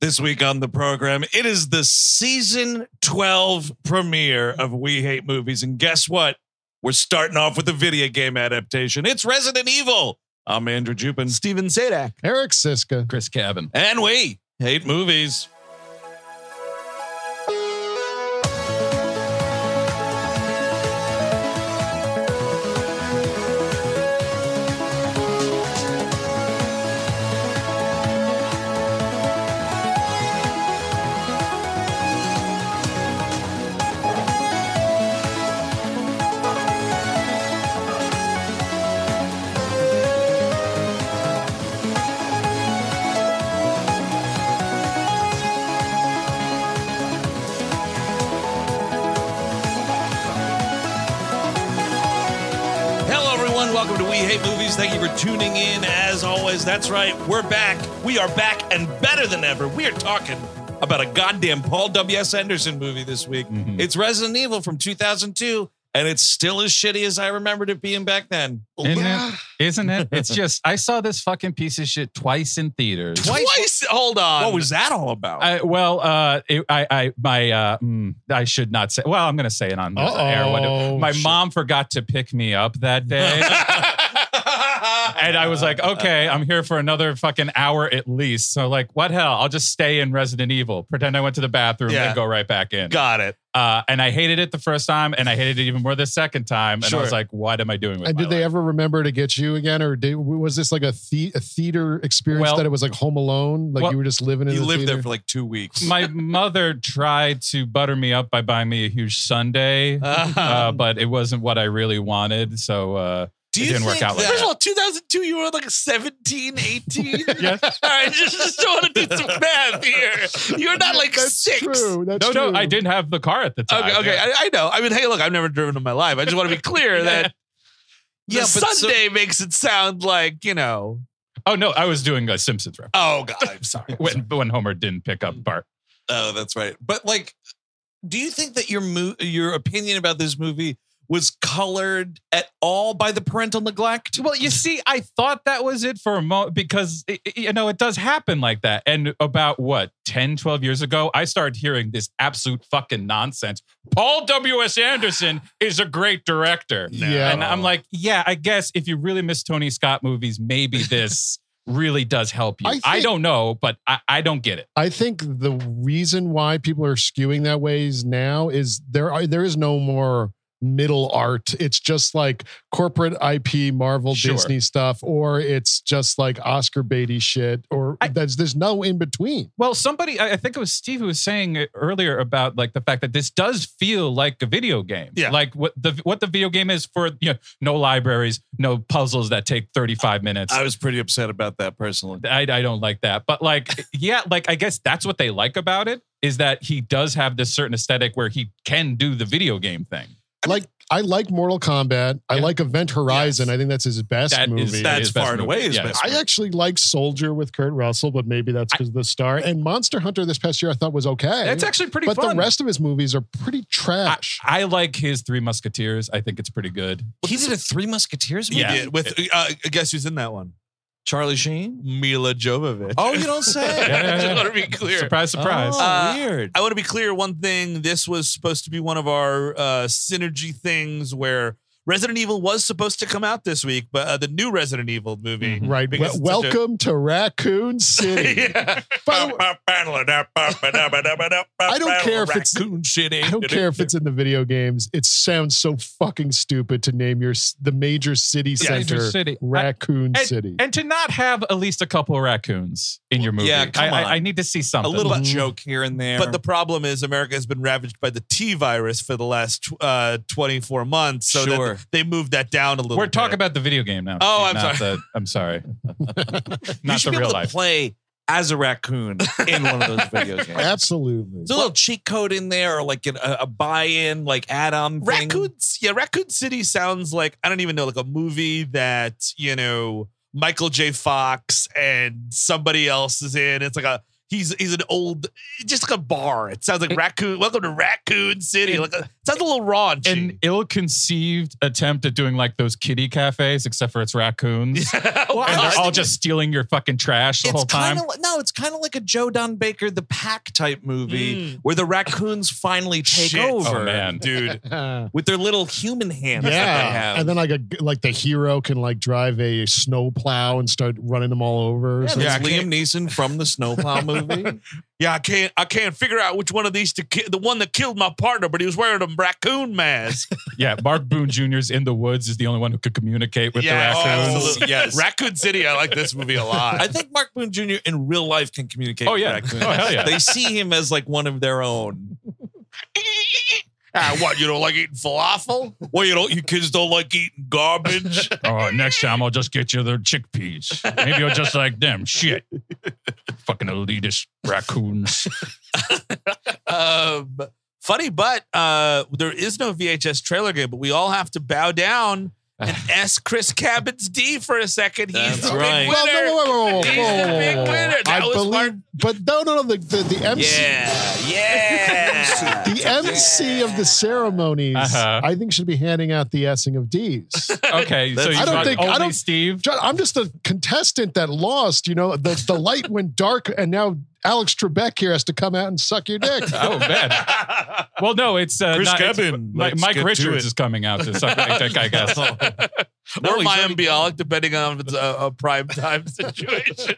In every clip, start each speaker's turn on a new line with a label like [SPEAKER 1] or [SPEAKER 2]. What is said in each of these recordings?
[SPEAKER 1] This week on the program, it is the season 12 premiere of We Hate Movies. And guess what? We're starting off with a video game adaptation. It's Resident Evil. I'm Andrew Jupin.
[SPEAKER 2] Steven Sadak.
[SPEAKER 3] Eric Siska.
[SPEAKER 4] Chris Cabin.
[SPEAKER 1] And we hate movies. Hello, everyone. Welcome to We Hate Movies. Thank you for tuning in. As always, that's right. We're back. We are back and better than ever. We are talking about a goddamn Paul W.S. Anderson movie this week.
[SPEAKER 4] Mm-hmm.
[SPEAKER 1] It's Resident Evil from 2002, and it's still as shitty as I remembered it being back then.
[SPEAKER 4] Isn't it? Isn't it? It's just I saw this fucking piece of shit twice in theaters.
[SPEAKER 1] Twice?
[SPEAKER 2] Hold on.
[SPEAKER 1] What was that all about?
[SPEAKER 4] I, well, uh, it, I, I, my, uh, mm, I should not say. Well, I'm gonna say it on the air.
[SPEAKER 3] Uh-oh.
[SPEAKER 4] My
[SPEAKER 3] Shit.
[SPEAKER 4] mom forgot to pick me up that day, and I was like, okay, I'm here for another fucking hour at least. So like, what hell? I'll just stay in Resident Evil, pretend I went to the bathroom,
[SPEAKER 1] Yeah.
[SPEAKER 4] and go right back in.
[SPEAKER 1] Got it.
[SPEAKER 4] Uh, and I hated it the first time, and I hated it even more the second time. And
[SPEAKER 1] Sure.
[SPEAKER 4] I was like, what am I doing with?
[SPEAKER 3] And
[SPEAKER 4] my
[SPEAKER 3] did they
[SPEAKER 4] life?
[SPEAKER 3] ever remember to get you again, or did, was this like a, the, a theater experience
[SPEAKER 4] Well-
[SPEAKER 3] that it was like Home Alone, like
[SPEAKER 4] Well,
[SPEAKER 3] you were just living in
[SPEAKER 1] He
[SPEAKER 3] the
[SPEAKER 1] lived
[SPEAKER 3] theater?
[SPEAKER 1] there for like two weeks.
[SPEAKER 4] my mother tried to butter me up by buying me a huge sundae, uh, but it wasn't what I really wanted. So uh,
[SPEAKER 2] Do
[SPEAKER 4] It
[SPEAKER 2] you
[SPEAKER 4] didn't work
[SPEAKER 2] think
[SPEAKER 4] out like
[SPEAKER 2] First
[SPEAKER 4] that.
[SPEAKER 2] of all, 2002, you were like 17, 18.
[SPEAKER 4] yeah,
[SPEAKER 2] All right, just, just want to do some math here. You're not like
[SPEAKER 3] That's
[SPEAKER 2] six.
[SPEAKER 3] true. That's
[SPEAKER 4] no,
[SPEAKER 3] true.
[SPEAKER 4] no, I didn't have the car at the time.
[SPEAKER 2] Okay, okay,
[SPEAKER 4] Yeah.
[SPEAKER 2] I, I know. I mean, hey, look, I've never driven in my life. I just want to be clear that the
[SPEAKER 1] Yeah, but so-
[SPEAKER 2] Sunday makes it sound like you know.
[SPEAKER 4] oh no, I was doing a Simpsons reference
[SPEAKER 2] Oh God, I'm sorry.
[SPEAKER 4] when when Homer didn't pick up Bart.
[SPEAKER 1] Oh, that's right. But like, do you think that your mo- your opinion about this movie was colored at all by the parental neglect?
[SPEAKER 4] Well, you see, I thought that was it for a moment because, i- i- you know, it does happen like that. And about what, 10, 12 years ago, I started hearing this absolute fucking nonsense. Paul W.S. Anderson is a great director.
[SPEAKER 3] Yeah.
[SPEAKER 4] And I'm like, yeah, I guess if you really miss Tony Scott movies, maybe this really does help you. I,
[SPEAKER 3] I think-
[SPEAKER 4] don't know, but I, I don't get it.
[SPEAKER 3] I think the reason why people are skewing that ways now is there are there is no more middle art. It's just like corporate IP, Marvel,
[SPEAKER 4] Sure.
[SPEAKER 3] Disney stuff, or it's just like Oscar Beatty shit, or
[SPEAKER 4] I-
[SPEAKER 3] that's there's no in between.
[SPEAKER 4] Well, somebody, I I think it was Steve who was saying earlier about like the fact that this does feel like a video game.
[SPEAKER 1] Yeah.
[SPEAKER 4] Like what the what the video game is for, you know, no libraries, no puzzles that take 35 minutes.
[SPEAKER 1] I
[SPEAKER 4] I,
[SPEAKER 1] was pretty upset about that personally.
[SPEAKER 4] I, don't like that. But like, yeah, like I guess that's what they like about it is that he does have this certain aesthetic where he can do the video game thing.
[SPEAKER 3] like I like Mortal Kombat. I
[SPEAKER 4] Yeah.
[SPEAKER 3] like Event Horizon.
[SPEAKER 1] Yes.
[SPEAKER 3] I think that's his best
[SPEAKER 4] That is-
[SPEAKER 3] movie.
[SPEAKER 4] that
[SPEAKER 1] That's
[SPEAKER 4] is best
[SPEAKER 1] far and
[SPEAKER 4] movie.
[SPEAKER 1] away his
[SPEAKER 4] Yeah.
[SPEAKER 1] best.
[SPEAKER 3] I actually like Soldier with Kurt Russell, but maybe that's because the star. And Monster Hunter this past year I thought was okay.
[SPEAKER 4] That's actually pretty
[SPEAKER 3] Mm. but
[SPEAKER 4] fun.
[SPEAKER 3] the rest of his movies are pretty trash.
[SPEAKER 4] I, I like his Three Musketeers. I think it's pretty good.
[SPEAKER 1] he did a Three Musketeers movie.
[SPEAKER 4] Yeah.
[SPEAKER 2] Yeah, with uh, guess who's in that one?
[SPEAKER 1] Charlie Sheen.
[SPEAKER 2] Mila Jovovich.
[SPEAKER 1] Oh, you don't say.
[SPEAKER 4] Yeah,
[SPEAKER 2] I
[SPEAKER 4] yeah,
[SPEAKER 2] just
[SPEAKER 4] yeah.
[SPEAKER 2] want to be clear.
[SPEAKER 4] Surprise, surprise.
[SPEAKER 1] Oh,
[SPEAKER 2] Uh,
[SPEAKER 1] weird.
[SPEAKER 2] I want to be clear one thing. This was supposed to be one of our uh, synergy things where Resident Evil was supposed to come out this week, but uh, the new Resident Evil movie.
[SPEAKER 4] Mhm.
[SPEAKER 3] Right.
[SPEAKER 2] Because
[SPEAKER 3] Wel-
[SPEAKER 2] it's such a-
[SPEAKER 3] welcome to Raccoon City.
[SPEAKER 2] yeah.
[SPEAKER 3] By the way,
[SPEAKER 2] I
[SPEAKER 3] don't care if it's-
[SPEAKER 2] Raccoon City.
[SPEAKER 3] I don't care if it's in the video games. It sounds so fucking stupid to name your s- the major city center
[SPEAKER 4] Major city.
[SPEAKER 3] Raccoon
[SPEAKER 4] I- and,
[SPEAKER 3] City.
[SPEAKER 4] and to not have at least a couple of raccoons in your movie.
[SPEAKER 1] Yeah, come
[SPEAKER 4] I,
[SPEAKER 1] on.
[SPEAKER 4] I, I need to see
[SPEAKER 2] a
[SPEAKER 4] something.
[SPEAKER 2] little
[SPEAKER 1] joke here and there.
[SPEAKER 2] But the problem is, America has been ravaged by the T virus for the last tw- uh, 24 months. So that
[SPEAKER 1] Sure.
[SPEAKER 2] they moved that down a little
[SPEAKER 4] We're
[SPEAKER 2] bit.
[SPEAKER 4] talking about the video game now.
[SPEAKER 1] Oh, I'm
[SPEAKER 4] not The, I'm sorry.
[SPEAKER 1] you
[SPEAKER 4] not
[SPEAKER 1] should
[SPEAKER 4] the
[SPEAKER 1] be
[SPEAKER 4] real
[SPEAKER 1] able
[SPEAKER 4] life.
[SPEAKER 1] to play as a raccoon in one of those video games.
[SPEAKER 3] Absolutely.
[SPEAKER 1] There's a little cheat code in there, or like an, a, a buy-in, like add-on thing.
[SPEAKER 2] Raccoons, yeah, Raccoon City sounds like I don't even know, like a movie that you know Michael J. Fox and somebody else is in. It's like a he's he's an old, just like a bar. It sounds like Raccoon. Welcome to Raccoon City.
[SPEAKER 4] It-
[SPEAKER 2] Like a, sounds a little raunchy.
[SPEAKER 4] An ill-conceived attempt at doing like those kitty cafes, except for it's raccoons,
[SPEAKER 1] Well,
[SPEAKER 4] and
[SPEAKER 1] honestly,
[SPEAKER 4] they're all just stealing your fucking trash the
[SPEAKER 1] It's
[SPEAKER 4] whole time.
[SPEAKER 1] kind of no, it's kind of like a Joe Don Baker the Pack type movie where the raccoons finally take
[SPEAKER 2] Shit.
[SPEAKER 1] over,
[SPEAKER 4] Oh, man.
[SPEAKER 1] dude,
[SPEAKER 3] Uh,
[SPEAKER 1] with their little human hands that they
[SPEAKER 3] yeah,
[SPEAKER 1] have.
[SPEAKER 3] and then like a like the hero can like drive a snow plow and start running them all over. or
[SPEAKER 1] yeah,
[SPEAKER 3] something.
[SPEAKER 1] there's Liam Neeson from the Snowplow movie.
[SPEAKER 2] yeah, I can't I can't figure out which one of these to ki- the one that killed my partner, but he was wearing a raccoon mask.
[SPEAKER 4] yeah, Mark Boone Jr.'s in the woods is the only one who could communicate with
[SPEAKER 2] yeah,
[SPEAKER 4] the
[SPEAKER 2] oh,
[SPEAKER 4] raccoons.
[SPEAKER 2] absolutely.
[SPEAKER 1] Yes.
[SPEAKER 2] Raccoon City. I like this movie a lot.
[SPEAKER 1] I think Mark Boone Jr. in real life can communicate.
[SPEAKER 4] Oh,
[SPEAKER 1] with
[SPEAKER 4] yeah.
[SPEAKER 1] raccoons.
[SPEAKER 4] Oh, hell yeah.
[SPEAKER 1] They see him as like one of their own.
[SPEAKER 2] Ah, what you don't like eating falafel? Well, you don't. You kids don't like eating garbage.
[SPEAKER 4] Oh, next time I'll just get you the chickpeas. Maybe you'll just like them. Shit. Fucking elitist raccoons.
[SPEAKER 2] um, funny, but uh, there is no VHS trailer game. But we all have to bow down and S Chris Cabot's D for a second. He's
[SPEAKER 1] That's
[SPEAKER 2] the
[SPEAKER 1] right.
[SPEAKER 2] big
[SPEAKER 3] Well,
[SPEAKER 2] winner.
[SPEAKER 3] no, whoa, whoa, whoa, whoa,
[SPEAKER 2] He's
[SPEAKER 3] whoa,
[SPEAKER 2] the
[SPEAKER 3] whoa,
[SPEAKER 2] big
[SPEAKER 3] whoa, whoa.
[SPEAKER 2] winner. That
[SPEAKER 3] I
[SPEAKER 2] was
[SPEAKER 3] believe,
[SPEAKER 2] Mark-
[SPEAKER 3] but no, no, no. The the, the MC,
[SPEAKER 1] Yeah.
[SPEAKER 2] Yeah.
[SPEAKER 3] the MC of the ceremonies,
[SPEAKER 4] Uh-huh.
[SPEAKER 3] I think, should be handing out the S'ing of D's.
[SPEAKER 4] Okay, so
[SPEAKER 1] That's-
[SPEAKER 4] you
[SPEAKER 1] I don't
[SPEAKER 4] got
[SPEAKER 3] think- I
[SPEAKER 4] only
[SPEAKER 3] don't-
[SPEAKER 4] Steve.
[SPEAKER 3] John, I'm just a contestant that lost. You know, the the light went dark, and now Alex Trebek here has to come out and suck your dick.
[SPEAKER 4] Oh man. Well, no, it's uh,
[SPEAKER 1] Chris
[SPEAKER 4] not, it's-
[SPEAKER 1] Gabin,
[SPEAKER 4] Mi-
[SPEAKER 1] let's
[SPEAKER 4] Mike
[SPEAKER 1] get to
[SPEAKER 4] Richards
[SPEAKER 1] it.
[SPEAKER 4] is coming out to suck my dick, I guess.
[SPEAKER 2] or
[SPEAKER 1] he's
[SPEAKER 2] my
[SPEAKER 1] already
[SPEAKER 2] Bialik, depending on if it's a, a prime time situation.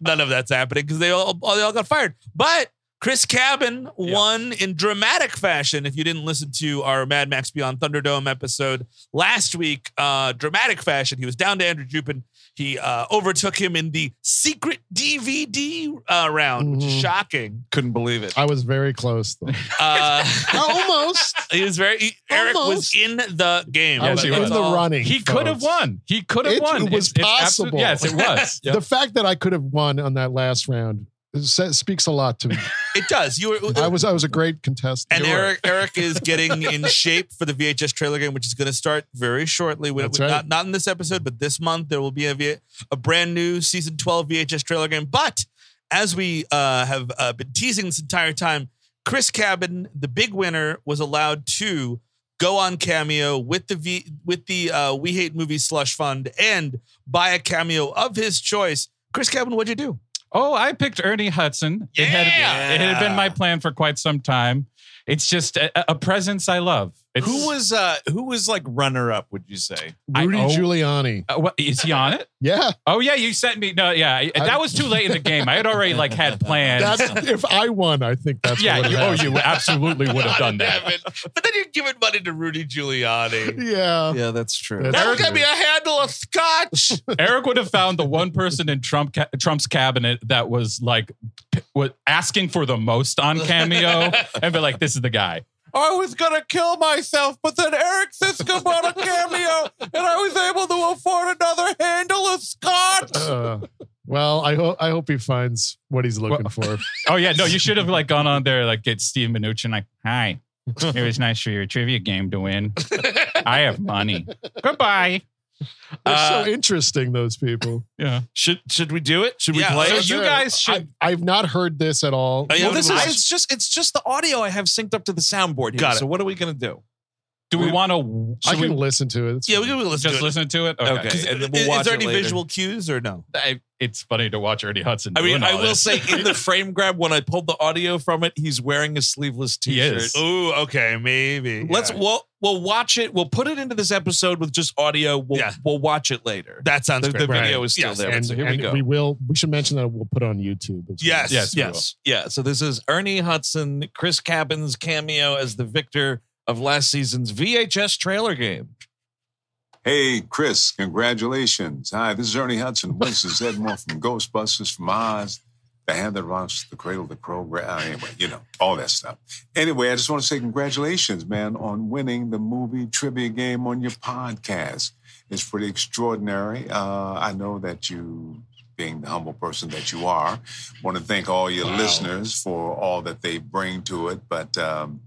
[SPEAKER 2] None of that's happening because they all all- they all got fired. But Chris Cabin won in dramatic fashion. If you didn't listen to our Mad Max Beyond Thunderdome episode last week, uh, dramatic fashion, he was down to Andrew Jupin. He uh, overtook him in the secret DVD uh, round, which is
[SPEAKER 3] Mhm.
[SPEAKER 2] shocking.
[SPEAKER 1] Couldn't believe it.
[SPEAKER 3] I was very close though.
[SPEAKER 2] Uh,
[SPEAKER 3] Almost.
[SPEAKER 2] he was very. he- Eric was
[SPEAKER 3] Almost.
[SPEAKER 2] in the game.
[SPEAKER 3] I was
[SPEAKER 4] he
[SPEAKER 3] in
[SPEAKER 4] was.
[SPEAKER 3] the running.
[SPEAKER 4] He could have
[SPEAKER 3] folks.
[SPEAKER 4] won. He could have
[SPEAKER 3] It
[SPEAKER 4] won.
[SPEAKER 3] was
[SPEAKER 4] absolute-
[SPEAKER 3] possible.
[SPEAKER 4] yes, it was.
[SPEAKER 1] Yep.
[SPEAKER 3] The fact that I could have won on that last round sa- speaks a lot to me.
[SPEAKER 2] It does. You were. uh,
[SPEAKER 3] I was I was a great contestant.
[SPEAKER 2] And Eric Eric is getting in shape for the VHS trailer game, which is going to start very shortly. We-
[SPEAKER 3] That's
[SPEAKER 2] we-
[SPEAKER 3] right.
[SPEAKER 2] not, not in this episode, but this month there will be a, V- a brand new season 12 VHS trailer game. But as we uh, have uh, been teasing this entire time, Chris Cabin, the big winner, was allowed to go on Cameo with the v- with the uh, We Hate Movie slush fund and buy a cameo of his choice. Chris Cabin, what'd you do?
[SPEAKER 4] Oh, I picked Ernie Hudson. It had
[SPEAKER 1] Yeah.
[SPEAKER 4] it had been my plan for quite some time. It's just a, a presence I love. It's,
[SPEAKER 1] Who was uh who was like runner up, would you say?
[SPEAKER 4] I
[SPEAKER 3] Rudy
[SPEAKER 4] owe-
[SPEAKER 3] Giuliani.
[SPEAKER 4] Uh, what, is he on it?
[SPEAKER 3] Yeah,
[SPEAKER 4] Oh yeah, you sent me. No, yeah, I-
[SPEAKER 3] I-
[SPEAKER 4] that was too late in the game. I had already like had plans.
[SPEAKER 3] that's if I won, I think that's
[SPEAKER 4] yeah,
[SPEAKER 3] What
[SPEAKER 4] you, oh,
[SPEAKER 3] would've
[SPEAKER 4] you absolutely would have done that.
[SPEAKER 2] But then you're giving money to Rudy Giuliani.
[SPEAKER 3] happened. Yeah,
[SPEAKER 1] Yeah, that's true.
[SPEAKER 3] That's-
[SPEAKER 2] That'll get me a handle of scotch.
[SPEAKER 4] Eric would have found the one person in Trump ca- Trump's cabinet that was like p- was asking for the most on Cameo and be like, "This is the guy."
[SPEAKER 1] I was gonna kill myself, but then Eric Siska bought a cameo and I was able to afford another handle of scotch.
[SPEAKER 3] Uh, well, I hope I hope he finds what he's looking for.
[SPEAKER 4] Oh yeah, no, you should have like gone on there like get Steve Mnuchin like, "Hi, it was nice for your trivia game to win. I have money. Goodbye."
[SPEAKER 3] They're
[SPEAKER 1] Uh,
[SPEAKER 3] so interesting, those people.
[SPEAKER 4] Yeah.
[SPEAKER 1] Should should we do it? Should
[SPEAKER 2] Yeah,
[SPEAKER 1] we play
[SPEAKER 4] So
[SPEAKER 1] it?
[SPEAKER 3] Yes,
[SPEAKER 4] you
[SPEAKER 3] sir.
[SPEAKER 4] guys should.
[SPEAKER 3] I, I've not heard this at all.
[SPEAKER 2] Oh, yeah,
[SPEAKER 1] well,
[SPEAKER 2] what
[SPEAKER 1] this
[SPEAKER 2] do we
[SPEAKER 1] is
[SPEAKER 2] watch?
[SPEAKER 1] it's just it's just the audio I have synced up to the soundboard here.
[SPEAKER 2] Got it.
[SPEAKER 1] So what are we gonna do?
[SPEAKER 4] Do we want to?
[SPEAKER 3] I can listen to it. It's
[SPEAKER 2] Yeah, we can listen
[SPEAKER 4] just
[SPEAKER 2] to it.
[SPEAKER 4] listen to it? Okay.
[SPEAKER 2] Is,
[SPEAKER 1] and then
[SPEAKER 2] is-
[SPEAKER 1] we'll
[SPEAKER 2] is
[SPEAKER 1] watch
[SPEAKER 2] there
[SPEAKER 1] it
[SPEAKER 2] any
[SPEAKER 1] later.
[SPEAKER 2] visual cues or no?
[SPEAKER 4] I- it's funny to watch Ernie Hudson.
[SPEAKER 1] I mean,
[SPEAKER 4] doing
[SPEAKER 1] I
[SPEAKER 4] all
[SPEAKER 1] will
[SPEAKER 4] this.
[SPEAKER 1] say in the frame grab when I pulled the audio from it, he's wearing a sleeveless
[SPEAKER 4] He
[SPEAKER 1] t-shirt.
[SPEAKER 4] is.
[SPEAKER 2] Ooh, okay, maybe.
[SPEAKER 1] Let's
[SPEAKER 2] Oh, yeah.
[SPEAKER 1] we'll we'll watch it. We'll put it into this episode with just audio. We'll
[SPEAKER 2] Yeah.
[SPEAKER 1] we'll watch it later.
[SPEAKER 2] That sounds
[SPEAKER 1] the
[SPEAKER 2] great.
[SPEAKER 1] the video is still
[SPEAKER 2] Yes.
[SPEAKER 1] there.
[SPEAKER 3] and,
[SPEAKER 1] so here
[SPEAKER 3] and
[SPEAKER 1] we go.
[SPEAKER 3] will. We should mention that we'll put it on YouTube. as well.
[SPEAKER 2] Yes.
[SPEAKER 4] Yes, we
[SPEAKER 1] yes. Yeah. So this is Ernie Hudson, Chris Cabin's cameo as the victor of last season's VHS trailer game.
[SPEAKER 5] Hey, Chris, congratulations. Hi, this is Ernie Hudson. This is Edmore from Ghostbusters from Oz, The Hand That Rocks, The Cradle, The Crow. Gra- uh, Anyway, you know, all that stuff. Anyway, I just want to say congratulations, man, on winning the movie trivia game on your podcast. It's pretty extraordinary. Uh, I know that you, being the humble person that you are, want to thank all your listeners for all that they bring to it. But um,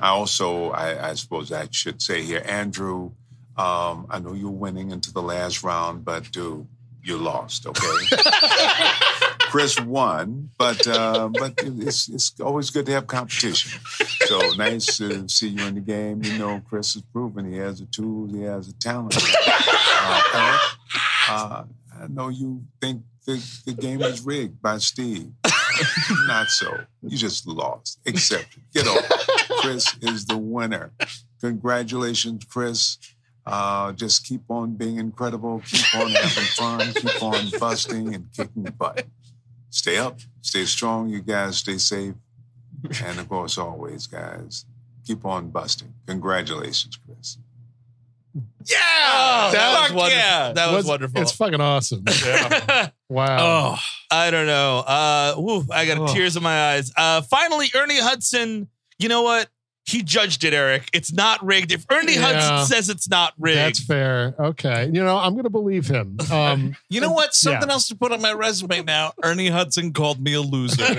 [SPEAKER 5] I also, I, I suppose I should say here, Andrew. Um, I know you're winning into the last round, but dude, you lost. Okay. Chris won, but uh, but it's it's always good to have competition. So nice to see you in the game. You know, Chris has proven he has the tools, he has the talent. Uh, Eric, uh, I know you think the, the game was rigged by Steve. Not so. You just lost. Accept it. Get over. it. Chris is the winner. Congratulations, Chris. Uh, just keep on being incredible. Keep on having fun. Keep on busting and kicking butt. Stay up. Stay strong, you guys. Stay safe. And of course, always, guys, keep on busting. Congratulations, Chris.
[SPEAKER 2] Yeah, that was
[SPEAKER 1] fuck
[SPEAKER 2] wonderful.
[SPEAKER 1] yeah.
[SPEAKER 2] That was
[SPEAKER 3] It's-
[SPEAKER 2] wonderful.
[SPEAKER 3] It's fucking awesome. Wow.
[SPEAKER 2] oh, I don't know. Uh, whew, I got
[SPEAKER 1] Oh.
[SPEAKER 2] tears in my eyes. Uh, finally, Ernie Hudson. You know what? He judged it, Eric. It's not rigged. If Ernie
[SPEAKER 3] Yeah.
[SPEAKER 2] Hudson says it's not rigged,
[SPEAKER 3] That's fair. Okay. You know, I'm going to believe him. Um,
[SPEAKER 1] You know what?
[SPEAKER 3] Yeah.
[SPEAKER 1] Something else to put on my resume now. Ernie Hudson called me a loser.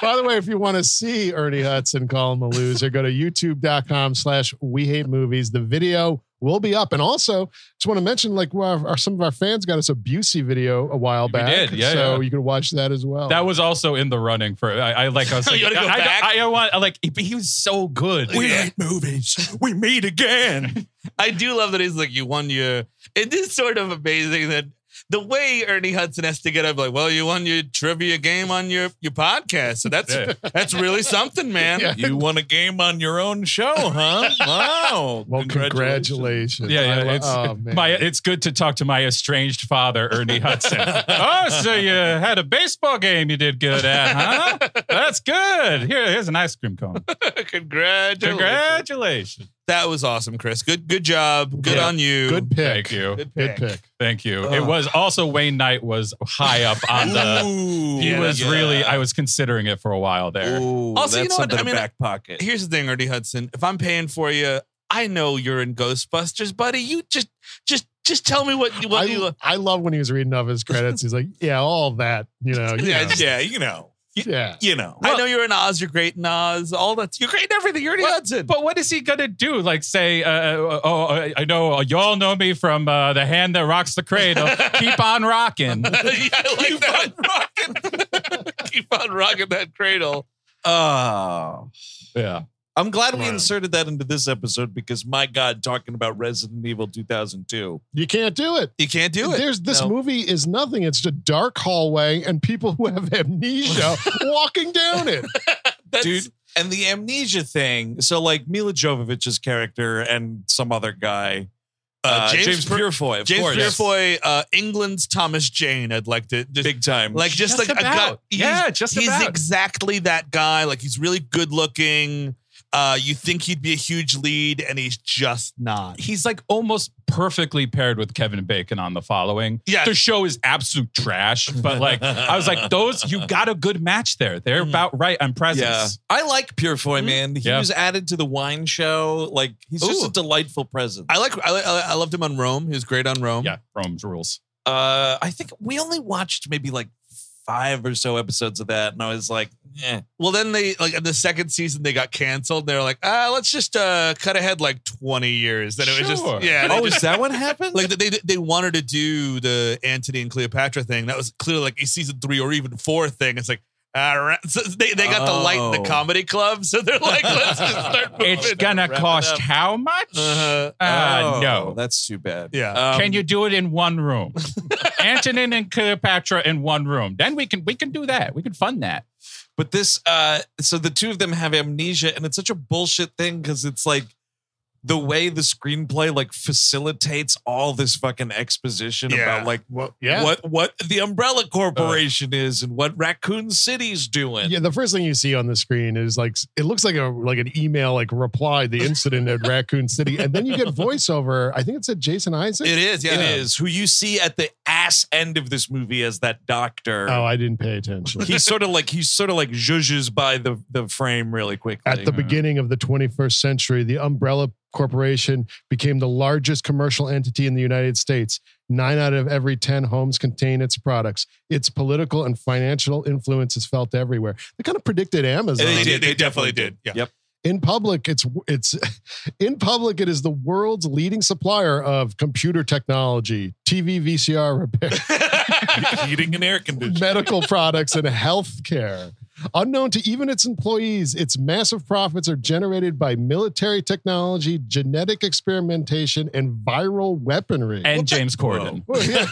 [SPEAKER 3] by the way, if you want to see Ernie Hudson call him a loser, go to youtube.com slash we hate movies. The video will be up. And also, just want to mention like well, our, some of our fans got us a Busey video a while back.
[SPEAKER 4] did. Yeah,
[SPEAKER 3] So
[SPEAKER 4] yeah.
[SPEAKER 3] you can watch that as well.
[SPEAKER 4] That was also in the running for. I, I like. I was like,
[SPEAKER 2] Oh. You wanna go
[SPEAKER 4] I, I-
[SPEAKER 2] back?
[SPEAKER 4] I, want like. He, he was so good.
[SPEAKER 2] hate movies. We meet again. I do love that he's like, you won your. It is sort of amazing that the way Ernie Hudson has to get up, like, well, you won your trivia game on your your podcast, so that's
[SPEAKER 4] Yeah.
[SPEAKER 2] that's really something, man.
[SPEAKER 1] you won a game on your own show, huh? Wow.
[SPEAKER 3] well, congratulations.
[SPEAKER 4] Yeah,
[SPEAKER 3] I
[SPEAKER 4] yeah.
[SPEAKER 3] lo-
[SPEAKER 4] It's,
[SPEAKER 3] oh, man.
[SPEAKER 4] my, it's good to talk to my estranged father, Ernie Hudson. oh, so you had a baseball game you did good at, huh? That's good. Here, here's an ice cream cone.
[SPEAKER 2] Congratulations.
[SPEAKER 4] Congratulations.
[SPEAKER 2] That was awesome, Chris. Good good job. Good
[SPEAKER 4] Yeah.
[SPEAKER 2] on you.
[SPEAKER 3] Good pick.
[SPEAKER 4] Thank you.
[SPEAKER 2] Good
[SPEAKER 3] Good pick.
[SPEAKER 4] Thank you. It was also Wayne Knight was high up on the.
[SPEAKER 1] Ooh,
[SPEAKER 4] He
[SPEAKER 2] Yeah,
[SPEAKER 4] was
[SPEAKER 2] yeah.
[SPEAKER 4] really. I was considering it for a while there.
[SPEAKER 2] Also,
[SPEAKER 1] also,
[SPEAKER 2] you know what?
[SPEAKER 1] something
[SPEAKER 2] I mean,
[SPEAKER 1] in back pocket.
[SPEAKER 2] Here's the thing, Ernie Hudson. If I'm paying for you, I know you're in Ghostbusters, buddy. You just just just tell me what you what
[SPEAKER 3] I,
[SPEAKER 2] you
[SPEAKER 3] I love when he was reading off his credits. He's like, yeah, all that, you know. you
[SPEAKER 1] yeah,
[SPEAKER 3] know.
[SPEAKER 1] yeah, you know,
[SPEAKER 3] yeah.
[SPEAKER 1] you know.
[SPEAKER 2] I know you're in Oz, you're great in Oz, all that. You're great in everything. You're Ernie Hudson.
[SPEAKER 4] But what is he gonna do? Like say, uh, uh, oh, I- I know uh, y'all know me from uh, the hand that rocks the cradle. Keep on rocking.
[SPEAKER 2] Yeah, I like Keep on rocking. Keep on rocking that cradle.
[SPEAKER 1] Oh,
[SPEAKER 4] Yeah.
[SPEAKER 1] I'm glad we
[SPEAKER 3] Wow.
[SPEAKER 1] inserted that into this episode because my God, talking about Resident Evil 2002.
[SPEAKER 3] You can't do it.
[SPEAKER 2] You can't do it.
[SPEAKER 3] There's this
[SPEAKER 1] No.
[SPEAKER 3] movie is nothing. It's a dark hallway and people who have amnesia walking down it.
[SPEAKER 2] That's-
[SPEAKER 1] Dude, and the amnesia thing. So, like Mila Jovovich's character and some other guy, uh,
[SPEAKER 2] James
[SPEAKER 1] James,
[SPEAKER 2] Pur-
[SPEAKER 1] Purefoy, of
[SPEAKER 2] James
[SPEAKER 1] course.
[SPEAKER 2] Purefoy, uh, England's Thomas Jane. I'd like to just
[SPEAKER 1] big time.
[SPEAKER 2] like just,
[SPEAKER 4] Just
[SPEAKER 2] like a guy.
[SPEAKER 4] about. Yeah, just
[SPEAKER 2] he's
[SPEAKER 4] about.
[SPEAKER 2] exactly that guy. Like he's really good looking. Uh, you think he'd be a huge lead, and he's just not.
[SPEAKER 4] he's like almost perfectly paired with Kevin Bacon on the following.
[SPEAKER 2] Yes.
[SPEAKER 4] The show is absolute trash, but like I was like, those you got a good match there. They're
[SPEAKER 2] Mm.
[SPEAKER 4] about right on
[SPEAKER 1] yeah,
[SPEAKER 4] presence.
[SPEAKER 1] I like Purefoy, man. He
[SPEAKER 4] Yeah.
[SPEAKER 1] was added to the wine show. Like he's just
[SPEAKER 2] Mm-hmm. Ooh.
[SPEAKER 1] a delightful presence.
[SPEAKER 2] I like. I, li- I loved him on Rome. He was great on Rome.
[SPEAKER 4] Yeah, Rome's rules.
[SPEAKER 1] uh, I think we only watched maybe like five or so episodes of that, and I was like, eh.
[SPEAKER 2] Well, then they like in the second season they got canceled. They're like, ah, let's just uh, cut ahead like twenty years. Then it was
[SPEAKER 4] Sure.
[SPEAKER 2] just yeah. they
[SPEAKER 1] oh,
[SPEAKER 2] just-
[SPEAKER 1] is that what happened?
[SPEAKER 2] like they they wanted to do the Antony and Cleopatra thing. That was clearly like a season three or even four thing. It's like. All right. So they, they got the light in
[SPEAKER 1] Oh.
[SPEAKER 2] the comedy club, so they're like, let's just start moving.
[SPEAKER 4] It's gonna
[SPEAKER 2] Oh, Wrap it
[SPEAKER 4] cost
[SPEAKER 2] up.
[SPEAKER 4] how much?
[SPEAKER 2] Uh-huh.
[SPEAKER 4] Uh,
[SPEAKER 1] Oh,
[SPEAKER 4] no.
[SPEAKER 1] that's too bad.
[SPEAKER 2] Yeah.
[SPEAKER 4] Um, can you do it in one room? Antonin and Cleopatra in one room. Then we can we can do that. We can fund that.
[SPEAKER 1] But this, uh, so the two of them have amnesia, and it's such a bullshit thing because it's like the way the screenplay like facilitates all this fucking exposition
[SPEAKER 2] Yeah.
[SPEAKER 1] about like
[SPEAKER 3] Well, yeah.
[SPEAKER 1] what what the Umbrella Corporation is and what Raccoon City's doing.
[SPEAKER 3] Yeah, the first thing you see on the screen is like it looks like a like an email like reply the incident at Raccoon City, and then you get voiceover. I think it said Jason Isaac.
[SPEAKER 1] It is, yeah.
[SPEAKER 3] Yeah.
[SPEAKER 1] it is. Who you see at the ass end of this movie as that doctor.
[SPEAKER 3] oh, I didn't pay attention.
[SPEAKER 1] he's sort of like he's sort of like zhuzhes by the the frame really quickly.
[SPEAKER 3] At the beginning of the 21st century, the Umbrella Corporation became the largest commercial entity in the United States. Nine out of every 10 homes contain its products. Its political and financial influence is felt everywhere. They kind of predicted Amazon.
[SPEAKER 1] They did.
[SPEAKER 2] They definitely did. Yeah.
[SPEAKER 3] In public, it's it's in public. It is the world's leading supplier of computer technology, TV, VCR repair,
[SPEAKER 1] heating and air conditioning.
[SPEAKER 3] medical products, and healthcare. Unknown to even its employees, its massive profits are generated by military technology, genetic experimentation, and viral weaponry.
[SPEAKER 4] And James Corden.
[SPEAKER 3] Well, yeah.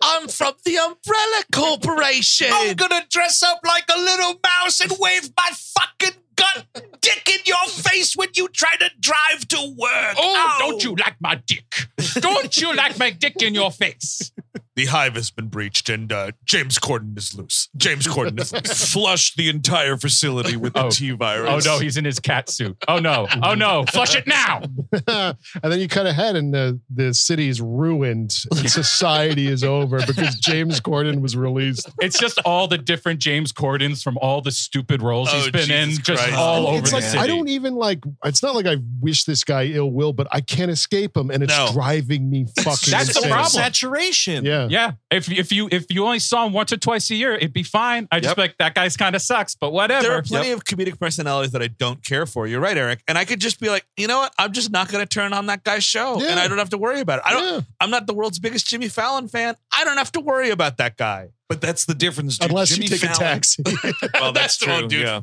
[SPEAKER 2] I'm from the Umbrella Corporation.
[SPEAKER 1] I'm gonna dress up like a little mouse and wave my fucking gun dick in your face when you try to drive to work.
[SPEAKER 4] Oh, don't you like my dick? Don't you like my dick in your face?
[SPEAKER 2] the hive has been breached, and uh, James Corden is loose. James Corden is loose.
[SPEAKER 1] flush the entire facility with the
[SPEAKER 4] Oh.
[SPEAKER 1] T
[SPEAKER 4] Oh
[SPEAKER 1] virus?
[SPEAKER 4] no, he's in his cat suit. Oh no. Oh no. Flush it now.
[SPEAKER 3] and then you cut ahead, and the the city's ruined. And society is over because James Corden was released.
[SPEAKER 4] It's just all the different James Cordens from all the stupid roles he's
[SPEAKER 2] Oh,
[SPEAKER 4] been in,
[SPEAKER 2] Jesus
[SPEAKER 4] just
[SPEAKER 2] Christ.
[SPEAKER 4] all
[SPEAKER 1] It's
[SPEAKER 4] over
[SPEAKER 3] it's
[SPEAKER 4] the
[SPEAKER 3] like
[SPEAKER 4] city.
[SPEAKER 3] I don't even like. It's not like I wish this guy ill will, but I can't escape him, and it's
[SPEAKER 2] No.
[SPEAKER 3] driving me fucking.
[SPEAKER 4] That's the
[SPEAKER 3] insane.
[SPEAKER 4] problem.
[SPEAKER 1] Saturation.
[SPEAKER 3] Yeah.
[SPEAKER 4] Yeah, if if you if you only saw him once or twice a year, it'd be fine. I
[SPEAKER 1] Yep.
[SPEAKER 4] just be like that guy's kind of sucks, but whatever.
[SPEAKER 2] There are plenty of comedic personalities that I don't care for. You're right, Eric. And I could just be like, you know what? I'm just not going to turn on that guy's show,
[SPEAKER 3] Yeah.
[SPEAKER 2] and I don't have to worry about it. I don't.
[SPEAKER 3] Yeah.
[SPEAKER 2] I'm not the world's biggest Jimmy Fallon fan. I don't have to worry about that guy.
[SPEAKER 1] But that's the difference. Dude.
[SPEAKER 3] Unless
[SPEAKER 1] Jimmy
[SPEAKER 3] you take a
[SPEAKER 1] Fallon-
[SPEAKER 3] taxi,
[SPEAKER 1] Well, that's,
[SPEAKER 2] That's the
[SPEAKER 1] true.
[SPEAKER 2] one, dude.
[SPEAKER 1] Yeah.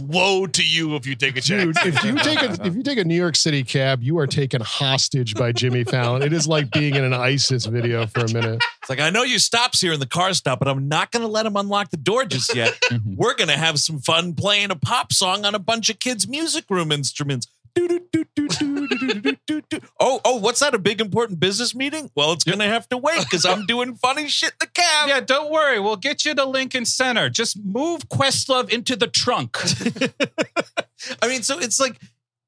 [SPEAKER 2] Woe to you if you take a chance.
[SPEAKER 3] dude. If you take a if you take a New York City cab, you are taken hostage by Jimmy Fallon. It is like being in an ISIS video for a minute.
[SPEAKER 1] It's like I know you stops here in the car stop, but I'm not gonna let him unlock the door just yet.
[SPEAKER 4] Mhm.
[SPEAKER 1] We're gonna have some fun playing a pop song on a bunch of kids' music room instruments. Do-do-do-do-do-do-do-do-do-do. Oh, oh, what's that? A big important business meeting? Well, it's gonna have to wait because I'm doing funny shit in the cab.
[SPEAKER 4] Yeah, don't worry. We'll get you to Lincoln Center. Just move Questlove into the trunk.
[SPEAKER 1] I mean, so it's like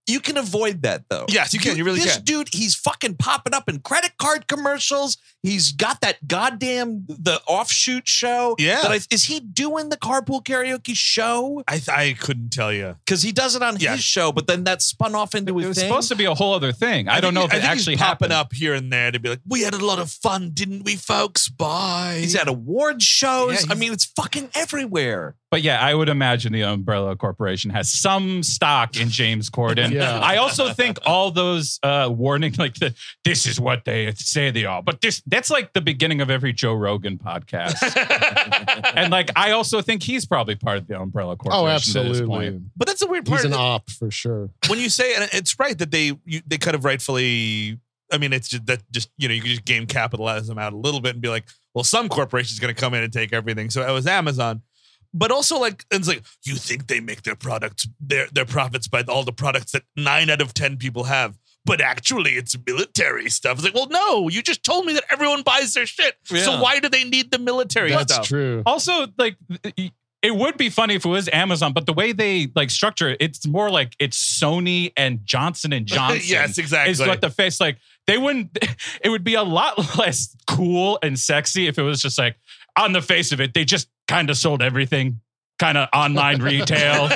[SPEAKER 1] you can avoid that though.
[SPEAKER 2] Yes, you can. You really
[SPEAKER 1] this
[SPEAKER 2] can.
[SPEAKER 1] dude, he's fucking popping up in credit card commercials. He's got that goddamn the offshoot show.
[SPEAKER 2] Yeah.
[SPEAKER 1] that I, is he doing the carpool karaoke show?
[SPEAKER 2] I, I couldn't tell you.
[SPEAKER 1] because he does it on
[SPEAKER 2] Yeah.
[SPEAKER 1] his show, but then that spun off into
[SPEAKER 4] It
[SPEAKER 1] a
[SPEAKER 4] was
[SPEAKER 1] thing.
[SPEAKER 4] supposed to be a whole other thing. I, don't know if
[SPEAKER 2] I
[SPEAKER 4] it
[SPEAKER 2] think he's
[SPEAKER 4] actually
[SPEAKER 2] popping
[SPEAKER 4] happened.
[SPEAKER 2] up here and there to be like, we had a lot of fun, didn't we, folks? Bye.
[SPEAKER 1] he's at award
[SPEAKER 2] Yeah,
[SPEAKER 1] shows.
[SPEAKER 2] he's-
[SPEAKER 1] I mean, it's fucking everywhere.
[SPEAKER 4] But yeah, I would imagine the Umbrella Corporation has some stock in James Corden.
[SPEAKER 3] Yeah.
[SPEAKER 4] I also think all those uh, warning, like the, this is what they say they are, but this that's like the beginning of every Joe Rogan podcast. and like, I also think he's probably part of the Umbrella Corporation.
[SPEAKER 3] Oh,
[SPEAKER 4] At this point.
[SPEAKER 3] absolutely.
[SPEAKER 2] But that's the weird part.
[SPEAKER 3] He's an
[SPEAKER 2] that-
[SPEAKER 3] op for sure.
[SPEAKER 2] when you say, and it's right that they you, they could have rightfully. I mean, it's just that just you know you could just game capitalism out a little bit and be like, well, some corporation's going to come in and take everything. So it was Amazon, but also like it's like you think they make their products their their profits by all the products that nine out of ten people have. But actually, it's military stuff. It's like, well, no, you just told me that everyone buys their shit.
[SPEAKER 1] Yeah.
[SPEAKER 2] So why do they need the military
[SPEAKER 3] That's
[SPEAKER 2] stuff?
[SPEAKER 3] true.
[SPEAKER 4] Also, like, it would be funny if it was Amazon, but the way they like structure it, it's more like it's Sony and Johnson and Johnson.
[SPEAKER 2] yes, exactly.
[SPEAKER 4] is what the face like they wouldn't it would be a lot less cool and sexy if it was just like on the face of it they just kind of sold everything kind of online retail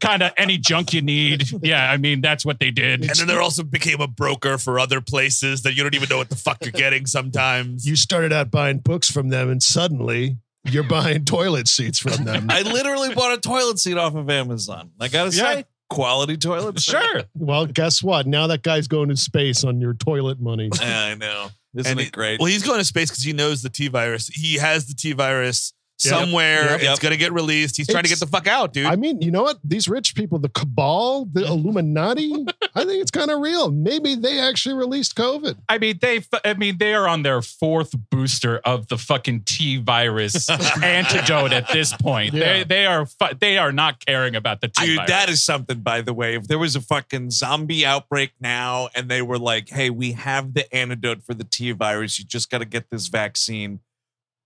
[SPEAKER 4] kind of any junk you need yeah i mean that's what they did
[SPEAKER 2] and then there also became a broker for other places that you don't even know what the fuck you're getting sometimes.
[SPEAKER 3] You started out buying books from them, and suddenly you're buying toilet seats from them.
[SPEAKER 1] I literally bought a toilet seat off of Amazon. I gotta
[SPEAKER 4] Yeah.
[SPEAKER 1] say, quality toilet. seat.
[SPEAKER 4] sure
[SPEAKER 3] well, guess what? Now that guy's going to space on your toilet money.
[SPEAKER 1] Yeah, I know. Isn't
[SPEAKER 2] And
[SPEAKER 1] it great?
[SPEAKER 2] Well, he's going to space because he knows the T virus. He has the T virus. somewhere.
[SPEAKER 1] Yep.
[SPEAKER 2] It's
[SPEAKER 1] Yep.
[SPEAKER 2] gonna get released. He's trying to get
[SPEAKER 3] It's-
[SPEAKER 2] the fuck out, dude.
[SPEAKER 3] I mean, you know what? These rich people, the cabal, the Illuminati, I think it's kind of real. Maybe they actually released COVID.
[SPEAKER 4] I mean, they. f- I mean, they are on their fourth booster of the fucking T virus antidote at this point.
[SPEAKER 3] Yeah.
[SPEAKER 4] They they are fu- they are not caring about the T
[SPEAKER 1] Dude,
[SPEAKER 4] virus.
[SPEAKER 1] that is something, by the way. If there was a fucking zombie outbreak now and they were like, hey, we have the antidote for the T virus, you just got to get this vaccine,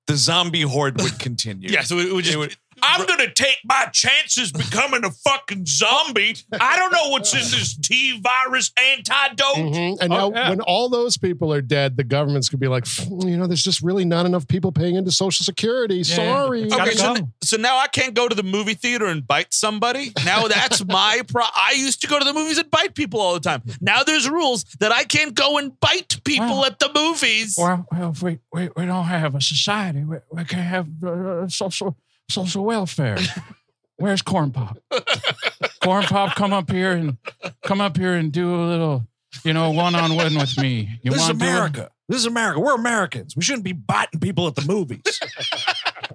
[SPEAKER 1] the zombie horde would continue.
[SPEAKER 2] yeah, so it would just.
[SPEAKER 1] It would- I'm going to take my chances becoming a fucking zombie. I don't know what's in this T virus antidote.
[SPEAKER 3] Mm-hmm. And now,
[SPEAKER 4] Oh, yeah.
[SPEAKER 3] when all those people are dead, the government's could be like, "Pff, you know, there's just really not enough people paying into Social Security. Sorry.
[SPEAKER 4] It's
[SPEAKER 2] Okay,
[SPEAKER 4] gotta
[SPEAKER 2] so,
[SPEAKER 4] go.
[SPEAKER 2] th- so now I can't go to the movie theater and bite somebody. Now that's my pro. I used to go to the movies and bite people all the time. Now there's rules that I can't go and bite people
[SPEAKER 4] Wow.
[SPEAKER 2] at the movies.
[SPEAKER 4] Well, well, if we, we, we don't have a society, we, we can't have uh, social social welfare. Where's Corn Pop? Corn Pop, come up here and come up here and do a little, you know, one on one with me. You
[SPEAKER 1] This is
[SPEAKER 4] wanna do it?
[SPEAKER 1] America. This is America. We're Americans. We shouldn't be biting people at the movies.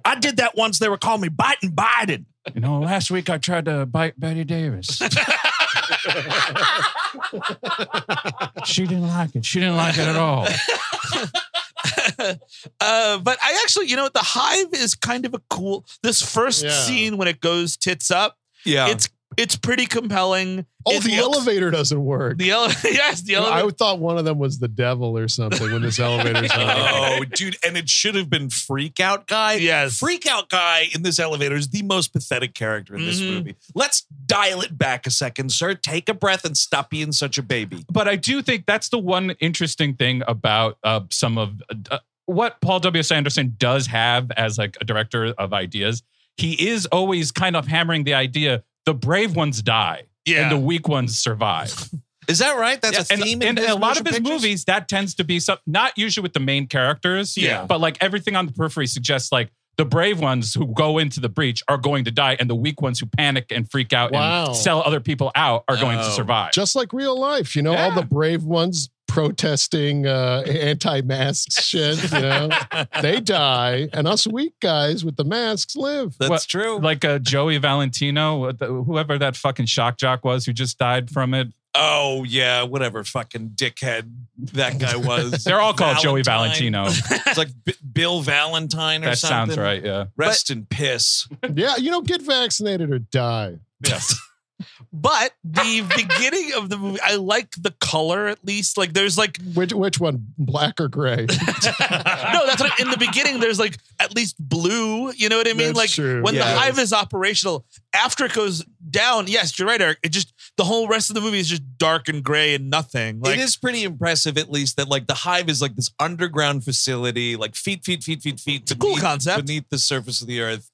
[SPEAKER 1] I did that once. They were calling me biting Biden.
[SPEAKER 4] You know, last week I tried to bite Betty Davis. she didn't like it. She didn't like it at all.
[SPEAKER 2] Uh, but I actually, you know, what, the Hive is kind of a cool. This first
[SPEAKER 3] Yeah.
[SPEAKER 2] scene when it goes tits up,
[SPEAKER 1] Yeah.
[SPEAKER 2] it's it's pretty compelling.
[SPEAKER 3] Oh,
[SPEAKER 2] It
[SPEAKER 3] the
[SPEAKER 2] looks-
[SPEAKER 3] elevator doesn't work.
[SPEAKER 2] The ele- yes, the elevator.
[SPEAKER 3] I thought one of them was the devil or something when this elevator's on.
[SPEAKER 1] oh, dude. And it should have been Freak Out Guy.
[SPEAKER 2] Yes.
[SPEAKER 1] Freak Out Guy in this elevator is the most pathetic character in this
[SPEAKER 2] Mhm.
[SPEAKER 1] movie. Let's dial it back a second, sir. Take a breath and stop being such a baby.
[SPEAKER 4] but I do think that's the one interesting thing about uh, some of uh, what Paul W. S. Anderson does have as like a director of ideas. He is always kind of hammering the idea: the brave ones die
[SPEAKER 2] yeah.
[SPEAKER 4] and the weak ones survive.
[SPEAKER 1] Is that right? That's a
[SPEAKER 4] and
[SPEAKER 1] theme in
[SPEAKER 4] and
[SPEAKER 1] his
[SPEAKER 4] a lot
[SPEAKER 1] motion
[SPEAKER 4] of his
[SPEAKER 1] pictures?
[SPEAKER 4] movies that tends to be some not usually with the main characters.
[SPEAKER 2] Yeah.
[SPEAKER 4] but like everything on the periphery suggests like. The brave ones who go into the breach are going to die, and the weak ones who panic and freak out
[SPEAKER 3] Wow.
[SPEAKER 4] and sell other people out are going to
[SPEAKER 1] Oh.
[SPEAKER 4] survive.
[SPEAKER 3] Just like real life, you know, all
[SPEAKER 4] Yeah.
[SPEAKER 3] the brave ones protesting uh, anti-mask shit, you know, they die, and us weak guys with the masks live.
[SPEAKER 1] That's
[SPEAKER 4] Well,
[SPEAKER 1] true.
[SPEAKER 4] like uh, Joey Valentino, what the- whoever that fucking shock jock was who just died from it.
[SPEAKER 1] oh, yeah. Whatever fucking dickhead that guy was.
[SPEAKER 4] They're all called Joey
[SPEAKER 1] Valentine.
[SPEAKER 4] Valentino.
[SPEAKER 1] It's like B- Bill Valentine or
[SPEAKER 4] that
[SPEAKER 1] something.
[SPEAKER 4] sounds right. Yeah.
[SPEAKER 1] Rest in piss.
[SPEAKER 3] Yeah, you know, get vaccinated or die.
[SPEAKER 4] Yes.
[SPEAKER 2] But the beginning of the movie, I like the color at least. Like there's like
[SPEAKER 3] Which which one, black or gray?
[SPEAKER 2] no, that's what, in the beginning. There's like at least blue. You know what I mean?
[SPEAKER 3] That's
[SPEAKER 2] like
[SPEAKER 3] true.
[SPEAKER 2] when
[SPEAKER 1] Yeah.
[SPEAKER 2] the hive is operational, after it goes down. Yes, you're right, Eric. It just the whole rest of the movie is just dark and gray and nothing. Like
[SPEAKER 1] it is pretty impressive, at least, that like the hive is like this underground facility, like feet, feet, feet, feet, feet. It's
[SPEAKER 2] a cool concept.
[SPEAKER 1] beneath the surface of the earth.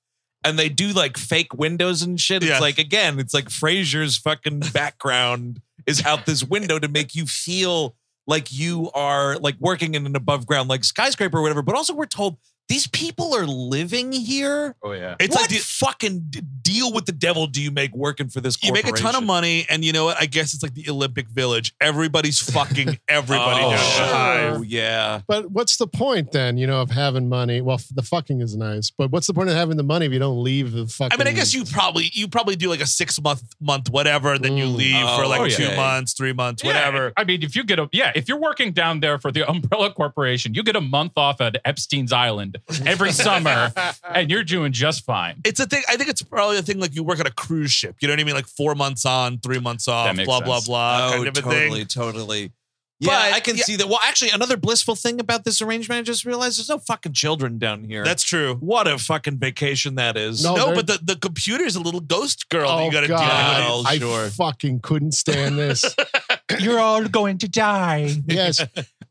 [SPEAKER 1] And they do like fake windows and shit. It's
[SPEAKER 2] Yeah.
[SPEAKER 1] like again, it's like Frasier's fucking background is out this window to make you feel like you are like working in an above ground like skyscraper or whatever. But also we're told these people are living here.
[SPEAKER 4] Oh yeah.
[SPEAKER 2] it's
[SPEAKER 1] what
[SPEAKER 2] like the-
[SPEAKER 1] fucking d- deal with the devil do you make working for this
[SPEAKER 2] you make a ton of
[SPEAKER 1] corporation?
[SPEAKER 2] money, and you know what? I guess it's like the Olympic Village. Everybody's fucking everybody
[SPEAKER 1] oh,
[SPEAKER 2] down
[SPEAKER 1] sure.
[SPEAKER 2] at the hive.
[SPEAKER 1] yeah.
[SPEAKER 3] But what's the point then, you know, of having money? Well, f- the fucking is nice, but what's the point of having the money if you don't leave the
[SPEAKER 2] I
[SPEAKER 3] fucking?
[SPEAKER 2] mean, I guess you probably you probably do like a six month month whatever, then you
[SPEAKER 3] Mm.
[SPEAKER 2] leave for
[SPEAKER 1] Oh,
[SPEAKER 2] like
[SPEAKER 1] okay.
[SPEAKER 2] two months, three months, whatever.
[SPEAKER 4] I mean, if you get a yeah, if you're working down there for the Umbrella Corporation, you get a month off at Epstein's Island every summer, and you're doing just fine.
[SPEAKER 2] It's a thing. I think it's probably a thing like you work on a cruise ship. You know what I mean? Like four months on, three months off,
[SPEAKER 4] makes
[SPEAKER 2] blah blah
[SPEAKER 4] sense.
[SPEAKER 2] blah, Uh, kind of a
[SPEAKER 1] Oh, totally,
[SPEAKER 2] thing.
[SPEAKER 1] totally. Yeah,
[SPEAKER 2] But-
[SPEAKER 1] I can
[SPEAKER 2] yeah.
[SPEAKER 1] see that. Well, actually, another blissful thing about this arrangement, I just realized there's no fucking children down here.
[SPEAKER 2] That's true.
[SPEAKER 1] what a fucking vacation that is.
[SPEAKER 3] No,
[SPEAKER 2] no,
[SPEAKER 3] they're-
[SPEAKER 2] but the, the computer's a little ghost girl that
[SPEAKER 3] Oh
[SPEAKER 2] you got to deal
[SPEAKER 3] God,
[SPEAKER 2] with.
[SPEAKER 1] Oh,
[SPEAKER 3] I
[SPEAKER 1] sure.
[SPEAKER 3] fucking couldn't stand this.
[SPEAKER 4] You're all going to die.
[SPEAKER 3] yes.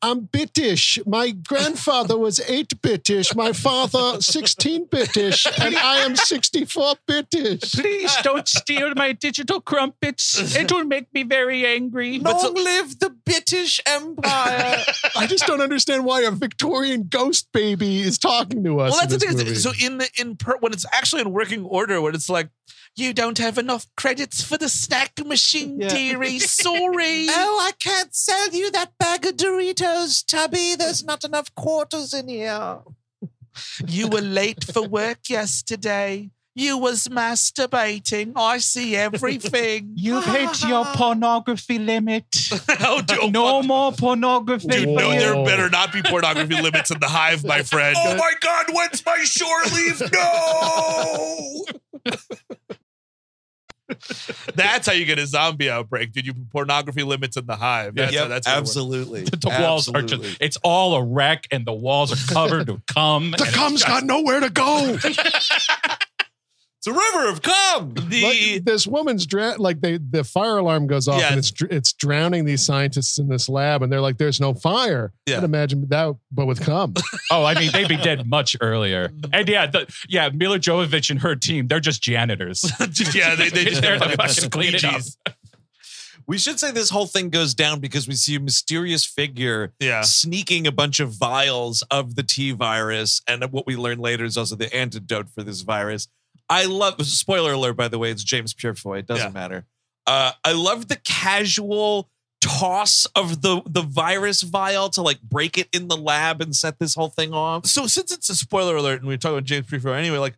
[SPEAKER 3] I'm British. My grandfather was 8 British, my father 16 British, and I am 64 British.
[SPEAKER 4] Please don't steal my digital crumpets. It will make me very angry.
[SPEAKER 1] Long live the British Empire.
[SPEAKER 3] I just don't understand why a Victorian ghost baby is talking to us.
[SPEAKER 2] Well, that's
[SPEAKER 3] in
[SPEAKER 2] the
[SPEAKER 3] this
[SPEAKER 2] thing.
[SPEAKER 3] movie.
[SPEAKER 2] is- So in the in per, when it's actually in working order, when it's like you don't have enough credits for the snack machine,
[SPEAKER 3] Yeah.
[SPEAKER 2] dearie. Sorry.
[SPEAKER 1] I can't sell you that bag of Doritos, Tubby. There's not enough quarters in here.
[SPEAKER 2] You were late for work yesterday. You was masturbating. I see everything.
[SPEAKER 4] You've hit your pornography limit.
[SPEAKER 2] oh, dude, oh,
[SPEAKER 4] No more pornography.
[SPEAKER 2] fuck. Dude, no,
[SPEAKER 4] for you.
[SPEAKER 2] there better not be pornography limits in the hive, my friend.
[SPEAKER 3] Oh
[SPEAKER 2] my God, when's my shore leave? No! That's how you get a zombie outbreak, dude. You put pornography limits in the hive. That's,
[SPEAKER 1] Yep,
[SPEAKER 2] that's how it works.
[SPEAKER 1] absolutely.
[SPEAKER 4] the walls are just, it's all a wreck and the walls are covered with cum.
[SPEAKER 3] The
[SPEAKER 4] and
[SPEAKER 3] cum's got nowhere to go.
[SPEAKER 1] It's a river of cum.
[SPEAKER 3] Like, this woman's dra- like they the fire alarm goes off
[SPEAKER 2] Yeah.
[SPEAKER 3] and it's dr- it's drowning these scientists in this lab and they're like there's no fire.
[SPEAKER 1] Yeah.
[SPEAKER 3] I'd imagine that but with cum.
[SPEAKER 4] Oh, I mean, they'd be dead much earlier. And yeah, the, yeah, Mila Jovovich and her team, they're just janitors.
[SPEAKER 2] yeah, they, they just
[SPEAKER 4] They're the
[SPEAKER 2] have
[SPEAKER 4] fucking clean it up.
[SPEAKER 2] squeegees.
[SPEAKER 1] We should say this whole thing goes down because we see a mysterious figure
[SPEAKER 2] Yeah.
[SPEAKER 1] sneaking a bunch of vials of the T virus. And what we learn later is also the antidote for this virus. I love, spoiler alert, by the way, it's James Purefoy. It doesn't
[SPEAKER 2] Yeah.
[SPEAKER 1] matter. Uh, I love the casual toss of the, the virus vial to like break it in the lab and set this whole thing off.
[SPEAKER 2] So since it's a spoiler alert and we we're talking about James Prefro anyway, like,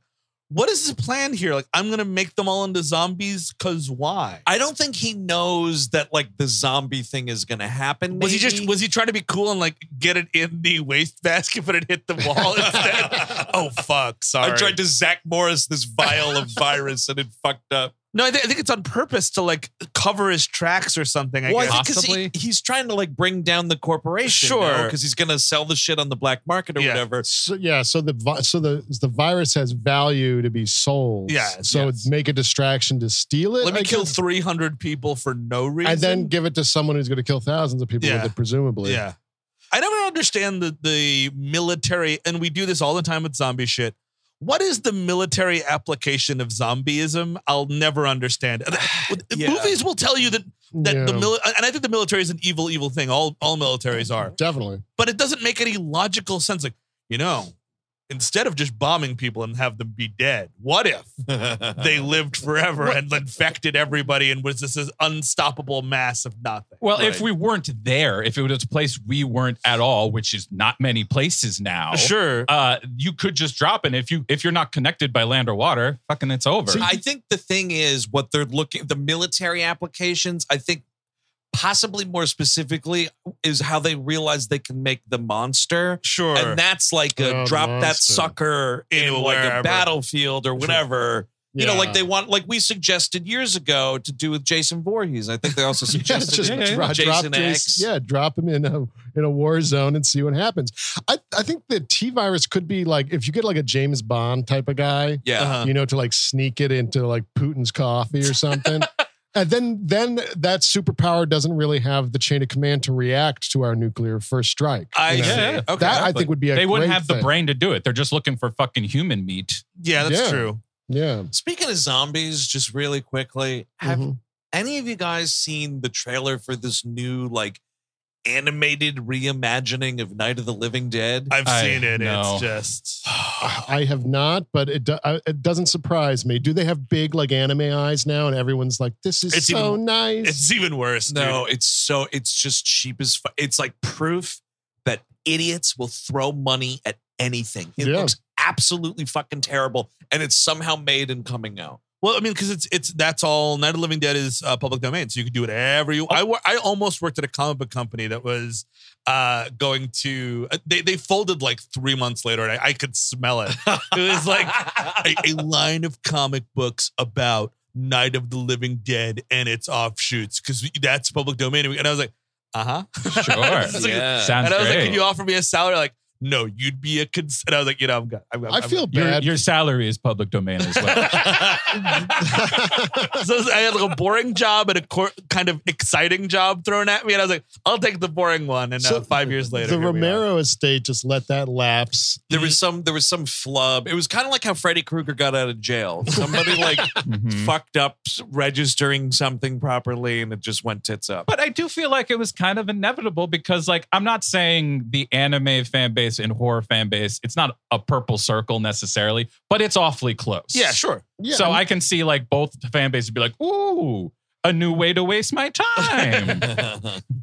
[SPEAKER 2] what is the plan here? Like, I'm gonna make them all into zombies because why?
[SPEAKER 1] I don't think he knows that like the zombie thing is going to happen.
[SPEAKER 2] Was he
[SPEAKER 1] maybe.
[SPEAKER 2] just was he trying to be cool and like get it in the wastebasket, but it hit the wall instead? oh fuck! Sorry.
[SPEAKER 1] I tried to Zach Morris this vial of virus and it fucked up.
[SPEAKER 2] No, I, thi- I think it's on purpose to like cover his tracks or something. I
[SPEAKER 1] well,
[SPEAKER 2] guess.
[SPEAKER 1] I think 'cause
[SPEAKER 4] Possibly.
[SPEAKER 1] he, he's trying to like bring down the corporation,
[SPEAKER 2] Sure.
[SPEAKER 1] because he's gonna sell the shit on the black market or
[SPEAKER 2] Yeah.
[SPEAKER 1] whatever.
[SPEAKER 3] so, yeah, so the vi- so the the virus has value to be sold.
[SPEAKER 2] Yeah,
[SPEAKER 3] So
[SPEAKER 2] yes.
[SPEAKER 3] make a distraction to steal it.
[SPEAKER 2] Let me
[SPEAKER 3] I
[SPEAKER 2] kill
[SPEAKER 3] guess,
[SPEAKER 2] three hundred people for no reason,
[SPEAKER 3] and then give it to someone who's going to kill thousands of people
[SPEAKER 2] Yeah.
[SPEAKER 3] with it presumably.
[SPEAKER 2] Yeah. I never understand the, the military, and we do this all the time with zombie shit. What is the military application of zombieism? I'll never understand.
[SPEAKER 1] Yeah.
[SPEAKER 2] Movies will tell you that that the
[SPEAKER 3] Yeah.
[SPEAKER 2] mili- and I think the military is an evil, evil thing. All all militaries are,
[SPEAKER 3] Definitely.
[SPEAKER 2] but it doesn't make any logical sense. Like you know, instead of just bombing people and have them be dead, what if they lived forever and infected everybody and was this unstoppable mass of nothing?
[SPEAKER 4] Well,
[SPEAKER 1] Right.
[SPEAKER 4] if we weren't there, if it was a place we weren't at all, which is not many places now,
[SPEAKER 2] Sure.
[SPEAKER 4] uh, you could just drop it. If you if you're not connected by land or water, fucking it's over.
[SPEAKER 1] I think the thing is what they're looking the military applications. I think possibly more specifically is how they realize they can make the monster.
[SPEAKER 2] Sure.
[SPEAKER 1] And that's like a
[SPEAKER 3] Oh,
[SPEAKER 1] drop that
[SPEAKER 3] monster.
[SPEAKER 1] sucker in
[SPEAKER 2] Into
[SPEAKER 1] like a
[SPEAKER 2] wherever.
[SPEAKER 1] battlefield or whatever. You know, like they want, like we suggested years ago to do with Jason Voorhees. I think they also
[SPEAKER 3] Yeah,
[SPEAKER 1] suggested
[SPEAKER 3] just
[SPEAKER 4] Yeah, yeah, yeah.
[SPEAKER 3] Dro-
[SPEAKER 1] Jason
[SPEAKER 3] drop
[SPEAKER 1] X.
[SPEAKER 3] Jason- yeah, drop him in a in a war zone and see what happens. I, I think the T virus could be like if you get like a James Bond type of guy,
[SPEAKER 1] Yeah.
[SPEAKER 2] Uh-huh.
[SPEAKER 3] you know, to like sneak it into like Putin's coffee or something. And then, then that superpower doesn't really have the chain of command to react to our nuclear first strike.
[SPEAKER 2] I
[SPEAKER 3] you know?
[SPEAKER 2] see.
[SPEAKER 4] Yeah, yeah.
[SPEAKER 2] Okay.
[SPEAKER 3] that I think would be a
[SPEAKER 4] they wouldn't
[SPEAKER 3] great
[SPEAKER 4] have the
[SPEAKER 3] thing.
[SPEAKER 4] brain to do it. They're just looking for fucking human meat.
[SPEAKER 2] yeah, that's
[SPEAKER 3] Yeah.
[SPEAKER 2] true.
[SPEAKER 3] Yeah,
[SPEAKER 1] Speaking of zombies, just really quickly, have
[SPEAKER 3] Mhm.
[SPEAKER 1] any of you guys seen the trailer for this new like animated reimagining of Night of the Living Dead?
[SPEAKER 2] I've
[SPEAKER 4] I-
[SPEAKER 2] seen it.
[SPEAKER 4] no.
[SPEAKER 2] It's just
[SPEAKER 3] Mm-hmm. I have not, but it do, I- it doesn't surprise me. Do they have big like anime eyes now, and everyone's like, "This is
[SPEAKER 2] It's
[SPEAKER 3] so nice."
[SPEAKER 2] it's even worse.
[SPEAKER 1] no, it's so it's just cheap as fu- it's like proof that idiots will throw money at anything. It
[SPEAKER 3] Yeah.
[SPEAKER 1] looks absolutely fucking terrible, and it's somehow made and coming out.
[SPEAKER 2] Well, I mean, because it's it's that's all. Night of the Living Dead is uh, public domain, so you can do whatever you. I wor- I almost worked at a comic book company that was uh, going to. uh, They they folded like three months later, and I, I could smell it. It was like a, a line of comic books about Night of the Living Dead and its offshoots, because that's public domain, and I was like, uh huh,
[SPEAKER 4] Sure.
[SPEAKER 1] Yeah.
[SPEAKER 4] Sounds
[SPEAKER 2] and I was
[SPEAKER 4] great.
[SPEAKER 2] like, "Can you offer me a salary?" Like, no, you'd be a cons. And I was like, "You know, I'm good. I'm, I'm,
[SPEAKER 3] I feel
[SPEAKER 4] your,
[SPEAKER 3] bad.
[SPEAKER 4] your salary is public domain as well.
[SPEAKER 2] good." so I had like a boring job and a cor- kind of exciting job thrown at me, and I was like, "I'll take the boring one." And
[SPEAKER 3] So
[SPEAKER 2] uh, five years later,
[SPEAKER 3] the
[SPEAKER 2] here we are.
[SPEAKER 3] Romero estate just let that lapse.
[SPEAKER 1] There
[SPEAKER 2] Mm-hmm.
[SPEAKER 1] was some there was some flub. It was kind of like how Freddy Krueger got out of jail. Somebody like
[SPEAKER 2] Hmm?
[SPEAKER 4] Mhm.
[SPEAKER 1] fucked up s- registering something properly and it just went tits up.
[SPEAKER 4] But I do feel like it was kind of inevitable because, like, I'm not saying the anime fan base and horror fan base, it's not a purple circle necessarily, but it's awfully close.
[SPEAKER 2] Yeah, sure.
[SPEAKER 3] Yeah,
[SPEAKER 4] so
[SPEAKER 3] and-
[SPEAKER 4] I can see, like, both fan bases be like, ooh, a new way to waste my time.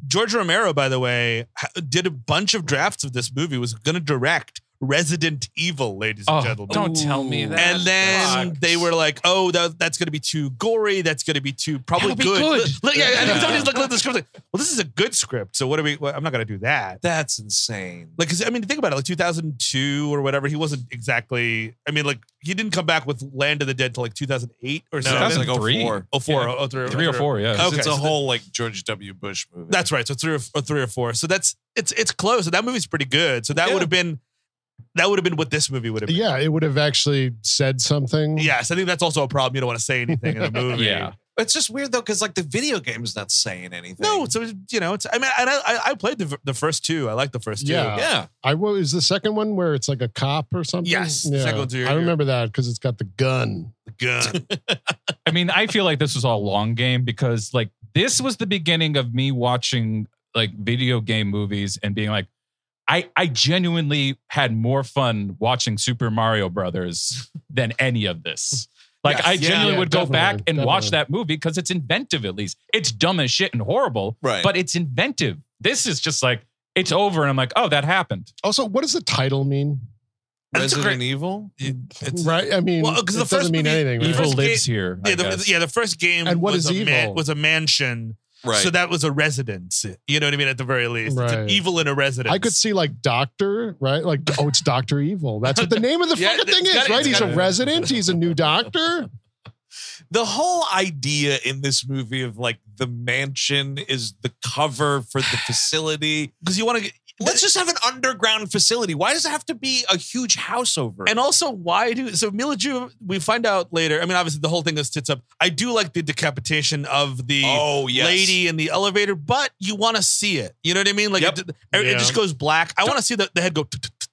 [SPEAKER 2] George Romero, by the way, ha- did a bunch of drafts of this movie. Was going to direct. Resident Evil, ladies
[SPEAKER 4] Oh,
[SPEAKER 2] and gentlemen.
[SPEAKER 4] don't tell me that.
[SPEAKER 2] and then
[SPEAKER 4] Fuck.
[SPEAKER 2] they were like, "Oh, that, that's going to be too gory. That's going to be too probably
[SPEAKER 4] That'll be
[SPEAKER 2] good."
[SPEAKER 4] good.
[SPEAKER 2] Look- Look, yeah, I think somebody's looking at the script like, "Well, this is a good script. So what are we? Well, I'm not going to do that."
[SPEAKER 1] That's insane.
[SPEAKER 2] Like, 'cause, I mean, think about it. Like 2002 or whatever, he wasn't exactly. I mean, like he didn't come back with Land of the Dead till like 2008 or
[SPEAKER 1] No,
[SPEAKER 2] something.
[SPEAKER 1] that's like
[SPEAKER 4] 2003.
[SPEAKER 1] 04.
[SPEAKER 2] oh four,
[SPEAKER 4] yeah.
[SPEAKER 2] oh, three,
[SPEAKER 4] Three or four, yeah.
[SPEAKER 2] Oh,
[SPEAKER 1] It's
[SPEAKER 2] Okay,
[SPEAKER 1] a
[SPEAKER 2] so
[SPEAKER 1] whole like George W. Bush movie.
[SPEAKER 2] That's right. So three or, or three or four. So that's it's it's close. And that movie's pretty good. So that
[SPEAKER 1] Yeah.
[SPEAKER 2] would have been that would have been what this movie would have been.
[SPEAKER 3] Yeah, it would have actually said something.
[SPEAKER 2] Yes, I think that's also a problem. You don't want to say anything in a movie.
[SPEAKER 4] Yeah.
[SPEAKER 1] it's just weird though, because like the video game is not saying anything.
[SPEAKER 2] No, so you know, it's, I mean, and I, I I played the the first two. I like the first two.
[SPEAKER 3] Yeah.
[SPEAKER 1] yeah.
[SPEAKER 3] I what was the second one where it's like a cop or something.
[SPEAKER 2] Yes, the
[SPEAKER 3] yeah.
[SPEAKER 2] second one's your-
[SPEAKER 3] I remember that because it's got the gun.
[SPEAKER 2] The gun.
[SPEAKER 4] I mean, I feel like this was all long game because like this was the beginning of me watching like video game movies and being like, I I genuinely had more fun watching Super Mario Brothers than any of this. Like
[SPEAKER 2] Yes.
[SPEAKER 4] I
[SPEAKER 2] Yeah.
[SPEAKER 4] genuinely
[SPEAKER 3] Yeah,
[SPEAKER 4] would go
[SPEAKER 3] definitely,
[SPEAKER 4] back and watch
[SPEAKER 3] definitely.
[SPEAKER 4] that movie because it's inventive at least. It's dumb as shit and horrible,
[SPEAKER 1] Right.
[SPEAKER 4] but it's inventive. This is just like it's over and I'm like, "Oh, that happened."
[SPEAKER 3] Also, what does the title mean?
[SPEAKER 2] That's a
[SPEAKER 1] Resident
[SPEAKER 2] great-
[SPEAKER 1] Evil.
[SPEAKER 2] It's-
[SPEAKER 3] right. I mean,
[SPEAKER 2] Well,
[SPEAKER 3] it
[SPEAKER 2] 'cause the
[SPEAKER 3] doesn't
[SPEAKER 2] first
[SPEAKER 3] mean
[SPEAKER 2] movie-
[SPEAKER 3] anything.
[SPEAKER 4] Evil
[SPEAKER 2] First
[SPEAKER 4] lives here. I
[SPEAKER 2] yeah, the,
[SPEAKER 4] guess.
[SPEAKER 2] yeah, the first game
[SPEAKER 3] And what
[SPEAKER 2] was
[SPEAKER 3] is
[SPEAKER 2] a man,
[SPEAKER 3] evil?
[SPEAKER 2] was a mansion.
[SPEAKER 1] Right.
[SPEAKER 2] So that was a residence. You know what I mean? At the very least, it's an
[SPEAKER 3] Right.
[SPEAKER 2] evil in a residence.
[SPEAKER 3] I could see like Doctor, right? Like, oh, it's Doctor Evil. That's what the name of the
[SPEAKER 1] Yeah,
[SPEAKER 3] fucking
[SPEAKER 1] it's
[SPEAKER 3] thing is,
[SPEAKER 1] gotta-
[SPEAKER 3] right?
[SPEAKER 1] it's
[SPEAKER 3] He's a
[SPEAKER 1] gotta-
[SPEAKER 3] resident. He's a new doctor.
[SPEAKER 1] the whole idea in this movie of like the mansion is the cover for the facility.
[SPEAKER 2] because you want to.
[SPEAKER 1] Let's just have an underground facility. Why does it have to be a huge house over? it?
[SPEAKER 2] And also, why do so? Mila Ju, we find out later. I mean, obviously, the whole thing is tits up. I do like the decapitation of the
[SPEAKER 1] oh yes,
[SPEAKER 2] lady in the elevator, but you want to see it. You know what I mean? Like
[SPEAKER 1] Yep.
[SPEAKER 2] it, it
[SPEAKER 3] Yeah.
[SPEAKER 2] just goes black. I want to see the, the head go.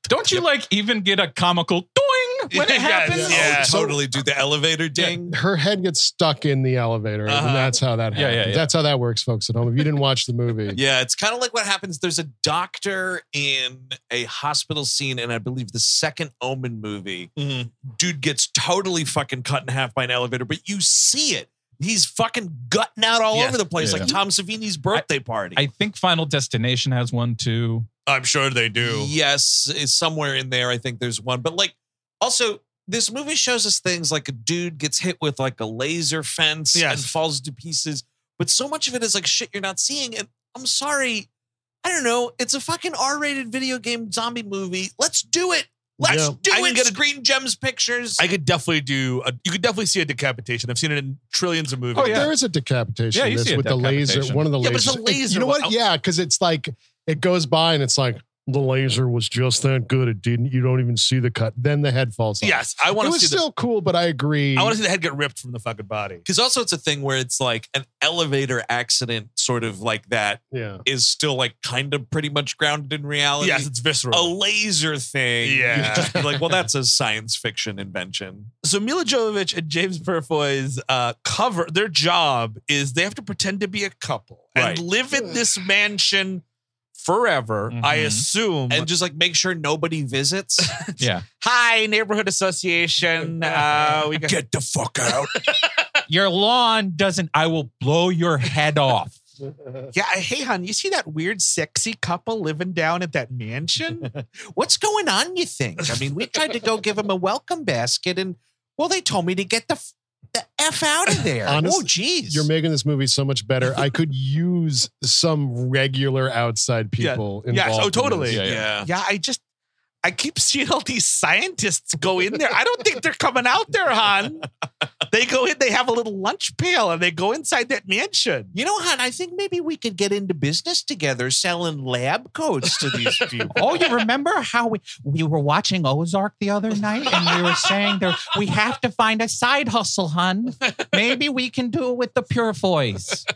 [SPEAKER 4] Don't you like even get a comical doing when it
[SPEAKER 2] Yeah,
[SPEAKER 4] happens?
[SPEAKER 1] Oh,
[SPEAKER 2] yeah.
[SPEAKER 1] totally. Do the elevator ding.
[SPEAKER 3] Her head gets stuck in the elevator,
[SPEAKER 2] Uh-huh.
[SPEAKER 3] and that's how that
[SPEAKER 4] Yeah, yeah,
[SPEAKER 3] happens.
[SPEAKER 4] yeah.
[SPEAKER 3] That's how that works, folks at home. If you didn't watch the movie,
[SPEAKER 1] Yeah, it's kind of like what happens. There's a doctor in a hospital scene, and I believe the second Omen movie.
[SPEAKER 4] Mm-hmm.
[SPEAKER 1] Dude gets totally fucking cut in half by an elevator, but you see it. He's fucking gutting out all
[SPEAKER 2] Yeah.
[SPEAKER 1] over the place,
[SPEAKER 4] Yeah.
[SPEAKER 1] like Tom Savini's birthday party.
[SPEAKER 4] I think Final Destination has one too.
[SPEAKER 2] I'm sure they do.
[SPEAKER 1] Yes, is somewhere in there. I think there's one, but like also. This movie shows us things like a dude gets hit with like a laser fence
[SPEAKER 2] Yes.
[SPEAKER 1] and falls to pieces, but so much of it is like shit you're not seeing. And I'm sorry, I don't know. It's a fucking R-rated video game zombie movie. Let's do it. Let's
[SPEAKER 3] Yeah.
[SPEAKER 1] do
[SPEAKER 2] I can
[SPEAKER 1] it.
[SPEAKER 2] get a-
[SPEAKER 1] Screen Gems Pictures.
[SPEAKER 2] I could definitely do. A, you could definitely see a decapitation. I've seen it in trillions of movies.
[SPEAKER 4] Oh, yeah.
[SPEAKER 3] there is a decapitation
[SPEAKER 4] Yeah,
[SPEAKER 3] in
[SPEAKER 4] you see
[SPEAKER 3] this
[SPEAKER 4] a
[SPEAKER 3] with the laser.
[SPEAKER 4] decapitation.
[SPEAKER 3] One of the
[SPEAKER 2] Yeah, but
[SPEAKER 3] lasers.
[SPEAKER 2] it's a
[SPEAKER 3] It-
[SPEAKER 2] laser.
[SPEAKER 3] you know
[SPEAKER 2] Well,
[SPEAKER 3] what? Yeah, because it's like it goes by and it's like the laser was just that good. It didn't. You don't even see the cut. Then the head falls. off.
[SPEAKER 2] Yes, I
[SPEAKER 3] it
[SPEAKER 2] want to
[SPEAKER 3] was
[SPEAKER 2] see.
[SPEAKER 3] still cool, but I agree.
[SPEAKER 2] the, I want to see the head get ripped from the fucking body.
[SPEAKER 1] Because also it's a thing where it's like an elevator accident, sort of like that,
[SPEAKER 3] yeah,
[SPEAKER 1] is still like kind of pretty much grounded in reality.
[SPEAKER 2] Yes, it's visceral.
[SPEAKER 1] a laser thing.
[SPEAKER 2] Yeah.
[SPEAKER 1] You'd just be like, well, that's a science fiction invention.
[SPEAKER 2] so Mila Jovovich and James Purfoy's uh, cover, their job is they have to pretend to be a couple
[SPEAKER 1] Right.
[SPEAKER 2] and live in this mansion forever. I
[SPEAKER 4] Mhm.
[SPEAKER 2] assume.
[SPEAKER 1] And just like make sure nobody visits.
[SPEAKER 4] Yeah.
[SPEAKER 2] Hi, neighborhood association. Uh, we got-
[SPEAKER 1] Get the fuck out.
[SPEAKER 4] Your lawn doesn't, I will blow your head off.
[SPEAKER 2] yeah. Hey, hon, you see that weird, sexy couple living down at that mansion?
[SPEAKER 1] What's going on, you think? I mean, we tried to go give him a welcome basket and, well, they told me to get the, f- the F out of there.
[SPEAKER 3] Honest-
[SPEAKER 1] oh, jeez.
[SPEAKER 3] you're making this movie so much better. I could use some regular outside
[SPEAKER 2] Yeah.
[SPEAKER 3] people
[SPEAKER 2] Yes, oh,
[SPEAKER 3] involved. in
[SPEAKER 2] totally.
[SPEAKER 3] this.
[SPEAKER 4] Yeah, yeah.
[SPEAKER 2] yeah, I just. I keep seeing all these scientists go in there. I don't think they're coming out there, hon. They go in, they have a little lunch pail, and they go inside that mansion.
[SPEAKER 1] you know, hon, I think maybe we could get into business together selling lab coats to these people.
[SPEAKER 4] Oh, you remember how we, we were watching Ozark the other night and we were saying there we have to find a side hustle, hun. Maybe we can do it with the Purifoys.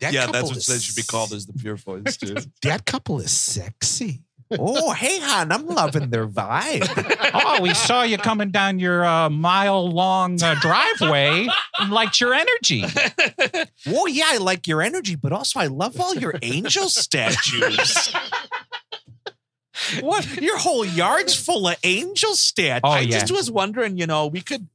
[SPEAKER 1] That
[SPEAKER 2] Yeah,
[SPEAKER 1] couple
[SPEAKER 2] that's what
[SPEAKER 1] is
[SPEAKER 2] they should be called
[SPEAKER 1] is the pure voice, dude.
[SPEAKER 2] That couple is sexy.
[SPEAKER 1] oh, hey, hon, I'm loving their vibe.
[SPEAKER 4] Oh, we saw you coming down your uh, mile long uh, driveway and liked your energy.
[SPEAKER 1] Oh, yeah, I like your energy, but also I love all your angel statues.
[SPEAKER 2] What?
[SPEAKER 6] Your whole yard's full of angel stats.
[SPEAKER 4] Oh,
[SPEAKER 2] I
[SPEAKER 4] yeah.
[SPEAKER 2] just was wondering, you know, we could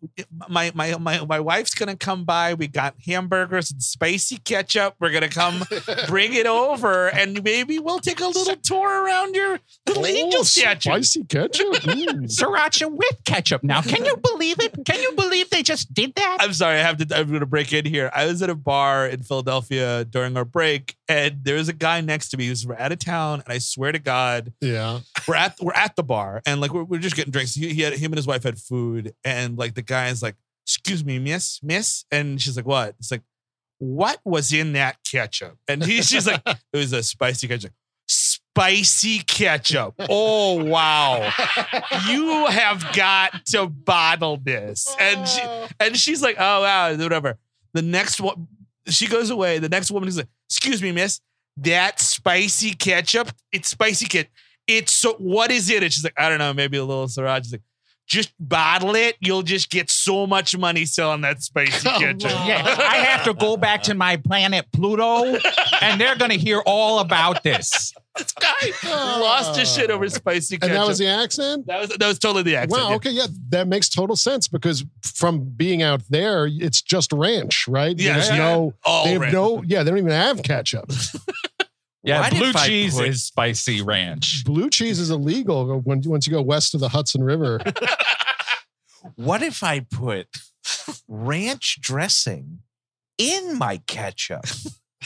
[SPEAKER 2] my my my my wife's gonna come by. We got hamburgers and spicy ketchup. We're gonna come bring it over and maybe we'll take a little tour around your little angel statue.
[SPEAKER 7] Spicy ketchup. Mm.
[SPEAKER 4] Sriracha with ketchup now. Can you believe it? Can you believe they just did that?
[SPEAKER 2] I'm sorry, I have to. I'm going to break in here. I was at a bar in Philadelphia during our break, and there was a guy next to me who's out of town. And I swear to God,
[SPEAKER 7] yeah.
[SPEAKER 2] we're at we're at the bar, and like we're, we're just getting drinks. He, he had him and his wife had food, and like the guy is like, "Excuse me, miss, miss," and she's like, "What?" It's like, "What was in that ketchup?" And he, she's like, "It was a spicy ketchup." Spicy ketchup. Oh wow, you have got to bottle this. And she, and she's like, oh, wow, whatever. The next one, she goes away. The next woman is like, excuse me, miss, that spicy ketchup, it's spicy kit. It's so, what is it? And she's like, I don't know, maybe a little sriracha. She's like, just bottle it. You'll just get so much money selling that spicy ketchup.
[SPEAKER 4] Yeah, I have to go back to my planet Pluto, and they're going to hear all about this.
[SPEAKER 2] This guy lost his shit over spicy ketchup.
[SPEAKER 7] And that was the accent?
[SPEAKER 2] that was, that was totally the accent.
[SPEAKER 7] Wow.
[SPEAKER 2] yeah.
[SPEAKER 7] Okay. Yeah, that makes total sense because from being out there, it's just ranch, right?
[SPEAKER 2] Yeah,
[SPEAKER 7] There's
[SPEAKER 2] yeah,
[SPEAKER 7] no.
[SPEAKER 2] All
[SPEAKER 7] they have
[SPEAKER 2] ranch.
[SPEAKER 7] no. Yeah, they don't even have ketchup.
[SPEAKER 4] Yeah,
[SPEAKER 2] Why did
[SPEAKER 4] blue
[SPEAKER 2] Fight
[SPEAKER 4] cheese
[SPEAKER 2] Club-
[SPEAKER 4] is spicy ranch.
[SPEAKER 7] Blue cheese is illegal when, once you go west of the Hudson River.
[SPEAKER 6] What if I put ranch dressing in my ketchup?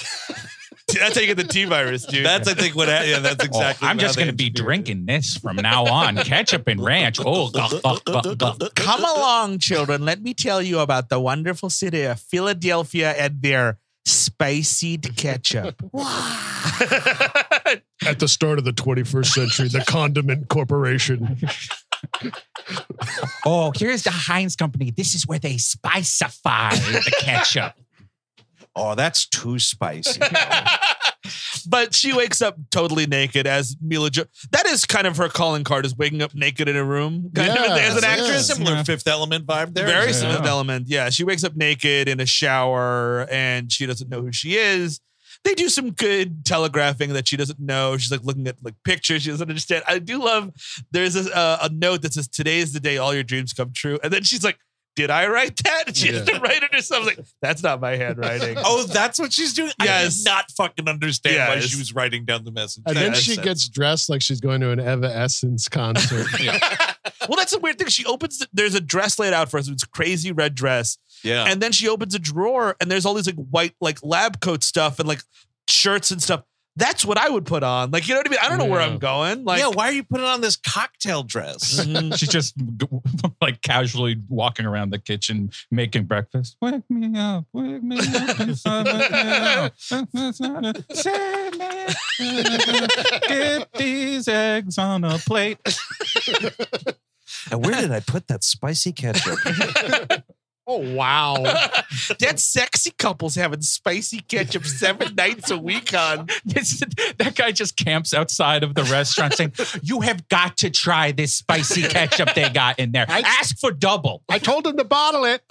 [SPEAKER 2] That's how you get the T virus, dude.
[SPEAKER 6] That's, I think, what. ha- Yeah, that's
[SPEAKER 4] Oh,
[SPEAKER 6] exactly.
[SPEAKER 4] I'm
[SPEAKER 6] how
[SPEAKER 4] just
[SPEAKER 6] they
[SPEAKER 4] going to be
[SPEAKER 6] engineered it.
[SPEAKER 4] drinking this from now on. Ketchup and ranch. Oh, gah, gah, gah, gah.
[SPEAKER 2] Come along, children. Let me tell you about the wonderful city of Philadelphia and their spicy ketchup.
[SPEAKER 7] At the start of the 21st century, the Condiment Corporation.
[SPEAKER 4] oh, here's the Heinz Company. This is where they spicify the ketchup.
[SPEAKER 6] Oh, that's too spicy.
[SPEAKER 2] but she wakes up totally naked as Mila jo- That is kind of her calling card is waking up naked in a room. Kind of
[SPEAKER 7] Yeah,
[SPEAKER 2] as an
[SPEAKER 7] yeah.
[SPEAKER 2] actress.
[SPEAKER 6] Similar Fifth Element vibe there.
[SPEAKER 2] Very
[SPEAKER 4] yeah.
[SPEAKER 2] similar element. Yeah. She wakes up naked in a shower and she doesn't know who she is. They do some good telegraphing that she doesn't know. She's like looking at like pictures. She doesn't understand. I do love there's this, uh, a note that says, Today is the day all your dreams come true. And then she's like, Did I write that? And she has
[SPEAKER 7] Yeah.
[SPEAKER 2] to write it herself. I was like, That's not my handwriting.
[SPEAKER 6] Oh, that's what she's doing. I
[SPEAKER 2] Yes.
[SPEAKER 6] did not fucking understand why
[SPEAKER 2] Yes.
[SPEAKER 6] she was writing down the message.
[SPEAKER 7] And
[SPEAKER 6] That
[SPEAKER 7] then
[SPEAKER 6] makes
[SPEAKER 7] she
[SPEAKER 6] sense.
[SPEAKER 7] gets dressed like she's going to an Evanescence concert.
[SPEAKER 2] well, that's a weird thing. She opens, the, there's a dress laid out for us. It's crazy red dress.
[SPEAKER 6] yeah.
[SPEAKER 2] And then she opens a drawer and there's all these like white like lab coat stuff and like shirts and stuff. That's what I would put on. Like, you know what I mean? I don't know where
[SPEAKER 7] Yeah.
[SPEAKER 2] I'm going. Like,
[SPEAKER 6] yeah, why are you putting on this cocktail dress?
[SPEAKER 2] Mhm.
[SPEAKER 4] She's just like casually walking around the kitchen making breakfast. Wake me up, wake me up. and summer now. Send me- Get these eggs on a plate.
[SPEAKER 6] and where did I put that spicy ketchup?
[SPEAKER 7] oh, wow.
[SPEAKER 2] that sexy couple's having spicy ketchup seven nights a week on.
[SPEAKER 4] It's- that guy just camps outside of the restaurant saying, You have got to try this spicy ketchup they got in there. Ask for double.
[SPEAKER 7] I told him to bottle it.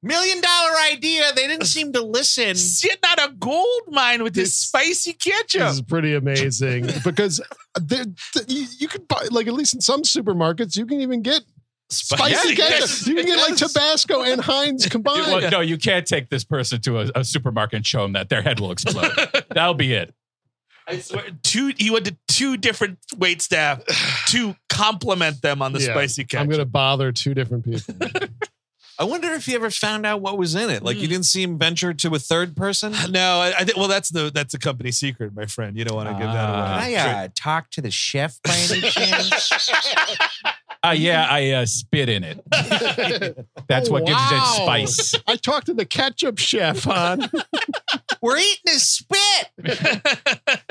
[SPEAKER 6] Million dollar idea. They didn't seem to listen.
[SPEAKER 2] Sitting on a gold mine with this spicy ketchup.
[SPEAKER 7] This is pretty amazing because there, th- you, you could buy, like, at least in some supermarkets, you can even get spicy
[SPEAKER 2] Yeah,
[SPEAKER 7] ketchup.
[SPEAKER 2] yes,
[SPEAKER 7] you can get like
[SPEAKER 2] yes.
[SPEAKER 7] Tabasco and Heinz combined.
[SPEAKER 4] Well, no, you can't take this person to a, a supermarket and show them that their head will explode. That'll be it.
[SPEAKER 2] I swear, two. He went to two different wait staff to compliment them on the
[SPEAKER 7] Yeah,
[SPEAKER 2] spicy ketchup.
[SPEAKER 7] I'm going to bother two different people.
[SPEAKER 6] I wonder if you ever found out what was in it. Like you didn't see him venture to a third person.
[SPEAKER 2] No, I, I think. Well, that's the that's a company secret, my friend. You don't want to give
[SPEAKER 4] Ah.
[SPEAKER 2] that away.
[SPEAKER 1] I uh, talk to the chef by any chance?
[SPEAKER 4] Uh, yeah, I uh, spit in it. That's what gives it
[SPEAKER 7] Wow.
[SPEAKER 4] spice.
[SPEAKER 7] I talked to the ketchup chef on.
[SPEAKER 1] We're eating a spit.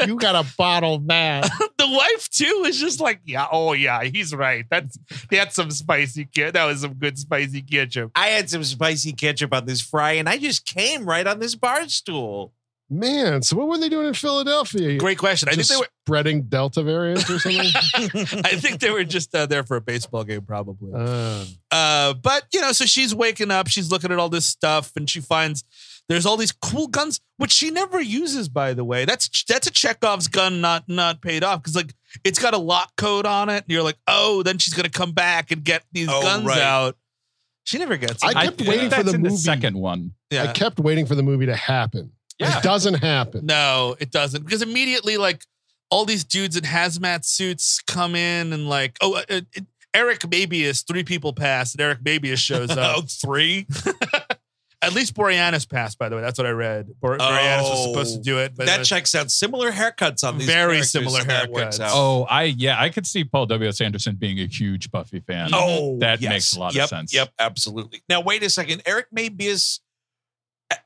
[SPEAKER 7] you got to bottle that.
[SPEAKER 2] the wife too is just like, yeah, oh yeah, he's right. That's that's some spicy kid. That was some good spicy ketchup.
[SPEAKER 1] I had some spicy ketchup on this fry, and I just came right on this bar stool.
[SPEAKER 7] Man, so what were they doing in Philadelphia?
[SPEAKER 2] Great question. I think
[SPEAKER 7] Just
[SPEAKER 2] they were.
[SPEAKER 7] spreading Delta variants or something.
[SPEAKER 2] I think they were just uh, there for a baseball game, probably.
[SPEAKER 7] Uh,
[SPEAKER 2] Uh, but you know, so she's waking up, she's looking at all this stuff, and she finds there's all these cool guns, which she never uses, by the way. That's that's a Chekhov's gun, not not paid off, because like it's got a lock code on it. And you're like, oh, then she's gonna come back and get these
[SPEAKER 1] Oh,
[SPEAKER 2] guns
[SPEAKER 1] right.
[SPEAKER 2] out. She never gets.
[SPEAKER 7] I
[SPEAKER 2] it.
[SPEAKER 7] kept
[SPEAKER 4] think
[SPEAKER 7] waiting for
[SPEAKER 4] that's
[SPEAKER 7] the
[SPEAKER 4] in
[SPEAKER 7] movie.
[SPEAKER 4] The second one.
[SPEAKER 2] yeah.
[SPEAKER 7] I kept waiting for the movie to happen.
[SPEAKER 4] Yeah.
[SPEAKER 7] It doesn't happen.
[SPEAKER 2] No, it doesn't. Because immediately, like, all these dudes in hazmat suits come in and, like, oh, uh, uh, Eric Babius, three people pass, and Eric Babius shows up.
[SPEAKER 1] Oh, three?
[SPEAKER 2] At least Boreanaz passed, by the way. That's what I read. Bor- Boreanaz was supposed to do it. But
[SPEAKER 1] that
[SPEAKER 2] uh,
[SPEAKER 1] checks out. Similar haircuts on these.
[SPEAKER 2] Very
[SPEAKER 1] characters,
[SPEAKER 2] similar
[SPEAKER 1] so that works
[SPEAKER 2] haircuts.
[SPEAKER 1] out.
[SPEAKER 4] Oh, I yeah, I could see Paul W. S. Anderson being a huge Buffy fan.
[SPEAKER 1] Oh,
[SPEAKER 4] That
[SPEAKER 1] yes.
[SPEAKER 4] makes a lot of
[SPEAKER 1] yep,
[SPEAKER 4] sense.
[SPEAKER 1] Yep, absolutely. Now, wait a second. Eric Mabius,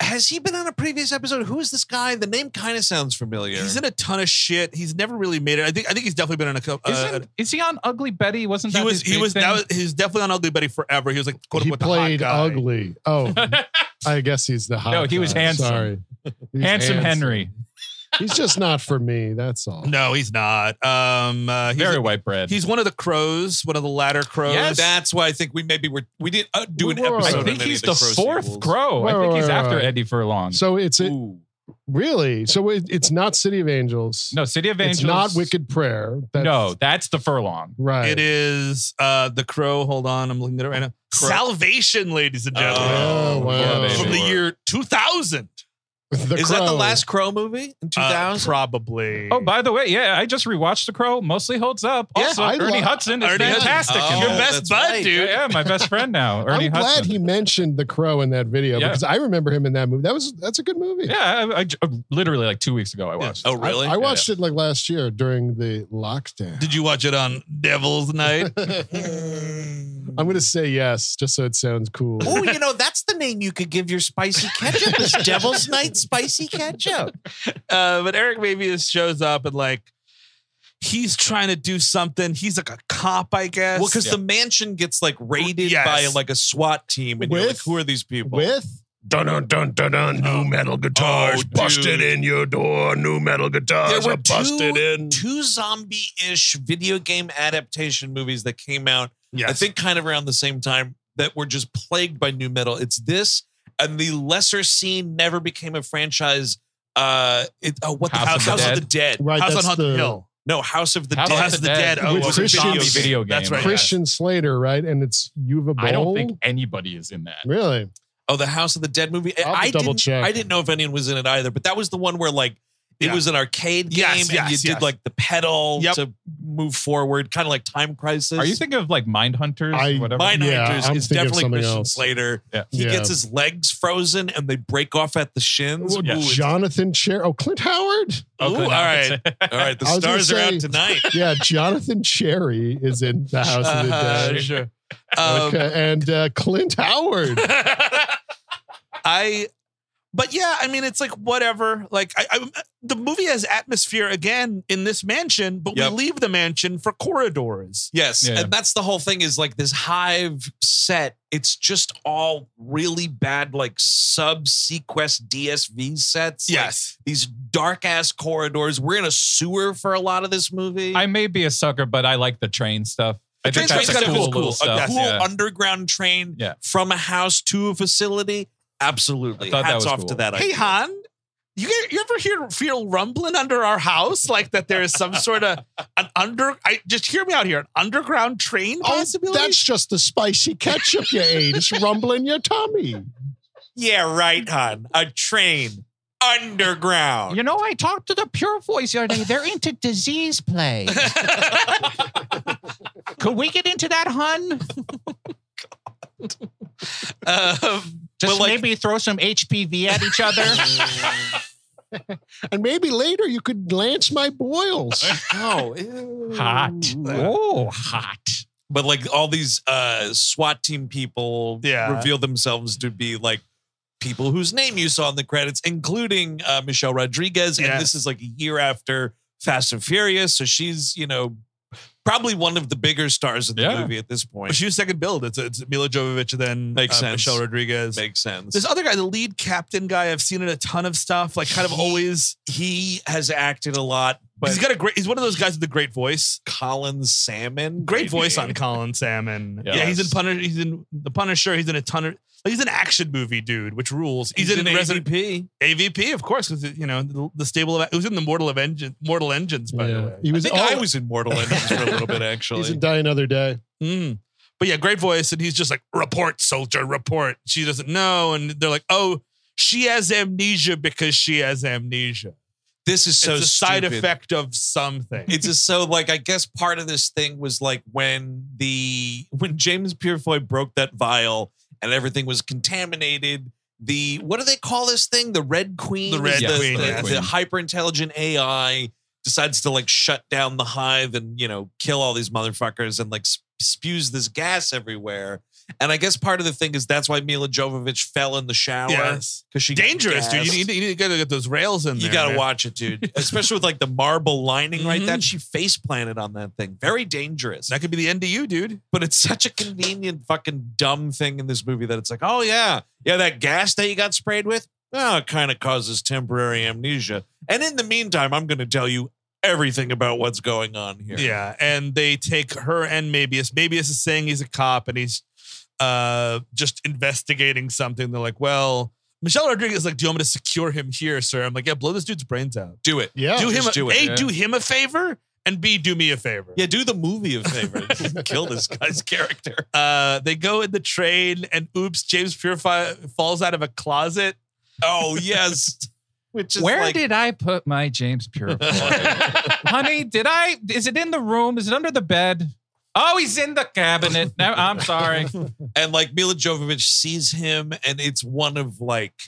[SPEAKER 1] has he been on a previous episode? Who is this guy? The name kind of sounds familiar.
[SPEAKER 2] he's in a ton of shit. He's never really made it. I think I think he's definitely been in a couple. Uh,
[SPEAKER 4] Isn't, is he on Ugly Betty? Wasn't that
[SPEAKER 2] he was
[SPEAKER 4] his
[SPEAKER 2] he
[SPEAKER 4] big
[SPEAKER 2] was,
[SPEAKER 4] thing?
[SPEAKER 2] that was he was definitely on Ugly Betty forever. He was like quote
[SPEAKER 7] he
[SPEAKER 2] unquote the hot
[SPEAKER 7] played
[SPEAKER 2] guy.
[SPEAKER 7] ugly. Oh, I guess he's the hot.
[SPEAKER 4] No, he was
[SPEAKER 7] guy.
[SPEAKER 4] handsome.
[SPEAKER 7] Sorry, He was
[SPEAKER 4] handsome Henry,
[SPEAKER 7] He's just not for me. That's all.
[SPEAKER 2] No, he's not. Um, uh, he's,
[SPEAKER 4] very white bread.
[SPEAKER 2] he's one of the crows, one of the latter crows.
[SPEAKER 1] Yes. Oh, That's why I think we maybe were we didn't uh, do an
[SPEAKER 7] Whoa, whoa, whoa.
[SPEAKER 1] episode.
[SPEAKER 4] I
[SPEAKER 1] on
[SPEAKER 4] think
[SPEAKER 1] any
[SPEAKER 4] he's
[SPEAKER 1] of the,
[SPEAKER 4] the
[SPEAKER 1] Crow
[SPEAKER 4] fourth
[SPEAKER 1] sequels.
[SPEAKER 4] crow. I
[SPEAKER 7] Wait,
[SPEAKER 4] think
[SPEAKER 7] wait,
[SPEAKER 4] he's
[SPEAKER 7] wait,
[SPEAKER 4] after
[SPEAKER 7] wait.
[SPEAKER 4] Eddie Furlong.
[SPEAKER 7] So it's it,
[SPEAKER 1] Ooh.
[SPEAKER 7] really so it, it's not City of Angels.
[SPEAKER 4] no, City of Angels.
[SPEAKER 7] it's not Wicked Prayer. That's,
[SPEAKER 4] no, that's the Furlong.
[SPEAKER 7] right.
[SPEAKER 2] It is uh the crow. Hold on, I'm looking at it right now. Salvation, ladies and gentlemen,
[SPEAKER 7] Oh,
[SPEAKER 4] wow.
[SPEAKER 2] from the
[SPEAKER 4] Lord.
[SPEAKER 2] year Uh, 2000.
[SPEAKER 7] The
[SPEAKER 1] Is that the
[SPEAKER 7] Crow.
[SPEAKER 1] last Crow movie in
[SPEAKER 2] Uh,
[SPEAKER 1] 2000?
[SPEAKER 2] probably.
[SPEAKER 4] Oh, by the way, yeah, I just rewatched The Crow. Mostly holds up.
[SPEAKER 7] Yeah,
[SPEAKER 4] Also,
[SPEAKER 7] I
[SPEAKER 4] Ernie
[SPEAKER 7] lo-
[SPEAKER 4] Hudson is
[SPEAKER 2] Ernie Hudson.
[SPEAKER 4] fantastic. in
[SPEAKER 1] Oh,
[SPEAKER 4] Your
[SPEAKER 2] your
[SPEAKER 4] best,
[SPEAKER 2] best
[SPEAKER 1] that's
[SPEAKER 2] bud,
[SPEAKER 1] right.
[SPEAKER 2] dude.
[SPEAKER 4] yeah, my best friend now, Ernie
[SPEAKER 7] I'm glad
[SPEAKER 4] Hudson.
[SPEAKER 7] he mentioned the Crow in that video
[SPEAKER 4] Yeah.
[SPEAKER 7] because I remember him in that movie. That was that's a good movie.
[SPEAKER 4] yeah, I, I j- uh, literally like two weeks ago I watched.
[SPEAKER 1] oh,
[SPEAKER 7] I-
[SPEAKER 1] really?
[SPEAKER 7] I, watched it like last year during the lockdown.
[SPEAKER 2] Did you watch it on Devil's Night?
[SPEAKER 7] I'm gonna say yes, just so it sounds cool.
[SPEAKER 3] Oh, you know, that's the name you could give your spicy ketchup is Devil's Night Spicy Ketchup.
[SPEAKER 2] uh, but Eric Mabius shows up and like he's trying to do something. He's like a cop, I guess.
[SPEAKER 1] Well, because the mansion gets like raided
[SPEAKER 2] Yes.
[SPEAKER 1] by like a SWAT team, and you're like,
[SPEAKER 7] With-
[SPEAKER 1] who are these people?
[SPEAKER 7] With
[SPEAKER 8] Dun dun dun dun dun. New metal guitars
[SPEAKER 1] oh, dude.
[SPEAKER 8] busted in your door. New metal guitars
[SPEAKER 1] There were
[SPEAKER 8] are busted
[SPEAKER 1] two-
[SPEAKER 8] in.
[SPEAKER 1] Two zombie-ish video game adaptation movies that came out
[SPEAKER 2] yes.
[SPEAKER 1] I think kind of around the same time that were just plagued by new metal. It's this and the lesser scene never became a franchise. Uh, it, oh, what the
[SPEAKER 4] House of
[SPEAKER 1] House,
[SPEAKER 4] the
[SPEAKER 1] House of the Dead?
[SPEAKER 7] right,
[SPEAKER 2] House on
[SPEAKER 7] that's
[SPEAKER 2] Haunted
[SPEAKER 7] the
[SPEAKER 2] Hill.
[SPEAKER 1] No, House of the
[SPEAKER 4] House
[SPEAKER 1] Dead.
[SPEAKER 2] House of the Dead. Oh,
[SPEAKER 7] With
[SPEAKER 2] it was a
[SPEAKER 7] Christian-
[SPEAKER 2] zombie
[SPEAKER 4] video game,
[SPEAKER 1] Oh,
[SPEAKER 2] That's right.
[SPEAKER 7] Christian Slater, right? And it's Yuva Bowl.
[SPEAKER 4] I don't think anybody is in that.
[SPEAKER 7] really.
[SPEAKER 1] Oh, the House of the Dead movie. I-
[SPEAKER 7] I'll have to
[SPEAKER 1] I
[SPEAKER 7] double
[SPEAKER 1] didn't.
[SPEAKER 7] check.
[SPEAKER 1] I didn't know if anyone was in it either, but that was the one where like it
[SPEAKER 2] Yeah.
[SPEAKER 1] was an arcade game
[SPEAKER 2] Yes,
[SPEAKER 1] and
[SPEAKER 2] yes,
[SPEAKER 1] you
[SPEAKER 2] yes.
[SPEAKER 1] did like the pedal
[SPEAKER 2] Yep.
[SPEAKER 1] to move forward, kind of like Time Crisis.
[SPEAKER 4] Are you thinking of like Mind Hunters
[SPEAKER 7] I-
[SPEAKER 4] or whatever?
[SPEAKER 1] Mine
[SPEAKER 7] Yeah,
[SPEAKER 1] Hunters
[SPEAKER 7] I'm
[SPEAKER 1] is
[SPEAKER 7] thinking of
[SPEAKER 1] definitely
[SPEAKER 7] something
[SPEAKER 1] Christian
[SPEAKER 7] else.
[SPEAKER 1] Slater.
[SPEAKER 4] Yeah.
[SPEAKER 1] He
[SPEAKER 7] Yeah.
[SPEAKER 1] gets his legs frozen and they break off at the shins.
[SPEAKER 7] Well,
[SPEAKER 1] Ooh, it's
[SPEAKER 7] Jonathan Cher. Oh, Clint Howard.
[SPEAKER 4] Oakland
[SPEAKER 2] Ooh, all
[SPEAKER 4] Hawks.
[SPEAKER 2] right.
[SPEAKER 1] All right, the
[SPEAKER 7] I was gonna
[SPEAKER 1] stars are out
[SPEAKER 7] say-
[SPEAKER 1] tonight.
[SPEAKER 7] Yeah, Jonathan Cherry is in the House of the
[SPEAKER 2] Uh,
[SPEAKER 7] Dead.
[SPEAKER 2] sure. Um,
[SPEAKER 7] okay, and uh, Clint Howard.
[SPEAKER 2] I, but yeah, I mean, it's like whatever. Like, I, I the movie has atmosphere again in this mansion, but
[SPEAKER 1] Yep.
[SPEAKER 2] we leave the mansion for corridors.
[SPEAKER 1] Yes,
[SPEAKER 4] Yeah.
[SPEAKER 1] and that's the whole thing is like this hive set. It's just all really bad, like sub Sequest DSV sets. like, these dark ass corridors. We're in a sewer for a lot of this movie.
[SPEAKER 4] I may be a sucker, but I like the train stuff. I
[SPEAKER 1] Train
[SPEAKER 4] think that's
[SPEAKER 1] train's gotta be
[SPEAKER 4] cool,
[SPEAKER 1] cool.
[SPEAKER 4] little
[SPEAKER 1] A
[SPEAKER 4] stuff.
[SPEAKER 1] cool
[SPEAKER 4] yeah.
[SPEAKER 1] underground train
[SPEAKER 4] Yeah.
[SPEAKER 1] from a house to a facility. Absolutely.
[SPEAKER 4] I thought that
[SPEAKER 1] Hats
[SPEAKER 4] was
[SPEAKER 1] off
[SPEAKER 4] cool.
[SPEAKER 1] to that.
[SPEAKER 2] Hey,
[SPEAKER 1] idea.
[SPEAKER 2] Han. You, get- you ever hear feel rumbling under our house like that? There is some sort of an under. I just hear me out here. An underground train
[SPEAKER 7] Oh,
[SPEAKER 2] possibility.
[SPEAKER 7] that's just the spicy ketchup you ate. It's rumbling your tummy.
[SPEAKER 1] Yeah, right, hon. A train underground.
[SPEAKER 3] know, I talked to the Pure Voice the other day. They're into disease play. Could we get into that, hun?
[SPEAKER 2] Um,
[SPEAKER 3] Just
[SPEAKER 2] but, like,
[SPEAKER 3] maybe throw some HPV at each other.
[SPEAKER 7] And maybe later you could lance my boils.
[SPEAKER 1] Oh,
[SPEAKER 4] Hot. Oh, hot.
[SPEAKER 1] But like all these uh, SWAT team people
[SPEAKER 2] Yeah.
[SPEAKER 1] reveal themselves to be like people whose name you saw in the credits, including uh, Michelle Rodriguez. And
[SPEAKER 2] Yes.
[SPEAKER 1] this is like a year after Fast and Furious. So she's, you know, probably one of the bigger stars of the
[SPEAKER 4] Yeah.
[SPEAKER 1] movie at this point.
[SPEAKER 2] She was second build. It's, it's Mila Jovovich, and then uh,
[SPEAKER 1] Makes sense.
[SPEAKER 2] Michelle Rodriguez.
[SPEAKER 1] Makes sense.
[SPEAKER 2] this other guy, the lead captain guy, I've seen in a ton of stuff. Like, kind of always.
[SPEAKER 1] he has acted a lot, but
[SPEAKER 2] he's got a great. He's one of those guys with a great voice.
[SPEAKER 1] Colin Salmon.
[SPEAKER 2] Great voice
[SPEAKER 1] name.
[SPEAKER 2] on Colin Salmon.
[SPEAKER 4] Yeah.
[SPEAKER 2] Yeah, he's in Punisher. He's in The Punisher. He's in a ton of. Like, he's an action movie dude, which rules. He's, in, Resident
[SPEAKER 1] AVP.
[SPEAKER 2] AVP, of course, because you know the, the stable. Of, it was in the Mortal of Engine, Mortal Engines, by the way.
[SPEAKER 7] He was,
[SPEAKER 1] I think
[SPEAKER 7] oh,
[SPEAKER 1] I was in Mortal Engines for a little bit, actually.
[SPEAKER 7] he's in Die Another Day.
[SPEAKER 2] Mm. But yeah, great voice. And he's just like, report, soldier, report. She doesn't know. And they're like, oh, she has amnesia because she has amnesia.
[SPEAKER 1] this is so
[SPEAKER 2] it's a side
[SPEAKER 1] stupid.
[SPEAKER 2] effect of something.
[SPEAKER 1] It's just so like I guess part of this thing was like when the when James Purefoy broke that vial and everything was contaminated. The what do they call this thing? The Red Queen.
[SPEAKER 2] The Red
[SPEAKER 4] Queen,
[SPEAKER 1] The,
[SPEAKER 4] yes.
[SPEAKER 1] hyper intelligent AI decides to like shut down the hive and you know kill all these motherfuckers and like sp- spews this gas everywhere. And I guess part of the thing is that's why Mila Jovovich fell in the shower because
[SPEAKER 2] yes.
[SPEAKER 1] she got
[SPEAKER 2] Dangerous, dude. You
[SPEAKER 1] gassed.
[SPEAKER 2] need, to- you need to gotta get those rails in
[SPEAKER 1] You
[SPEAKER 2] there.
[SPEAKER 1] got to
[SPEAKER 2] man.
[SPEAKER 1] watch it, dude. Especially with like the marble lining right
[SPEAKER 2] Mhm.
[SPEAKER 1] that she face planted on that thing. Very dangerous.
[SPEAKER 2] That could be the end of you, dude.
[SPEAKER 1] But it's such a convenient fucking dumb thing in this movie that it's like, "Oh yeah. Yeah, that gas that you got sprayed with? Oh, it kind of causes temporary amnesia." And in the meantime, I'm going to tell you everything about what's going on here.
[SPEAKER 2] Yeah, and they take her and Mabius. Mabius is saying he's a cop and he's uh, just investigating something. They're like, well, Michelle Rodriguez is like, do you want me to secure him here, sir? I'm like, yeah, blow this dude's brains out.
[SPEAKER 1] Do it.
[SPEAKER 7] Yeah.
[SPEAKER 2] do him
[SPEAKER 1] just
[SPEAKER 2] a,
[SPEAKER 1] do it,
[SPEAKER 2] a
[SPEAKER 4] yeah.
[SPEAKER 2] do him a favor, and B do me a favor.
[SPEAKER 1] Yeah, do the movie a favor. Kill this guy's character.
[SPEAKER 2] Uh, they go in the train, and oops, James Purify falls out of a closet.
[SPEAKER 1] Oh, yes. Which is
[SPEAKER 4] Where
[SPEAKER 1] like,
[SPEAKER 4] did I put my James Purifoy? Honey, did I? Is it in the room? Is it under the bed? Oh, he's in the cabinet. No, I'm sorry.
[SPEAKER 1] and like Mila Jovovich sees him, and it's one of like,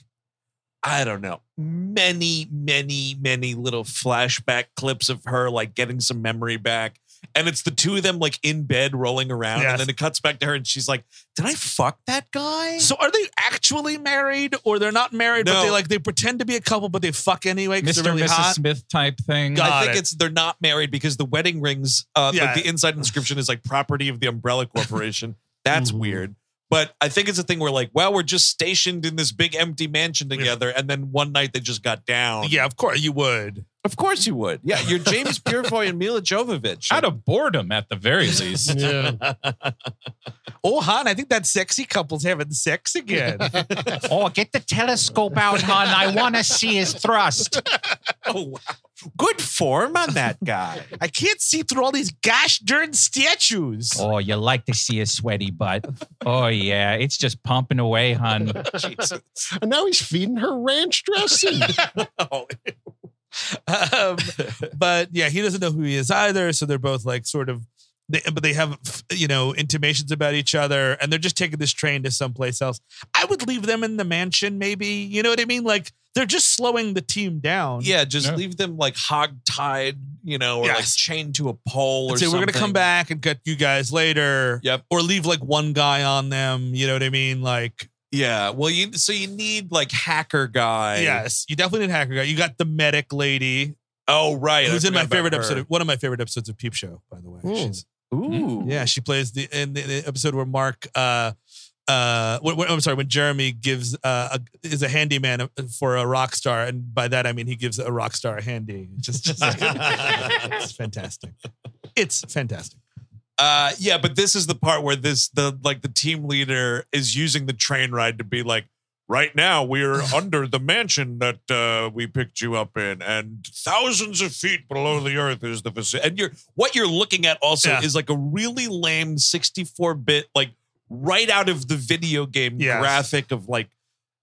[SPEAKER 1] I don't know, many, many, many little flashback clips of her like getting some memory back. And it's the two of them like in bed rolling around,
[SPEAKER 2] Yes.
[SPEAKER 1] and then it cuts back to her, and she's like, "Did I fuck that guy?"
[SPEAKER 2] So are they actually married, or they're not married,
[SPEAKER 1] No.
[SPEAKER 2] but they like they pretend to be a couple, but they fuck anyway because
[SPEAKER 4] Mr.
[SPEAKER 2] they're really
[SPEAKER 4] Mrs.
[SPEAKER 2] hot.
[SPEAKER 4] Smith type thing.
[SPEAKER 2] Got
[SPEAKER 1] I think
[SPEAKER 2] it.
[SPEAKER 1] it's they're not married because the wedding rings, uh,
[SPEAKER 2] Yeah.
[SPEAKER 1] like the inside inscription is like property of the Umbrella Corporation. That's
[SPEAKER 2] Mm-hmm.
[SPEAKER 1] weird. But I think it's a thing where like, well, we're just stationed in this big empty mansion together, and then one night they just got down.
[SPEAKER 2] Yeah, of course you would.
[SPEAKER 1] Of course you would. Yeah, you're James Purefoy and Mila Jovovich.
[SPEAKER 4] Out of boredom, at the very least.
[SPEAKER 7] Yeah.
[SPEAKER 2] Oh, hon, I think that sexy couple's having sex again.
[SPEAKER 4] oh, get the telescope out, hon. I want to see his thrust.
[SPEAKER 1] oh, wow. Good form on that guy.
[SPEAKER 2] I can't see through all these gosh darn statues.
[SPEAKER 4] Oh, you like to see his sweaty butt. Oh, yeah. It's just pumping away, hon.
[SPEAKER 7] And now he's feeding her ranch dressing.
[SPEAKER 2] Um, but yeah, he doesn't know who he is either. So they're both like sort of, they, but they have, you know, intimations about each other and they're just taking this train to someplace else. I would leave them in the mansion, maybe. You know what I mean? Like they're just slowing the team down.
[SPEAKER 1] Yeah, just
[SPEAKER 4] Yeah.
[SPEAKER 1] leave them like hog tied, you know, or like
[SPEAKER 2] Yes.
[SPEAKER 1] chained to a pole or
[SPEAKER 2] And say, we're
[SPEAKER 1] something.
[SPEAKER 2] going to come back and get you guys later.
[SPEAKER 1] Yep.
[SPEAKER 2] Or leave like one guy on them. You know what I mean? Like,
[SPEAKER 1] Yeah. Well, you so you need like hacker guy.
[SPEAKER 2] yes, you definitely need hacker guy. You got the medic lady
[SPEAKER 1] Oh, right. I
[SPEAKER 2] who's in my
[SPEAKER 1] forgot about
[SPEAKER 2] favorite
[SPEAKER 1] her.
[SPEAKER 2] episode, of, one of my favorite episodes of Peep Show, by the way.
[SPEAKER 7] Ooh.
[SPEAKER 2] She's
[SPEAKER 1] Ooh.
[SPEAKER 2] Yeah, she plays the in the, the episode where Mark. uh uh, when, when- I'm sorry. When Jeremy gives uh, a, is a handyman uh, for a rock star, and by that I mean he gives a rock star a handy. It's Just, just it's fantastic. It's fantastic.
[SPEAKER 1] Uh, yeah, but this is the part where this the like the team leader is using the train ride to be like, right now we're under the mansion that uh, we picked you up in, and thousands of feet below the earth is the facility. And you're what you're looking at also
[SPEAKER 2] Yeah.
[SPEAKER 1] is like a really lame 64 bit like right out of the video game
[SPEAKER 2] Yes.
[SPEAKER 1] graphic of like.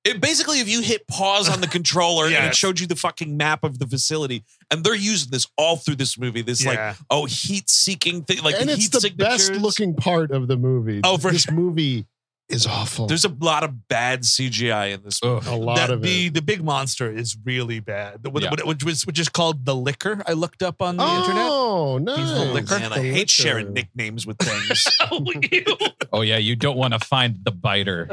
[SPEAKER 1] It basically, if you hit pause on the controller and it
[SPEAKER 2] Yes.
[SPEAKER 1] showed you the fucking map of the facility, and they're using this all through this movie. This like
[SPEAKER 2] Yeah.
[SPEAKER 1] oh heat seeking thing like
[SPEAKER 7] and
[SPEAKER 1] the
[SPEAKER 7] it's
[SPEAKER 1] heat
[SPEAKER 7] the
[SPEAKER 1] signatures.
[SPEAKER 7] best looking part of the movie.
[SPEAKER 1] Oh, for
[SPEAKER 7] this movie is awful.
[SPEAKER 1] There's a lot of bad CGI in this.
[SPEAKER 7] a lot
[SPEAKER 2] that
[SPEAKER 7] of
[SPEAKER 2] the
[SPEAKER 7] it.
[SPEAKER 2] the big monster is really bad. The- what-
[SPEAKER 4] Yeah.
[SPEAKER 2] what- which was which is called the liquor. I looked up on the internet.
[SPEAKER 7] Oh, no.
[SPEAKER 2] He's the liquor.
[SPEAKER 1] Man, I hate
[SPEAKER 7] liquor.
[SPEAKER 1] sharing nicknames with things.
[SPEAKER 4] Oh, yeah. You don't want to find the biter.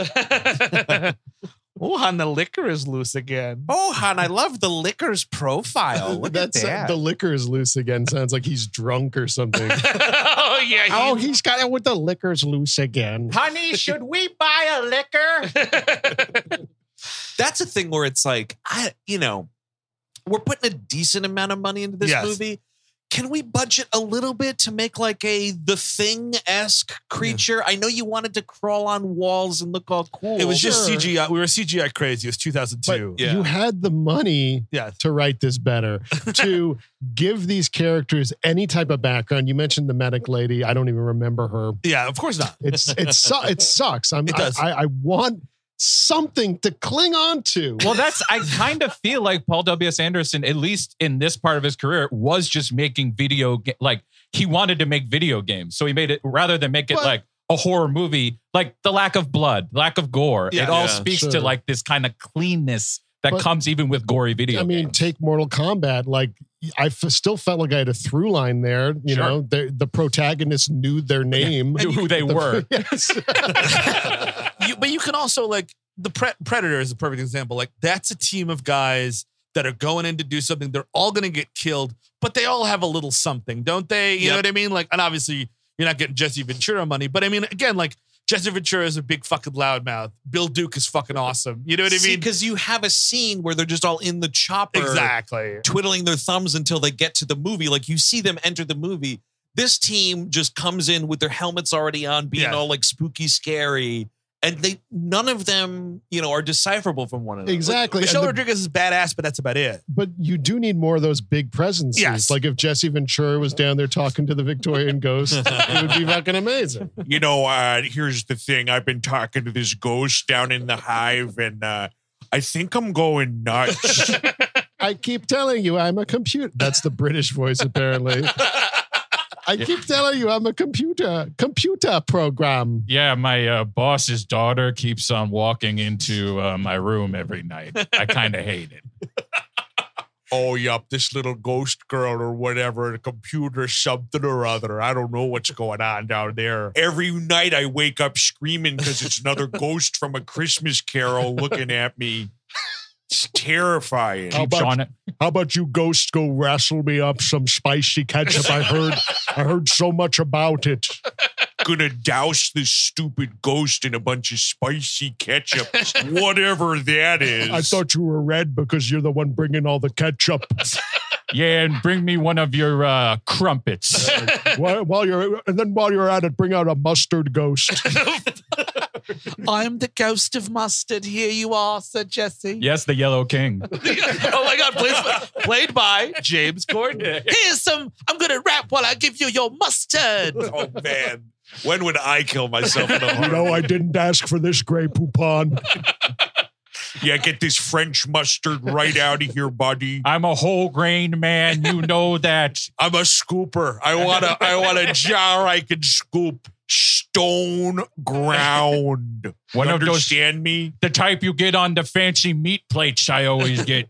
[SPEAKER 2] Oh, and the liquor is loose again.
[SPEAKER 1] Oh, hon, I love the liquor's profile. Look
[SPEAKER 7] That's uh,
[SPEAKER 1] at that.
[SPEAKER 7] the liquor's loose again. Sounds like he's drunk or something.
[SPEAKER 2] oh yeah. he-
[SPEAKER 7] oh, he's got it with the liquor's loose again.
[SPEAKER 1] Honey, should we buy a liquor? That's a thing where it's like, I, you know, we're putting a decent amount of money into this
[SPEAKER 2] Yes.
[SPEAKER 1] movie. Can we budget a little bit to make like a the thing esque creature? I know you wanted to crawl on walls and look all cool.
[SPEAKER 2] it was just
[SPEAKER 7] Sure.
[SPEAKER 2] CGI. We were CGI crazy. It was 2002.
[SPEAKER 7] But you had the money
[SPEAKER 2] Yes.
[SPEAKER 7] to write this better, to give these characters any type of background. You mentioned the medic lady. I don't even remember her.
[SPEAKER 2] Yeah, of course not.
[SPEAKER 7] It's it's su- it sucks. I'm,
[SPEAKER 2] It does.
[SPEAKER 7] I, I, I want something to cling on to.
[SPEAKER 4] Well, that's I kind of feel like Paul W. S. Anderson, at least in this part of his career, was just making video ga- like he wanted to make video games, so he made it rather than make it
[SPEAKER 7] But-
[SPEAKER 4] like a horror movie. Like the lack of blood, lack of gore,
[SPEAKER 2] Yeah.
[SPEAKER 4] it all
[SPEAKER 2] Yeah,
[SPEAKER 4] speaks to
[SPEAKER 7] sure.
[SPEAKER 4] like this kind of cleanness that
[SPEAKER 7] But-
[SPEAKER 4] comes even with gory video.
[SPEAKER 7] I mean,
[SPEAKER 4] games.
[SPEAKER 7] take Mortal Kombat. Like I f- still felt like I had a through line there. You
[SPEAKER 4] Sure.
[SPEAKER 7] know, the, the protagonist knew their name,
[SPEAKER 4] Knew who they
[SPEAKER 7] The-
[SPEAKER 4] were.
[SPEAKER 7] Yes.
[SPEAKER 2] you, but you can also like the pre- predator is a perfect example. Like that's a team of guys that are going in to do something. They're all going to get killed, but they all have a little something, don't they? You know what I mean? Like, and obviously you're not getting Jesse Ventura money, but I mean, again, like Jesse Ventura is a big fucking loudmouth. Bill Duke is fucking awesome. You know what I mean?
[SPEAKER 1] because you have a scene where they're just all in the chopper,
[SPEAKER 2] Exactly.
[SPEAKER 1] twiddling their thumbs until they get to the movie. Like you see them enter the movie. This team just comes in with their helmets already on, being
[SPEAKER 2] Yeah.
[SPEAKER 1] all like spooky, scary, and they none of them, you know, are decipherable from one another.
[SPEAKER 7] exactly. And
[SPEAKER 2] Michelle
[SPEAKER 7] the-
[SPEAKER 2] Rodriguez is badass, but that's about it.
[SPEAKER 7] but you do need more of those big presences.
[SPEAKER 2] Yes.
[SPEAKER 7] Like if Jesse Ventura was down there talking to the Victorian ghost, it would be fucking amazing.
[SPEAKER 3] you know, uh, here's the thing. I've been talking to this ghost down in the hive, and uh, I think I'm going nuts.
[SPEAKER 7] I keep telling you I'm a computer. That's the British voice, apparently. I keep telling you I'm a computer, computer program.
[SPEAKER 4] Yeah, my uh, boss's daughter keeps on walking into uh, my room every night. I kind of hate it.
[SPEAKER 3] oh, yup, this little ghost girl or whatever, the computer something or other. I don't know what's going on down there. Every night I wake up screaming because it's another ghost from a Christmas carol looking at me. It's terrifying.
[SPEAKER 7] How
[SPEAKER 4] Keeps
[SPEAKER 7] about-
[SPEAKER 4] on it.
[SPEAKER 7] How about you ghosts go wrestle me up some spicy ketchup? I heard I heard so much about it.
[SPEAKER 3] gonna douse this stupid ghost in a bunch of spicy ketchup, whatever that is.
[SPEAKER 7] I thought you were red because you're the one bringing all the ketchup.
[SPEAKER 4] Yeah, and bring me one of your uh, crumpets.
[SPEAKER 7] while, while you're and then while you're at it, bring out a mustard ghost.
[SPEAKER 2] I'm the ghost of mustard. Here you are, Sir Jesse.
[SPEAKER 4] yes, the Yellow King.
[SPEAKER 2] oh my God, played by, played by James Corden. Here's some, I'm going to rap while I give you your mustard.
[SPEAKER 3] oh man, when would I kill myself? In a
[SPEAKER 7] You
[SPEAKER 3] horror?
[SPEAKER 7] know, I didn't ask for this gray poupon.
[SPEAKER 3] yeah, get this French mustard right out of here, buddy.
[SPEAKER 4] I'm a whole grain man. You know that.
[SPEAKER 3] I'm a scooper. I want a, I want a jar I can scoop stone ground.
[SPEAKER 4] One
[SPEAKER 3] you
[SPEAKER 4] of those,
[SPEAKER 3] understand me?
[SPEAKER 4] the type you get on the fancy meat plates I always get.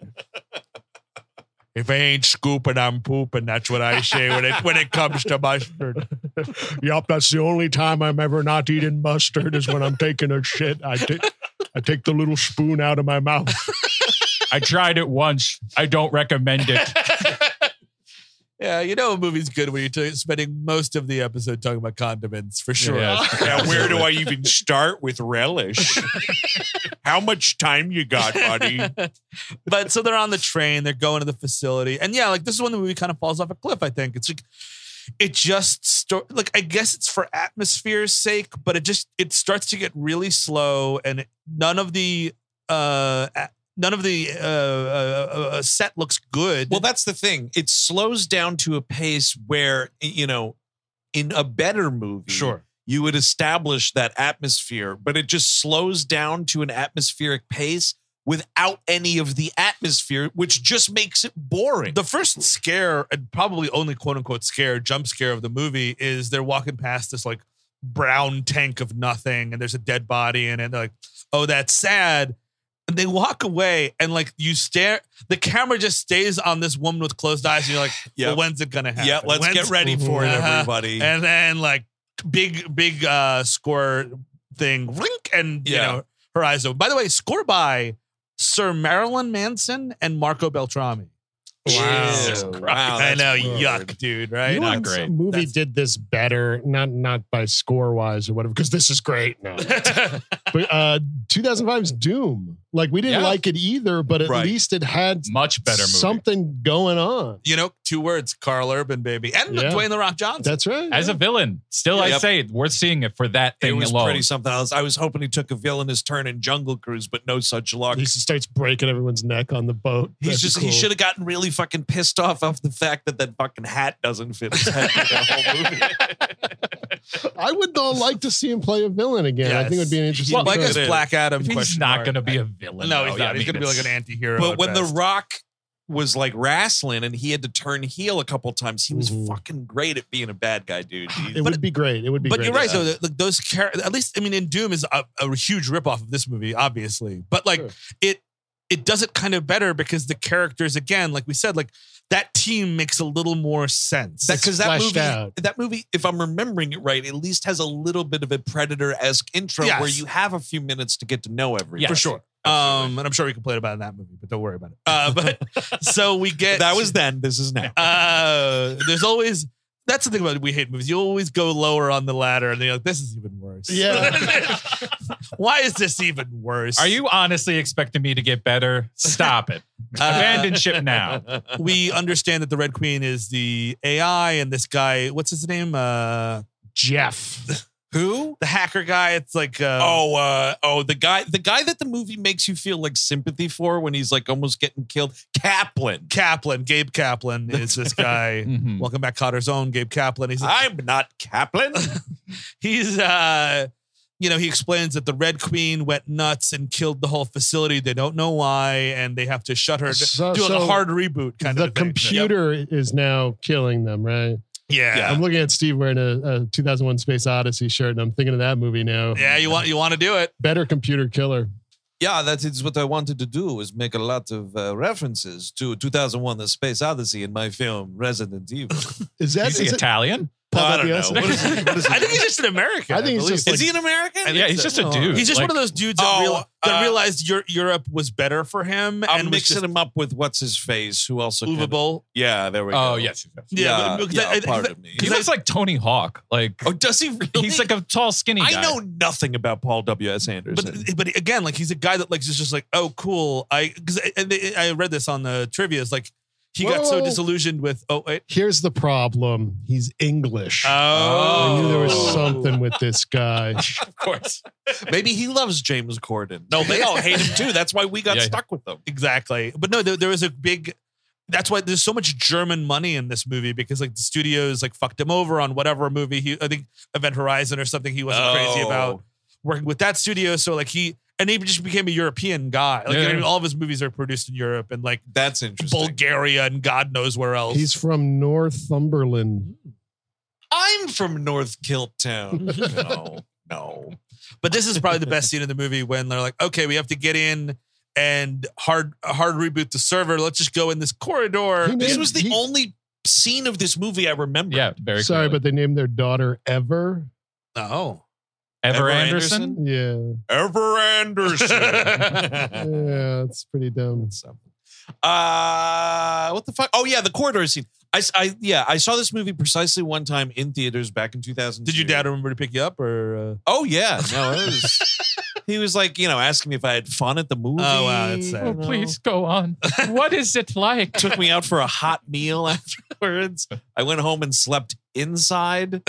[SPEAKER 3] If I ain't scooping, I'm pooping. That's what I say when it when it comes to mustard.
[SPEAKER 7] Yup, that's the only time I'm ever not eating mustard is when I'm taking a shit. I take I take the little spoon out of my mouth.
[SPEAKER 4] I tried it once. I don't recommend it.
[SPEAKER 2] Yeah, you know a movie's good when you're t- spending most of the episode talking about condiments for sure.
[SPEAKER 4] Yeah,
[SPEAKER 3] Now, where do I even start with relish? How much time you got, buddy?
[SPEAKER 2] but so they're on the train, they're going to the facility, and yeah, like this is when the movie kind of falls off a cliff. I think it's like it just sto- like I guess it's for atmosphere's sake, but it just it starts to get really slow, and it- none of the uh a- none of the uh, uh, uh, uh set looks good.
[SPEAKER 1] Well, that's the thing. It slows down to a pace where you know, in a better movie, you would establish that atmosphere, but it just slows down to an atmospheric pace without any of the atmosphere, which just makes it boring.
[SPEAKER 2] The first scare, and probably only quote unquote scare, jump scare of the movie is they're walking past this like brown tank of nothing and there's a dead body in it. And they're like, oh, that's sad. And they walk away and like you stare, the camera just stays on this woman with closed eyes. And you're like,
[SPEAKER 1] Yep.
[SPEAKER 2] well, when's it going to happen?
[SPEAKER 1] yeah, let's
[SPEAKER 2] When's-
[SPEAKER 1] get ready for it,
[SPEAKER 2] Uh-huh.
[SPEAKER 1] everybody.
[SPEAKER 2] And then like big, big uh score thing, rink, and
[SPEAKER 1] Yeah.
[SPEAKER 2] you know, her eyes open. By the way, score by Sir Marilyn Manson and Marco Beltrami.
[SPEAKER 6] Jesus
[SPEAKER 2] Wow.
[SPEAKER 6] Christ.
[SPEAKER 2] I know,
[SPEAKER 6] That's
[SPEAKER 2] yuck, dude, right?
[SPEAKER 7] You know what movie did this better, not not by score wise or whatever, because this is great now. but uh, 2005's Doom. Like we didn't
[SPEAKER 2] Yeah.
[SPEAKER 7] like it either, but at
[SPEAKER 2] Right.
[SPEAKER 7] least it had
[SPEAKER 4] Much better movie.
[SPEAKER 7] something going on.
[SPEAKER 2] You know, two words, Carl Urban, baby. And
[SPEAKER 7] Yeah.
[SPEAKER 2] Dwayne The Rock Johnson.
[SPEAKER 7] That's right.
[SPEAKER 4] As a villain, still I
[SPEAKER 1] Yep.
[SPEAKER 4] say it, worth seeing it for that
[SPEAKER 1] It
[SPEAKER 4] thing
[SPEAKER 1] was
[SPEAKER 4] alone.
[SPEAKER 1] pretty something else. I was hoping he took a villainous turn in Jungle Cruise, but no such luck.
[SPEAKER 7] he
[SPEAKER 1] He's,
[SPEAKER 7] starts breaking everyone's neck on the boat. That'd be
[SPEAKER 1] just
[SPEAKER 7] cool.
[SPEAKER 1] he should have gotten really fucking pissed off off the fact that that fucking hat doesn't fit his head. for the whole movie.
[SPEAKER 7] I would though like to see him play a villain again. I think it would be an interesting.
[SPEAKER 2] Well, like
[SPEAKER 7] choice.
[SPEAKER 2] us Black Adam.
[SPEAKER 4] He's
[SPEAKER 2] question
[SPEAKER 4] not
[SPEAKER 2] mark.
[SPEAKER 4] going to be a villain.
[SPEAKER 2] No,
[SPEAKER 4] though.
[SPEAKER 2] he's not.
[SPEAKER 4] Yeah, I
[SPEAKER 2] Oh, he's
[SPEAKER 4] mean,
[SPEAKER 2] going to be like
[SPEAKER 4] it's-
[SPEAKER 2] an anti-hero.
[SPEAKER 1] but
[SPEAKER 2] at
[SPEAKER 1] when The
[SPEAKER 2] best.
[SPEAKER 1] Rock was like wrestling and he had to turn heel a couple times, he was fucking great at being a bad guy, dude. He-
[SPEAKER 7] it would be great. It would be.
[SPEAKER 2] but
[SPEAKER 7] great
[SPEAKER 2] you're right
[SPEAKER 7] to
[SPEAKER 2] though. that, Like those char- at least I mean, in Doom is a, a huge ripoff of this movie, obviously. But like
[SPEAKER 7] Sure.
[SPEAKER 2] it, it does it kind of better because the characters, again, like we said, like that team makes a little more sense.
[SPEAKER 1] that because that
[SPEAKER 7] fleshed
[SPEAKER 1] movie,
[SPEAKER 7] out.
[SPEAKER 1] that movie, if I'm remembering it right, at least has a little bit of a predator esque intro
[SPEAKER 2] Yes.
[SPEAKER 1] where you have a few minutes to get to know everyone.
[SPEAKER 4] Yes.
[SPEAKER 2] for sure. Um, and I'm sure we complain about it in that movie, but don't worry about it. Uh, but so we get
[SPEAKER 1] That was then. This is now.
[SPEAKER 2] uh, there's always that's the thing about we hate movies. You always go lower on the ladder, and you're like, this is even worse.
[SPEAKER 7] Yeah.
[SPEAKER 2] Why is this even worse?
[SPEAKER 4] Are you honestly expecting me to get better? Stop it. Abandon ship now.
[SPEAKER 2] we understand that the Red Queen is the AI, and this guy, what's his name? Uh,
[SPEAKER 7] Jeff.
[SPEAKER 2] who? The hacker guy. It's like uh,
[SPEAKER 1] Oh, uh, oh, the guy, the guy that the movie makes you feel like sympathy for when he's like almost getting killed, Kaplan.
[SPEAKER 2] Kaplan. Gabe Kaplan is this guy.
[SPEAKER 4] Mhm.
[SPEAKER 2] Welcome back, Cotter's own Gabe Kaplan. He's
[SPEAKER 1] I'm not Kaplan.
[SPEAKER 2] he's uh you know he explains that the red queen went nuts and killed the whole facility they don't know why and they have to shut her
[SPEAKER 7] So-
[SPEAKER 2] doing
[SPEAKER 7] so
[SPEAKER 2] a hard reboot kind
[SPEAKER 7] the
[SPEAKER 2] of a thing.
[SPEAKER 7] computer is now killing them, right?
[SPEAKER 2] yeah. yeah
[SPEAKER 7] I'm looking at Steve wearing a, a 2001 Space Odyssey shirt, and I'm thinking of that movie now.
[SPEAKER 2] you want you want to do it
[SPEAKER 7] Better computer killer.
[SPEAKER 1] yeah, that is what I wanted to do was make a lot of uh, references to 2001: The Space Odyssey in my film Resident Evil.
[SPEAKER 7] Is that?
[SPEAKER 4] He's
[SPEAKER 7] is it-
[SPEAKER 4] Italian.
[SPEAKER 7] Paul
[SPEAKER 2] I don't
[SPEAKER 7] Gagliasso?
[SPEAKER 2] know. What is it? What is it? I think he's just an American.
[SPEAKER 7] I think he's
[SPEAKER 2] believe.
[SPEAKER 7] just like,
[SPEAKER 1] is he an American?
[SPEAKER 4] Yeah, he's just a dude.
[SPEAKER 2] He's just
[SPEAKER 4] Like,
[SPEAKER 2] one of those dudes that,
[SPEAKER 1] Oh,
[SPEAKER 2] real- that
[SPEAKER 1] uh,
[SPEAKER 2] realized Eur- Europe was better for him
[SPEAKER 1] I'm
[SPEAKER 2] and was
[SPEAKER 1] mixing
[SPEAKER 2] just
[SPEAKER 1] him up with what's his face, who also kind of-
[SPEAKER 2] movable.
[SPEAKER 1] yeah, there we go.
[SPEAKER 4] Oh yes. yes, yes.
[SPEAKER 1] yeah,
[SPEAKER 2] Yeah, because
[SPEAKER 1] yeah,
[SPEAKER 2] I- I-
[SPEAKER 1] pardon me.
[SPEAKER 4] He looks like Tony Hawk. Like
[SPEAKER 1] oh, does he really?
[SPEAKER 4] he's like a tall, skinny guy.
[SPEAKER 1] I know nothing about Paul W. S. Anderson.
[SPEAKER 2] But but again, like he's a guy that like is just like, oh, cool. I because I, and they- I read this on the trivia. It's like he got so
[SPEAKER 7] Whoa.
[SPEAKER 2] disillusioned with oh wait
[SPEAKER 7] Here's the problem. He's English.
[SPEAKER 2] oh
[SPEAKER 7] I knew there was something with this guy.
[SPEAKER 4] of course.
[SPEAKER 1] Maybe he loves James Corden. No, they all hate him too. That's why we got
[SPEAKER 4] Yeah.
[SPEAKER 1] stuck with them.
[SPEAKER 2] exactly. But no, there, there was a big. That's why there's so much German money in this movie because like the studios like fucked him over on whatever movie he I think Event Horizon or something he wasn't crazy about working with that studio. So like he and he just became a European guy. Like
[SPEAKER 4] Yeah.
[SPEAKER 2] all of his movies are produced in Europe and like
[SPEAKER 1] That's interesting.
[SPEAKER 2] Bulgaria and God knows where else.
[SPEAKER 7] He's from Northumberland.
[SPEAKER 1] I'm from North Kilt Town. no, no.
[SPEAKER 2] But this is probably the best scene in the movie when they're like, okay, we have to get in and hard hard reboot the server. Let's just go in this corridor.
[SPEAKER 7] He
[SPEAKER 1] This
[SPEAKER 7] named-
[SPEAKER 1] was the
[SPEAKER 7] he-
[SPEAKER 1] only scene of this movie I remember.
[SPEAKER 4] Yeah, very
[SPEAKER 7] Sorry,
[SPEAKER 4] clearly.
[SPEAKER 7] but they named their daughter Ever.
[SPEAKER 2] No.
[SPEAKER 1] Ever
[SPEAKER 4] Ever Anderson.
[SPEAKER 7] Yeah,
[SPEAKER 1] Ever Anderson.
[SPEAKER 7] yeah, it's pretty dumb.
[SPEAKER 1] uh, what the fuck? Oh yeah, the corridor scene. I, s- I- yeah, I saw this movie precisely one time in theaters back in 2000.
[SPEAKER 2] Did your dad remember to pick you up or? Uh,
[SPEAKER 1] Oh yeah, no, it was. he was like, you know, asking me if I had fun at the movie.
[SPEAKER 2] Oh, wow, that's sad.
[SPEAKER 1] you
[SPEAKER 4] Oh,
[SPEAKER 1] know.
[SPEAKER 4] please go on. What is it like?
[SPEAKER 1] Took me out for a hot meal afterwards. I went home and slept inside.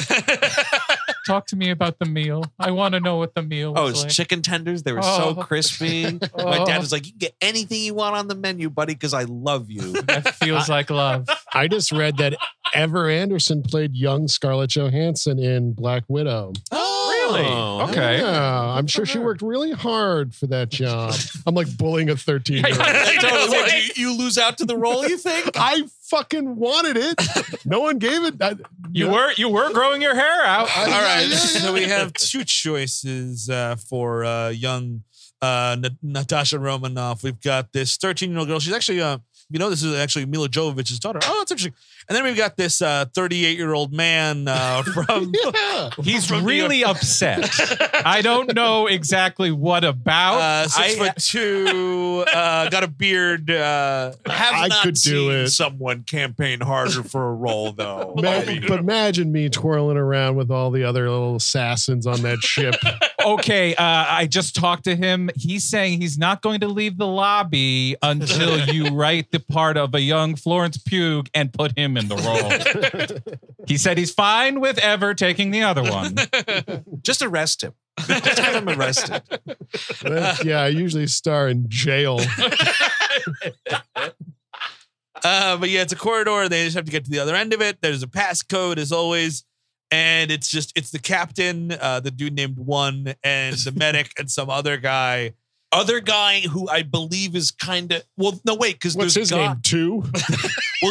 [SPEAKER 4] Talk to me about the meal. I want to know what the meal
[SPEAKER 1] Oh, it
[SPEAKER 4] was
[SPEAKER 1] was
[SPEAKER 4] like.
[SPEAKER 1] chicken tenders. They were so
[SPEAKER 4] Oh.
[SPEAKER 1] crispy. My
[SPEAKER 4] Oh.
[SPEAKER 1] dad was like, "You can get anything you want on the menu, buddy, because I love you."
[SPEAKER 4] that feels like love.
[SPEAKER 7] I just read that Ever Anderson played young Scarlett Johansson in Black Widow.
[SPEAKER 1] Oh.
[SPEAKER 4] really? Okay.
[SPEAKER 7] Yeah, I'm sure she worked really hard for that job. I'm like bullying a 13 year old.
[SPEAKER 1] I totally would. you, you lose out to the role, you think?
[SPEAKER 7] I fucking wanted it. No one gave it. I,
[SPEAKER 4] You were you were growing your hair out.
[SPEAKER 7] I-
[SPEAKER 2] All
[SPEAKER 7] yeah,
[SPEAKER 2] right.
[SPEAKER 7] yeah,
[SPEAKER 2] So
[SPEAKER 7] yeah.
[SPEAKER 2] we have two choices uh, for uh, young uh, Na- Natasha Romanoff. We've got this 13 year old girl. She's actually uh, you know, this is actually Mila Jovovich's daughter. Oh, that's interesting. And then we've got this 38 year old man uh, from.
[SPEAKER 7] Yeah.
[SPEAKER 4] He's really upset. I don't know exactly what about.
[SPEAKER 2] Uh, six
[SPEAKER 4] I-
[SPEAKER 2] foot two, uh, got a beard. Uh,
[SPEAKER 3] Have
[SPEAKER 7] I
[SPEAKER 3] not
[SPEAKER 7] could do
[SPEAKER 3] seen
[SPEAKER 7] it.
[SPEAKER 3] someone campaign harder for a role, though.
[SPEAKER 7] Ma-
[SPEAKER 3] I mean,
[SPEAKER 7] but imagine me twirling around with all the other little assassins on that ship.
[SPEAKER 4] okay, uh, I just talked to him. He's saying he's not going to leave the lobby until you write the part of a young Florence Pugh and put him in the role. he said he's fine with ever taking the other one.
[SPEAKER 1] Just arrest him. Just have him arrested.
[SPEAKER 7] That's- yeah, I usually star in jail.
[SPEAKER 2] Uh, but yeah, it's a corridor. They just have to get to the other end of it. There's a passcode as always. And it's just, it's the captain, uh, the dude named One, and the medic, and some other guy.
[SPEAKER 3] other guy who I believe is kind of well, no wait, because
[SPEAKER 7] What's his
[SPEAKER 3] guy,
[SPEAKER 7] name? Two.
[SPEAKER 3] Well,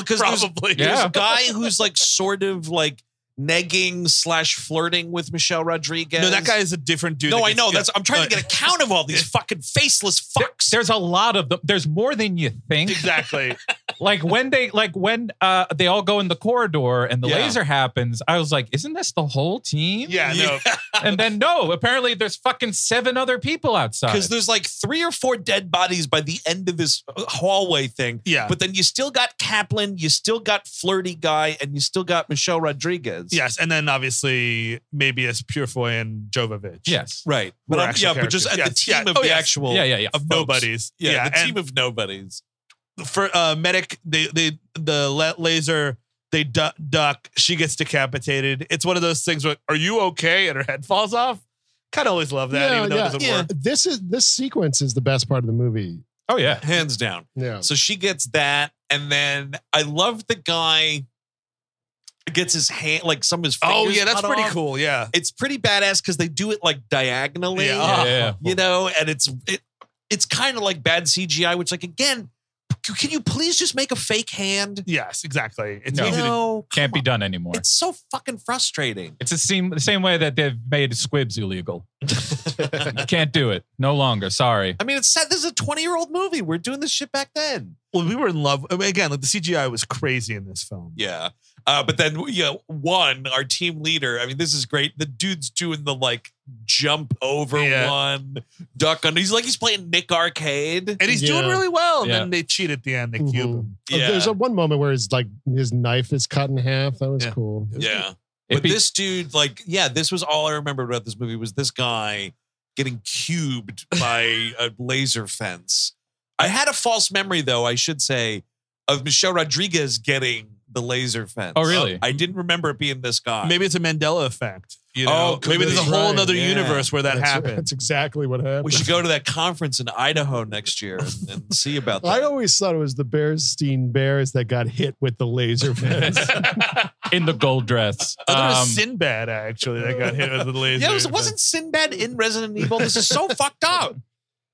[SPEAKER 3] because there's,
[SPEAKER 2] Probably.
[SPEAKER 3] there's
[SPEAKER 4] Yeah.
[SPEAKER 3] a guy who's
[SPEAKER 1] Who's like sort of like negging slash flirting with Michelle Rodriguez.
[SPEAKER 2] No, that guy is a different dude.
[SPEAKER 3] no,
[SPEAKER 2] that
[SPEAKER 3] I
[SPEAKER 2] gets-
[SPEAKER 3] know.
[SPEAKER 2] yeah.
[SPEAKER 3] That's I'm trying to get a count of all these fucking faceless fucks.
[SPEAKER 4] There's a lot of them. There's more than you think.
[SPEAKER 2] exactly.
[SPEAKER 4] Like when they like when uh they all go in the corridor and the
[SPEAKER 2] Yeah.
[SPEAKER 4] laser happens, I was like, isn't this the whole team?
[SPEAKER 2] Yeah, no.
[SPEAKER 4] And then no, apparently there's fucking seven other people outside.
[SPEAKER 3] because there's like three or four dead bodies by the end of this uh, hallway thing.
[SPEAKER 2] Yeah.
[SPEAKER 3] But then you still got Kaplan, you still got Flirty Guy, and you still got Michelle Rodriguez.
[SPEAKER 2] Yes, and then obviously maybe as Purefoy and Jovovich.
[SPEAKER 4] yes.
[SPEAKER 3] Right.
[SPEAKER 2] Were
[SPEAKER 3] But I'm,
[SPEAKER 2] actual
[SPEAKER 3] yeah, but just at
[SPEAKER 2] characters.
[SPEAKER 3] the team
[SPEAKER 2] Yes, yes.
[SPEAKER 3] of
[SPEAKER 2] Oh,
[SPEAKER 3] the
[SPEAKER 2] yes.
[SPEAKER 3] actual
[SPEAKER 4] Yeah, yeah, yeah.
[SPEAKER 3] of
[SPEAKER 2] Nobodies.
[SPEAKER 3] Yeah,
[SPEAKER 2] Yeah,
[SPEAKER 3] the
[SPEAKER 2] and-
[SPEAKER 3] team of nobodies.
[SPEAKER 2] for uh, medic, they they the la- laser they du- duck. She gets decapitated. It's one of those things where are you okay? And her head falls off. Kind of always love that, even though it doesn't work.
[SPEAKER 7] This is this sequence is the best part of the movie. Uh,
[SPEAKER 4] Oh yeah.
[SPEAKER 1] hands down.
[SPEAKER 7] Yeah.
[SPEAKER 1] So she gets that, and then I love the guy gets his hand like some of his.
[SPEAKER 2] Oh
[SPEAKER 1] fingers
[SPEAKER 2] yeah, that's
[SPEAKER 1] cut
[SPEAKER 2] pretty
[SPEAKER 1] off.
[SPEAKER 2] cool. Yeah,
[SPEAKER 1] It's pretty badass because they do it like diagonally.
[SPEAKER 2] Yeah.
[SPEAKER 4] Yeah.
[SPEAKER 1] you know, and it's it, it's kind of like bad CGI, which like again, c- can you please just make a fake hand?
[SPEAKER 2] yes, exactly. It's
[SPEAKER 4] No.
[SPEAKER 1] You
[SPEAKER 2] easy to
[SPEAKER 1] know,
[SPEAKER 4] Can't be done anymore.
[SPEAKER 1] it's so fucking frustrating.
[SPEAKER 4] It's the same the same way that they've made squibs illegal. you can't do it no longer. Sorry.
[SPEAKER 1] I mean, it's sad. This is a twenty-year-old movie. We're doing this shit back then.
[SPEAKER 2] well, we were in love I mean, again. Like the CGI was crazy in this film.
[SPEAKER 1] Yeah. Uh, but then, you know, one, our team leader, I mean, this is great. The dude's doing the like jump over
[SPEAKER 2] Yeah.
[SPEAKER 1] one, duck under. He's like, he's playing Nick Arcade.
[SPEAKER 2] and he's doing
[SPEAKER 7] Yeah.
[SPEAKER 2] really well. And
[SPEAKER 4] Yeah.
[SPEAKER 2] then they cheat at the end. They
[SPEAKER 7] Mhm.
[SPEAKER 2] cube him.
[SPEAKER 7] Oh,
[SPEAKER 1] Yeah.
[SPEAKER 7] There's a one moment where his like his knife is cut in half. That was
[SPEAKER 2] Yeah.
[SPEAKER 7] cool.
[SPEAKER 1] yeah. But
[SPEAKER 4] It'd be-
[SPEAKER 1] this dude, like, yeah, this was all I remembered about this movie was this guy getting cubed by a laser fence. I had a false memory, though, I should say, of Michelle Rodriguez getting the laser fence.
[SPEAKER 4] Oh, really?
[SPEAKER 1] I didn't remember it being this guy.
[SPEAKER 2] Maybe it's a Mandela effect. You
[SPEAKER 1] Oh,
[SPEAKER 2] know,
[SPEAKER 1] could
[SPEAKER 2] maybe
[SPEAKER 1] be.
[SPEAKER 2] there's a whole
[SPEAKER 7] Right,
[SPEAKER 2] other
[SPEAKER 1] yeah.
[SPEAKER 2] universe where that
[SPEAKER 7] that's,
[SPEAKER 2] happened.
[SPEAKER 7] That's exactly what happened.
[SPEAKER 1] We should go to that conference in Idaho next year and, and see about that.
[SPEAKER 7] I always thought it was the Bearstein Bears that got hit with the laser fence.
[SPEAKER 4] in the gold dress.
[SPEAKER 2] I thought it
[SPEAKER 4] Um,
[SPEAKER 2] Oh, was Sinbad actually that got hit with the laser.
[SPEAKER 1] yeah, it was, wasn't Sinbad in Resident Evil. This is so fucked up.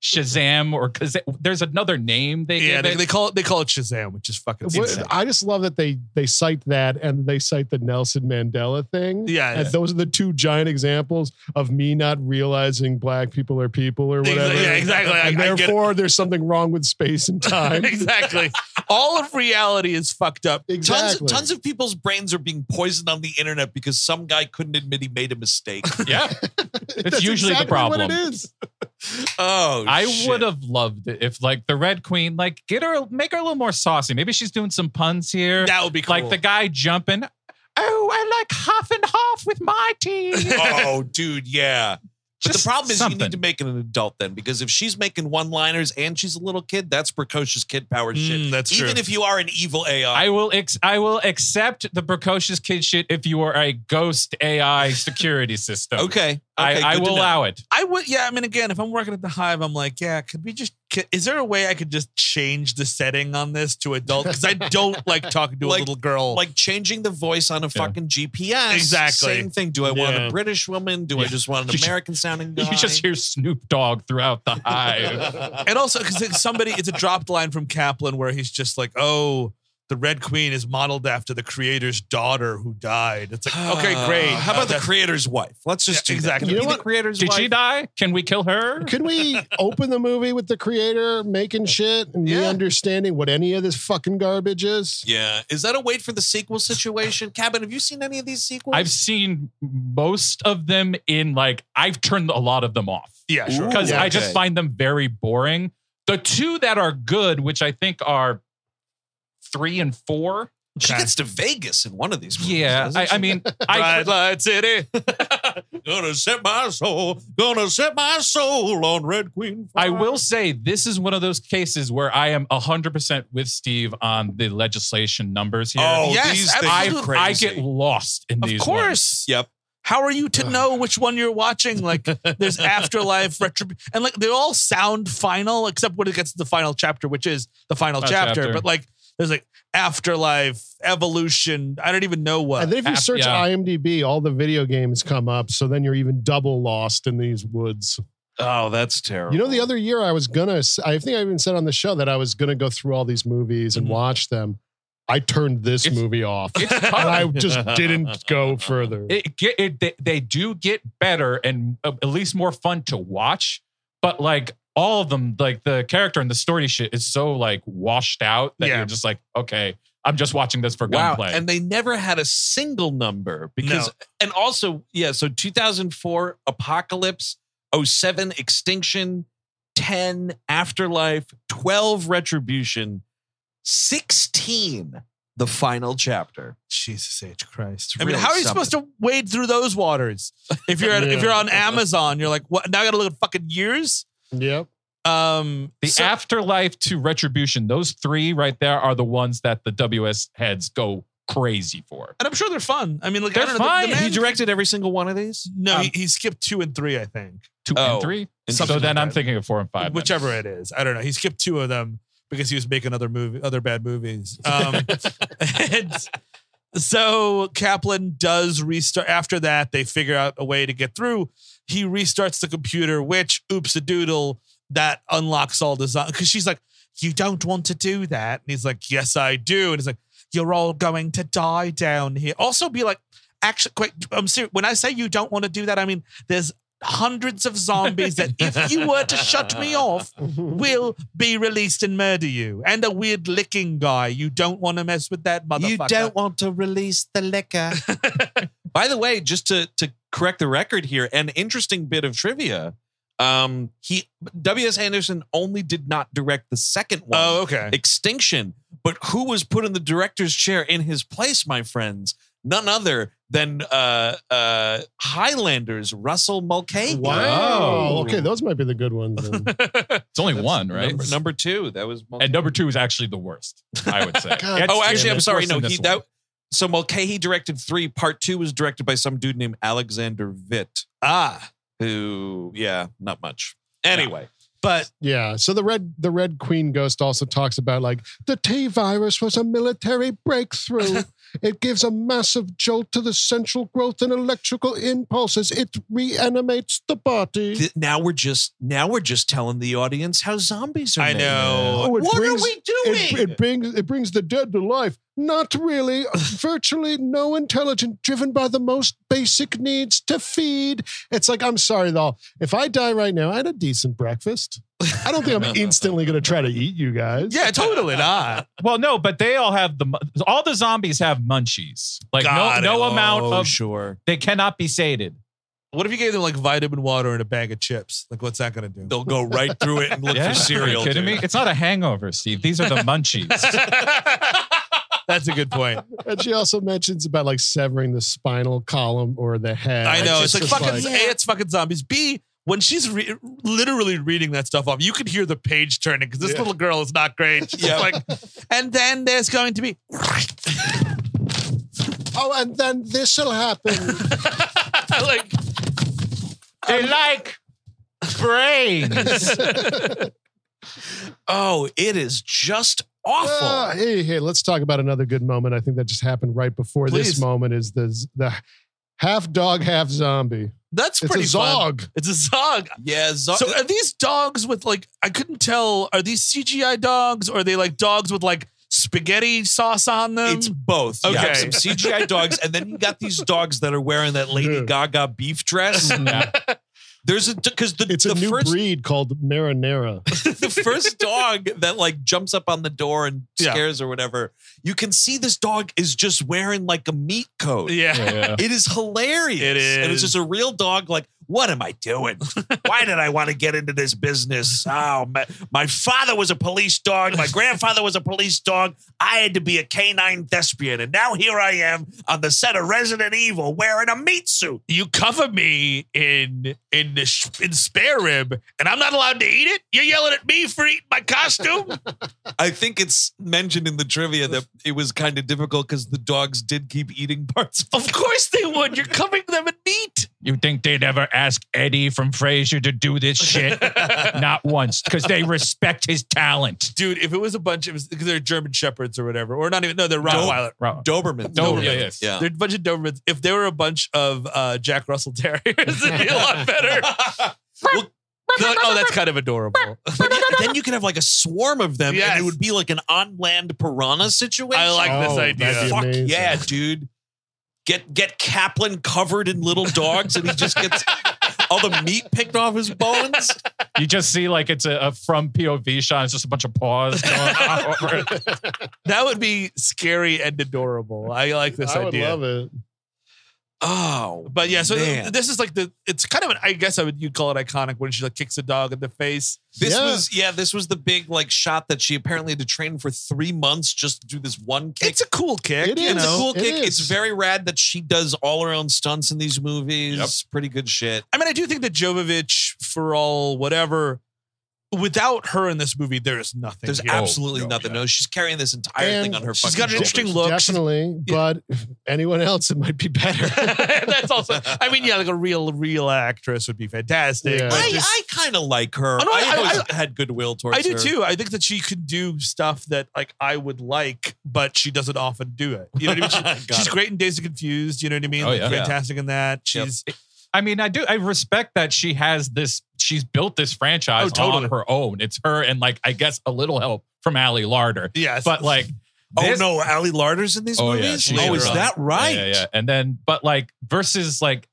[SPEAKER 4] Shazam or because there's another name they gave
[SPEAKER 2] Yeah, they,
[SPEAKER 4] it.
[SPEAKER 2] they call it they call it Shazam, which is fucking
[SPEAKER 7] What-
[SPEAKER 2] insane.
[SPEAKER 7] I just love that they they cite that and they cite the Nelson Mandela thing.
[SPEAKER 2] Yeah,
[SPEAKER 7] And
[SPEAKER 2] yeah.
[SPEAKER 7] those are the two giant examples of me not realizing black people are people or
[SPEAKER 2] Exa-
[SPEAKER 7] whatever.
[SPEAKER 2] yeah, exactly. I-
[SPEAKER 7] And
[SPEAKER 2] I get it.
[SPEAKER 7] therefore, there's something wrong with space and time.
[SPEAKER 2] exactly. All of reality is fucked up.
[SPEAKER 7] exactly.
[SPEAKER 1] Tons, tons of people's brains are being poisoned on the internet because some guy couldn't admit he made a mistake.
[SPEAKER 4] yeah, it's usually the problem.
[SPEAKER 7] What it is.
[SPEAKER 1] oh,
[SPEAKER 4] I
[SPEAKER 1] shit.
[SPEAKER 4] would have loved it if like the Red Queen, like get her, make her a little more saucy. Maybe she's doing some puns here,
[SPEAKER 2] That would be cool.
[SPEAKER 4] like the guy jumping. Oh, I like half and half with my team.
[SPEAKER 1] Oh, dude, yeah. But
[SPEAKER 4] Just
[SPEAKER 1] the problem is you
[SPEAKER 4] something.
[SPEAKER 1] need to make it an adult then, because if she's making one-liners and she's a little kid, that's precocious kid power
[SPEAKER 2] Mm,
[SPEAKER 1] shit.
[SPEAKER 2] that's
[SPEAKER 1] Even
[SPEAKER 2] true.
[SPEAKER 1] if you are an evil AI,
[SPEAKER 4] I will ex- I will accept the precocious kid shit if you are a ghost AI security system.
[SPEAKER 1] okay, okay,
[SPEAKER 4] I, I
[SPEAKER 1] good to
[SPEAKER 4] will
[SPEAKER 1] know.
[SPEAKER 4] allow it.
[SPEAKER 2] I would, yeah. I mean, again, if I'm working at the Hive, I'm like, yeah. Could we just? Could, is there a way I could just change the setting on this to adult? Because I don't like talking to
[SPEAKER 1] Like-
[SPEAKER 2] a little girl.
[SPEAKER 1] like changing the voice on a fucking GPS.
[SPEAKER 2] Exactly.
[SPEAKER 1] Same thing. Do I want
[SPEAKER 2] Yeah.
[SPEAKER 1] a British woman? Do I
[SPEAKER 4] Yeah.
[SPEAKER 1] just want
[SPEAKER 4] You
[SPEAKER 1] an
[SPEAKER 4] should-
[SPEAKER 1] American sounding guy?
[SPEAKER 4] You just hear Snoop Dogg throughout the hive.
[SPEAKER 2] and also because somebody, it's a dropped line from Kaplan where he's just like, oh.
[SPEAKER 3] the Red Queen is modeled after the creator's daughter who died. It's like, okay,
[SPEAKER 1] Ah,
[SPEAKER 3] great.
[SPEAKER 2] How about the
[SPEAKER 3] That's-
[SPEAKER 2] creator's wife? Let's just
[SPEAKER 3] Yeah,
[SPEAKER 2] do that.
[SPEAKER 3] exactly.
[SPEAKER 7] You know
[SPEAKER 3] Be
[SPEAKER 7] what?
[SPEAKER 3] the creator's
[SPEAKER 4] Did
[SPEAKER 3] wife.
[SPEAKER 4] she die? Can we kill her?
[SPEAKER 7] Could we open the movie with the creator making shit and me
[SPEAKER 2] Yeah.
[SPEAKER 7] understanding what any of this fucking garbage is?
[SPEAKER 2] Yeah. Is that a wait for the sequel situation? Cabin, have you seen any of these sequels?
[SPEAKER 4] I've seen most of them in like I've turned a lot of them off.
[SPEAKER 3] Yeah, sure.
[SPEAKER 4] Because
[SPEAKER 7] Ooh,
[SPEAKER 4] I just
[SPEAKER 2] okay.
[SPEAKER 4] find them very boring. The two that are good, which I think are three and four.
[SPEAKER 2] she gets to Vegas in one of these movies.
[SPEAKER 4] Yeah.
[SPEAKER 2] doesn't
[SPEAKER 4] I,
[SPEAKER 2] she?
[SPEAKER 4] I mean, I
[SPEAKER 3] Bright light city. gonna set my soul. Gonna set my soul on Red Queen.
[SPEAKER 4] I will say this is one of those cases where I am 100% with Steve on the legislation numbers here.
[SPEAKER 2] Oh,
[SPEAKER 4] Yeah,
[SPEAKER 2] yes,
[SPEAKER 4] these things-
[SPEAKER 2] absolutely.
[SPEAKER 4] I, I get lost in
[SPEAKER 2] Of
[SPEAKER 4] these.
[SPEAKER 2] course.
[SPEAKER 6] Yep.
[SPEAKER 2] How are you to know which one you're watching? Like, there's afterlife, retribution, and like they all sound final, except when it gets to the final chapter, which is the final
[SPEAKER 4] Final
[SPEAKER 2] chapter.
[SPEAKER 4] chapter.
[SPEAKER 2] But like, there's like afterlife, evolution. I don't even know what.
[SPEAKER 7] And then if you
[SPEAKER 4] Ap-
[SPEAKER 7] search
[SPEAKER 4] yeah.
[SPEAKER 7] IMDb, all the video games come up. So then you're even double lost in these woods.
[SPEAKER 6] Oh, that's terrible.
[SPEAKER 7] You know, the other year I was gonna, I think I even said on the show that I was gonna go through all these movies
[SPEAKER 2] Mm-hmm.
[SPEAKER 7] and watch them. I turned this
[SPEAKER 4] It's-
[SPEAKER 7] movie off, and
[SPEAKER 4] It's tough.
[SPEAKER 7] I just didn't go further.
[SPEAKER 4] it get it they, they do get better and uh, at least more fun to watch but like all of them like the character and the story shit is so like washed out that
[SPEAKER 3] Yeah.
[SPEAKER 4] you're just like okay i'm just watching this for
[SPEAKER 1] Wow.
[SPEAKER 4] gunplay
[SPEAKER 1] And they never had a single number because,
[SPEAKER 3] No.
[SPEAKER 1] and also, yeah, so 2004, Apocalypse, 07, Extinction, 10, Afterlife, 12, Retribution, 16, The Final Chapter.
[SPEAKER 3] Jesus H Christ.
[SPEAKER 2] I mean, how are you supposed to wade through those waters? If you're at, if you're on Amazon, you're like, what? Now I got to look at fucking years.
[SPEAKER 7] Yep.
[SPEAKER 2] Um,
[SPEAKER 4] the
[SPEAKER 2] so-
[SPEAKER 4] afterlife to retribution those three right there are the ones that the ws heads go crazy for
[SPEAKER 2] and I'm sure they're fun. I mean, like, I
[SPEAKER 4] They're
[SPEAKER 2] don't know, the-
[SPEAKER 4] fun.
[SPEAKER 2] The, man-
[SPEAKER 1] He directed every single one of these?
[SPEAKER 2] no, he,
[SPEAKER 4] um,
[SPEAKER 2] he skipped two and three, I think.
[SPEAKER 4] two
[SPEAKER 1] Oh,
[SPEAKER 4] and three so
[SPEAKER 2] something
[SPEAKER 4] then
[SPEAKER 2] like
[SPEAKER 4] i'm
[SPEAKER 2] that.
[SPEAKER 4] thinking of four and five then.
[SPEAKER 2] whichever it is. I don't know. He skipped two of them because he was making other movie, other bad movies. Um, and so Kaplan does restart. After that, they figure out a way to get through. He restarts the computer, which oops a doodle that unlocks all design because she's like, "You don't want to do that," and he's like, "Yes, I do," and he's like, "You're all going to die down here." Also, be like. Actually, quick. I'm serious. When I say you don't want to do that, I mean there's hundreds of zombies that if you were to shut me off will be released and murder you and a weird licking guy you don't want to mess with that motherfucker
[SPEAKER 1] You don't want to release the liquor. By the way, just to to correct the record here, an interesting bit of trivia. Um, he W.S. Anderson only did not direct the second one,
[SPEAKER 3] Oh, okay.
[SPEAKER 1] Extinction, but who was put in the director's chair in his place, my friends? None other than uh uh Highlanders Russell Mulcahy. Oh,
[SPEAKER 7] Wow. Oh, Okay, those might be the good ones. Then.
[SPEAKER 4] it's only one right
[SPEAKER 1] Number, number two, that was Mulcahy.
[SPEAKER 4] and number two is actually the worst i would say
[SPEAKER 7] God.
[SPEAKER 4] It's-
[SPEAKER 1] Oh, actually, I'm
[SPEAKER 4] it's
[SPEAKER 1] sorry.
[SPEAKER 4] worse
[SPEAKER 1] No,
[SPEAKER 4] than
[SPEAKER 1] he
[SPEAKER 4] this one.
[SPEAKER 1] that. So Mulcahy directed three. Part two was directed by some dude named Alexander Vitt. Ah, who? Yeah, not much. Anyway,
[SPEAKER 2] but
[SPEAKER 7] Yeah. So the red the red queen ghost also talks about like the T virus was a military breakthrough. it gives a massive jolt to the central growth and electrical impulses. It reanimates the body.
[SPEAKER 1] th- now we're just now we're just telling the audience how zombies are.
[SPEAKER 2] I
[SPEAKER 1] made.
[SPEAKER 2] know.
[SPEAKER 7] Oh, it
[SPEAKER 1] What
[SPEAKER 7] brings-
[SPEAKER 1] are we doing?
[SPEAKER 7] It, it brings it brings the dead to life. Not really. Virtually no intelligent, driven by the most basic needs to feed. It's like I'm sorry though. If I die right now, I had a decent breakfast. I don't think I'm instantly going to try to eat you guys.
[SPEAKER 2] yeah, totally not.
[SPEAKER 4] Well, no, but they all have the mu- all the zombies have munchies. Like
[SPEAKER 2] Got
[SPEAKER 4] no, no
[SPEAKER 2] it.
[SPEAKER 4] amount
[SPEAKER 1] oh,
[SPEAKER 4] of
[SPEAKER 1] sure.
[SPEAKER 4] they cannot be sated.
[SPEAKER 2] What if you gave them like vitamin water and a bag of chips? Like, what's that going to do?
[SPEAKER 1] They'll go right through it and look
[SPEAKER 4] Yeah,
[SPEAKER 1] for
[SPEAKER 4] Are
[SPEAKER 1] cereal.
[SPEAKER 4] you kidding
[SPEAKER 1] dude.
[SPEAKER 4] me? It's not a hangover, Steve. These are the munchies.
[SPEAKER 2] That's a good point.
[SPEAKER 7] And she also mentions about like severing the spinal column or the head.
[SPEAKER 2] I know. It's
[SPEAKER 7] It's
[SPEAKER 2] like
[SPEAKER 7] just
[SPEAKER 2] fucking
[SPEAKER 7] like-
[SPEAKER 2] a. It's fucking zombies. B. When she's re- literally reading that stuff off, you can hear the page turning because this
[SPEAKER 7] Yeah.
[SPEAKER 2] little girl is not great. She's
[SPEAKER 1] Yeah.
[SPEAKER 2] like, and then there's going to be
[SPEAKER 7] Oh, and then this'll happen.
[SPEAKER 2] like
[SPEAKER 4] they like brains.
[SPEAKER 1] Oh, it is just awful.
[SPEAKER 7] Ah, hey, hey, let's talk about another good moment. I think that just happened right before this
[SPEAKER 2] Please.
[SPEAKER 7] moment is the the half dog, half zombie.
[SPEAKER 2] that's
[SPEAKER 7] It's a
[SPEAKER 2] pretty fun.
[SPEAKER 7] zog.
[SPEAKER 2] It's a zog.
[SPEAKER 1] yeah. Zo-
[SPEAKER 2] So are these dogs with like I couldn't tell are these CGI dogs or are they like dogs with like spaghetti sauce on
[SPEAKER 4] um,
[SPEAKER 2] them?
[SPEAKER 1] It's both. You have
[SPEAKER 2] Okay.
[SPEAKER 1] some CGI dogs, and then you got these dogs that are wearing that Lady Gaga beef dress. There's a because the,
[SPEAKER 7] It's
[SPEAKER 1] the
[SPEAKER 7] a new
[SPEAKER 1] first
[SPEAKER 7] breed called marinara.
[SPEAKER 1] the first dog that like jumps up on the door and scares or whatever. You can see this dog is just wearing like a meat coat.
[SPEAKER 2] yeah.
[SPEAKER 1] It is hilarious.
[SPEAKER 2] It
[SPEAKER 1] And it's
[SPEAKER 2] is.
[SPEAKER 1] just a real dog, like, what am I doing? Why did I want to get into this business? Oh, my, my father was a police dog. My grandfather was a police dog. I had to be a canine thespian. And now here I am on the set of Resident Evil wearing a meat suit.
[SPEAKER 2] You cover me in in the sh- in spare rib, and I'm not allowed to eat it. You're yelling at me for eating my costume.
[SPEAKER 1] I think it's mentioned in the trivia that it was kind of difficult because the dogs did keep eating parts.
[SPEAKER 2] of course they would. You're covering them in meat.
[SPEAKER 4] You think they'd ever ask Eddie from Frasier to do this shit? Not once, because they respect his talent.
[SPEAKER 2] dude, if it was a bunch of because they're German shepherds or whatever, or not even no, they're Rottweiler.
[SPEAKER 4] Right.
[SPEAKER 1] Doberman.
[SPEAKER 4] Doberman, yeah, yes.
[SPEAKER 1] Yeah.
[SPEAKER 2] They're a bunch of Dobermans. If they were a bunch of uh, Jack Russell Terriers, it'd be a lot better.
[SPEAKER 1] Well,
[SPEAKER 2] They're like, oh, that's kind of adorable.
[SPEAKER 1] But yeah, then you could have like a swarm of them,
[SPEAKER 2] Yes.
[SPEAKER 1] and it would be like an on land piranha situation.
[SPEAKER 2] I like
[SPEAKER 7] Oh,
[SPEAKER 2] this idea.
[SPEAKER 7] that'd be
[SPEAKER 1] Fuck
[SPEAKER 7] amazing.
[SPEAKER 1] yeah, dude! Get get Kaplan covered in little dogs, and he just gets all the meat picked off his bones.
[SPEAKER 4] You just see like it's a, a from POV shot. It's just a bunch of paws. Going over it.
[SPEAKER 2] That would be scary and adorable. I like this
[SPEAKER 7] I would
[SPEAKER 2] idea.
[SPEAKER 7] love it.
[SPEAKER 1] Oh,
[SPEAKER 2] But yeah, so
[SPEAKER 1] Man.
[SPEAKER 2] this is like the it's kind of an I guess I would you'd call it iconic when she like kicks a dog in the face.
[SPEAKER 1] this
[SPEAKER 7] Yeah.
[SPEAKER 1] was yeah, this was the big like shot that she apparently had to train for three months just to do this one kick.
[SPEAKER 2] It's a cool kick.
[SPEAKER 7] It
[SPEAKER 2] you
[SPEAKER 7] is.
[SPEAKER 1] It's a
[SPEAKER 2] know?
[SPEAKER 1] cool
[SPEAKER 7] It
[SPEAKER 1] kick.
[SPEAKER 7] is.
[SPEAKER 1] It's very rad that she does all her own stunts in these movies. Pretty good shit.
[SPEAKER 2] I mean, I do think that Jovovich, for all whatever, without her in this movie, there is nothing.
[SPEAKER 1] There's
[SPEAKER 2] here.
[SPEAKER 1] absolutely nothing. Oh, No, she's carrying this entire
[SPEAKER 7] And
[SPEAKER 1] thing on her.
[SPEAKER 2] she's
[SPEAKER 1] fucking
[SPEAKER 2] got an
[SPEAKER 1] shoulders.
[SPEAKER 2] interesting look.
[SPEAKER 7] Definitely, but anyone else, it might be better.
[SPEAKER 2] That's also. I mean, yeah, like a real, real actress would be fantastic.
[SPEAKER 7] Yeah.
[SPEAKER 2] but
[SPEAKER 1] I,
[SPEAKER 2] just-
[SPEAKER 1] I kind of like her.
[SPEAKER 2] Oh, no,
[SPEAKER 1] I,
[SPEAKER 2] I-
[SPEAKER 1] always
[SPEAKER 2] I-
[SPEAKER 1] had goodwill towards
[SPEAKER 2] I do
[SPEAKER 1] her.
[SPEAKER 2] too. I think that she could do stuff that like I would like, but she doesn't often do it. You know what I mean? She-
[SPEAKER 1] Got
[SPEAKER 2] she's
[SPEAKER 1] it.
[SPEAKER 2] great in Days of Confused. You know what I mean?
[SPEAKER 4] Oh,
[SPEAKER 2] Like,
[SPEAKER 4] yeah.
[SPEAKER 2] fantastic in that. She's
[SPEAKER 4] I mean, I do. I respect that she has this. She's built this franchise
[SPEAKER 2] Oh, totally.
[SPEAKER 4] on her own. It's her and like I guess a little help from Allie Larder.
[SPEAKER 2] yes,
[SPEAKER 4] But like, this-
[SPEAKER 1] oh no, Ali Larder's in these
[SPEAKER 4] Oh, yeah,
[SPEAKER 1] movies.
[SPEAKER 4] she
[SPEAKER 1] oh,
[SPEAKER 4] is.
[SPEAKER 1] is
[SPEAKER 4] Yeah,
[SPEAKER 1] that right?
[SPEAKER 4] Yeah, yeah, yeah. And then, but like versus like,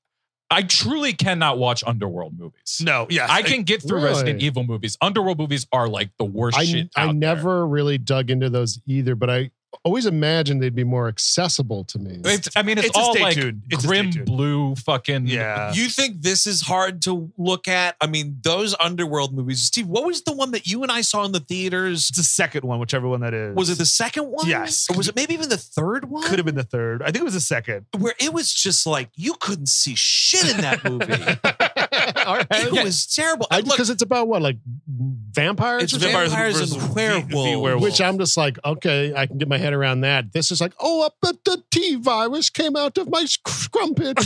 [SPEAKER 4] I truly cannot watch Underworld movies.
[SPEAKER 2] no, yes,
[SPEAKER 4] I can get through
[SPEAKER 7] Really?
[SPEAKER 4] Resident Evil movies. Underworld movies are like the worst
[SPEAKER 7] I,
[SPEAKER 4] shit.
[SPEAKER 7] I
[SPEAKER 4] out
[SPEAKER 7] never really dug into those either, but I always imagined they'd be more accessible to me.
[SPEAKER 4] There. It's, I mean, it's,
[SPEAKER 2] It's a
[SPEAKER 4] all
[SPEAKER 2] stay
[SPEAKER 4] like
[SPEAKER 2] tuned. It's a stay
[SPEAKER 4] grim
[SPEAKER 2] tuned.
[SPEAKER 4] blue fucking.
[SPEAKER 2] Yeah,
[SPEAKER 1] You think this is hard to look at? I mean, those underworld movies. Steve, what was the one that you and I saw in the theaters?
[SPEAKER 2] it's the second one, whichever one that is.
[SPEAKER 1] Was it the second one?
[SPEAKER 2] Yes.
[SPEAKER 1] Or was it maybe even the third one?
[SPEAKER 2] Could have been the third. I think it was the second.
[SPEAKER 1] Where it was just like you couldn't see shit in that movie. it was terrible. And look,
[SPEAKER 7] because it's about what, like vampires?
[SPEAKER 1] it's
[SPEAKER 7] or something?
[SPEAKER 1] vampires,
[SPEAKER 2] versus
[SPEAKER 1] and
[SPEAKER 2] the- the
[SPEAKER 1] werewolves.
[SPEAKER 2] werewolf.
[SPEAKER 7] Which I'm just like, okay, I can get my head around that. This is like, oh, up at the T virus came out of my sc- scrumpet.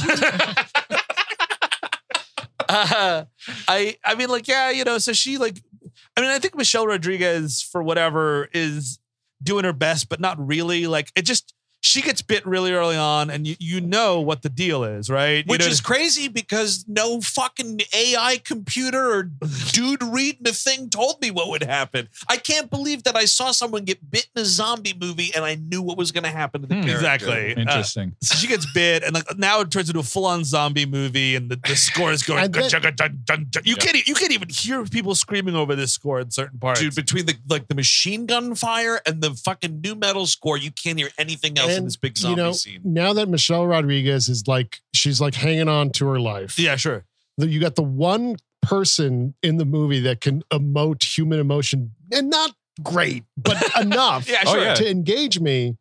[SPEAKER 2] uh, I I mean, like, yeah, you know, so she like I mean, I think Michelle Rodriguez, for whatever, is doing her best, but not really. Like it just she gets bit really early on, and you you know what the deal is, right? You
[SPEAKER 1] Which
[SPEAKER 2] know-
[SPEAKER 1] is crazy because no fucking AI computer or dude reading a thing told me what would happen. I can't believe that I saw someone get bit in a zombie movie and I knew what was going to happen to the
[SPEAKER 4] Hmm.
[SPEAKER 1] character.
[SPEAKER 2] exactly Uh,
[SPEAKER 4] Interesting.
[SPEAKER 2] so she gets bit, and like now it turns into a full-on zombie movie, and the, the score is going.
[SPEAKER 7] And then-
[SPEAKER 2] "Ka-chugga-dun-dun-dun." you can't e- you can't even hear people screaming over this score in certain parts.
[SPEAKER 1] Dude, between the like the machine gun fire and the fucking new metal score, you can't hear anything else in
[SPEAKER 7] And,
[SPEAKER 1] this big
[SPEAKER 7] you
[SPEAKER 1] zombie
[SPEAKER 7] know,
[SPEAKER 1] scene.
[SPEAKER 7] now that Michelle Rodriguez is like, she's like hanging on to her life.
[SPEAKER 2] yeah, sure.
[SPEAKER 7] that you got the one person in the movie that can emote human emotion and not great, but enough
[SPEAKER 2] Yeah,
[SPEAKER 4] Oh,
[SPEAKER 2] sure.
[SPEAKER 4] yeah.
[SPEAKER 7] to engage me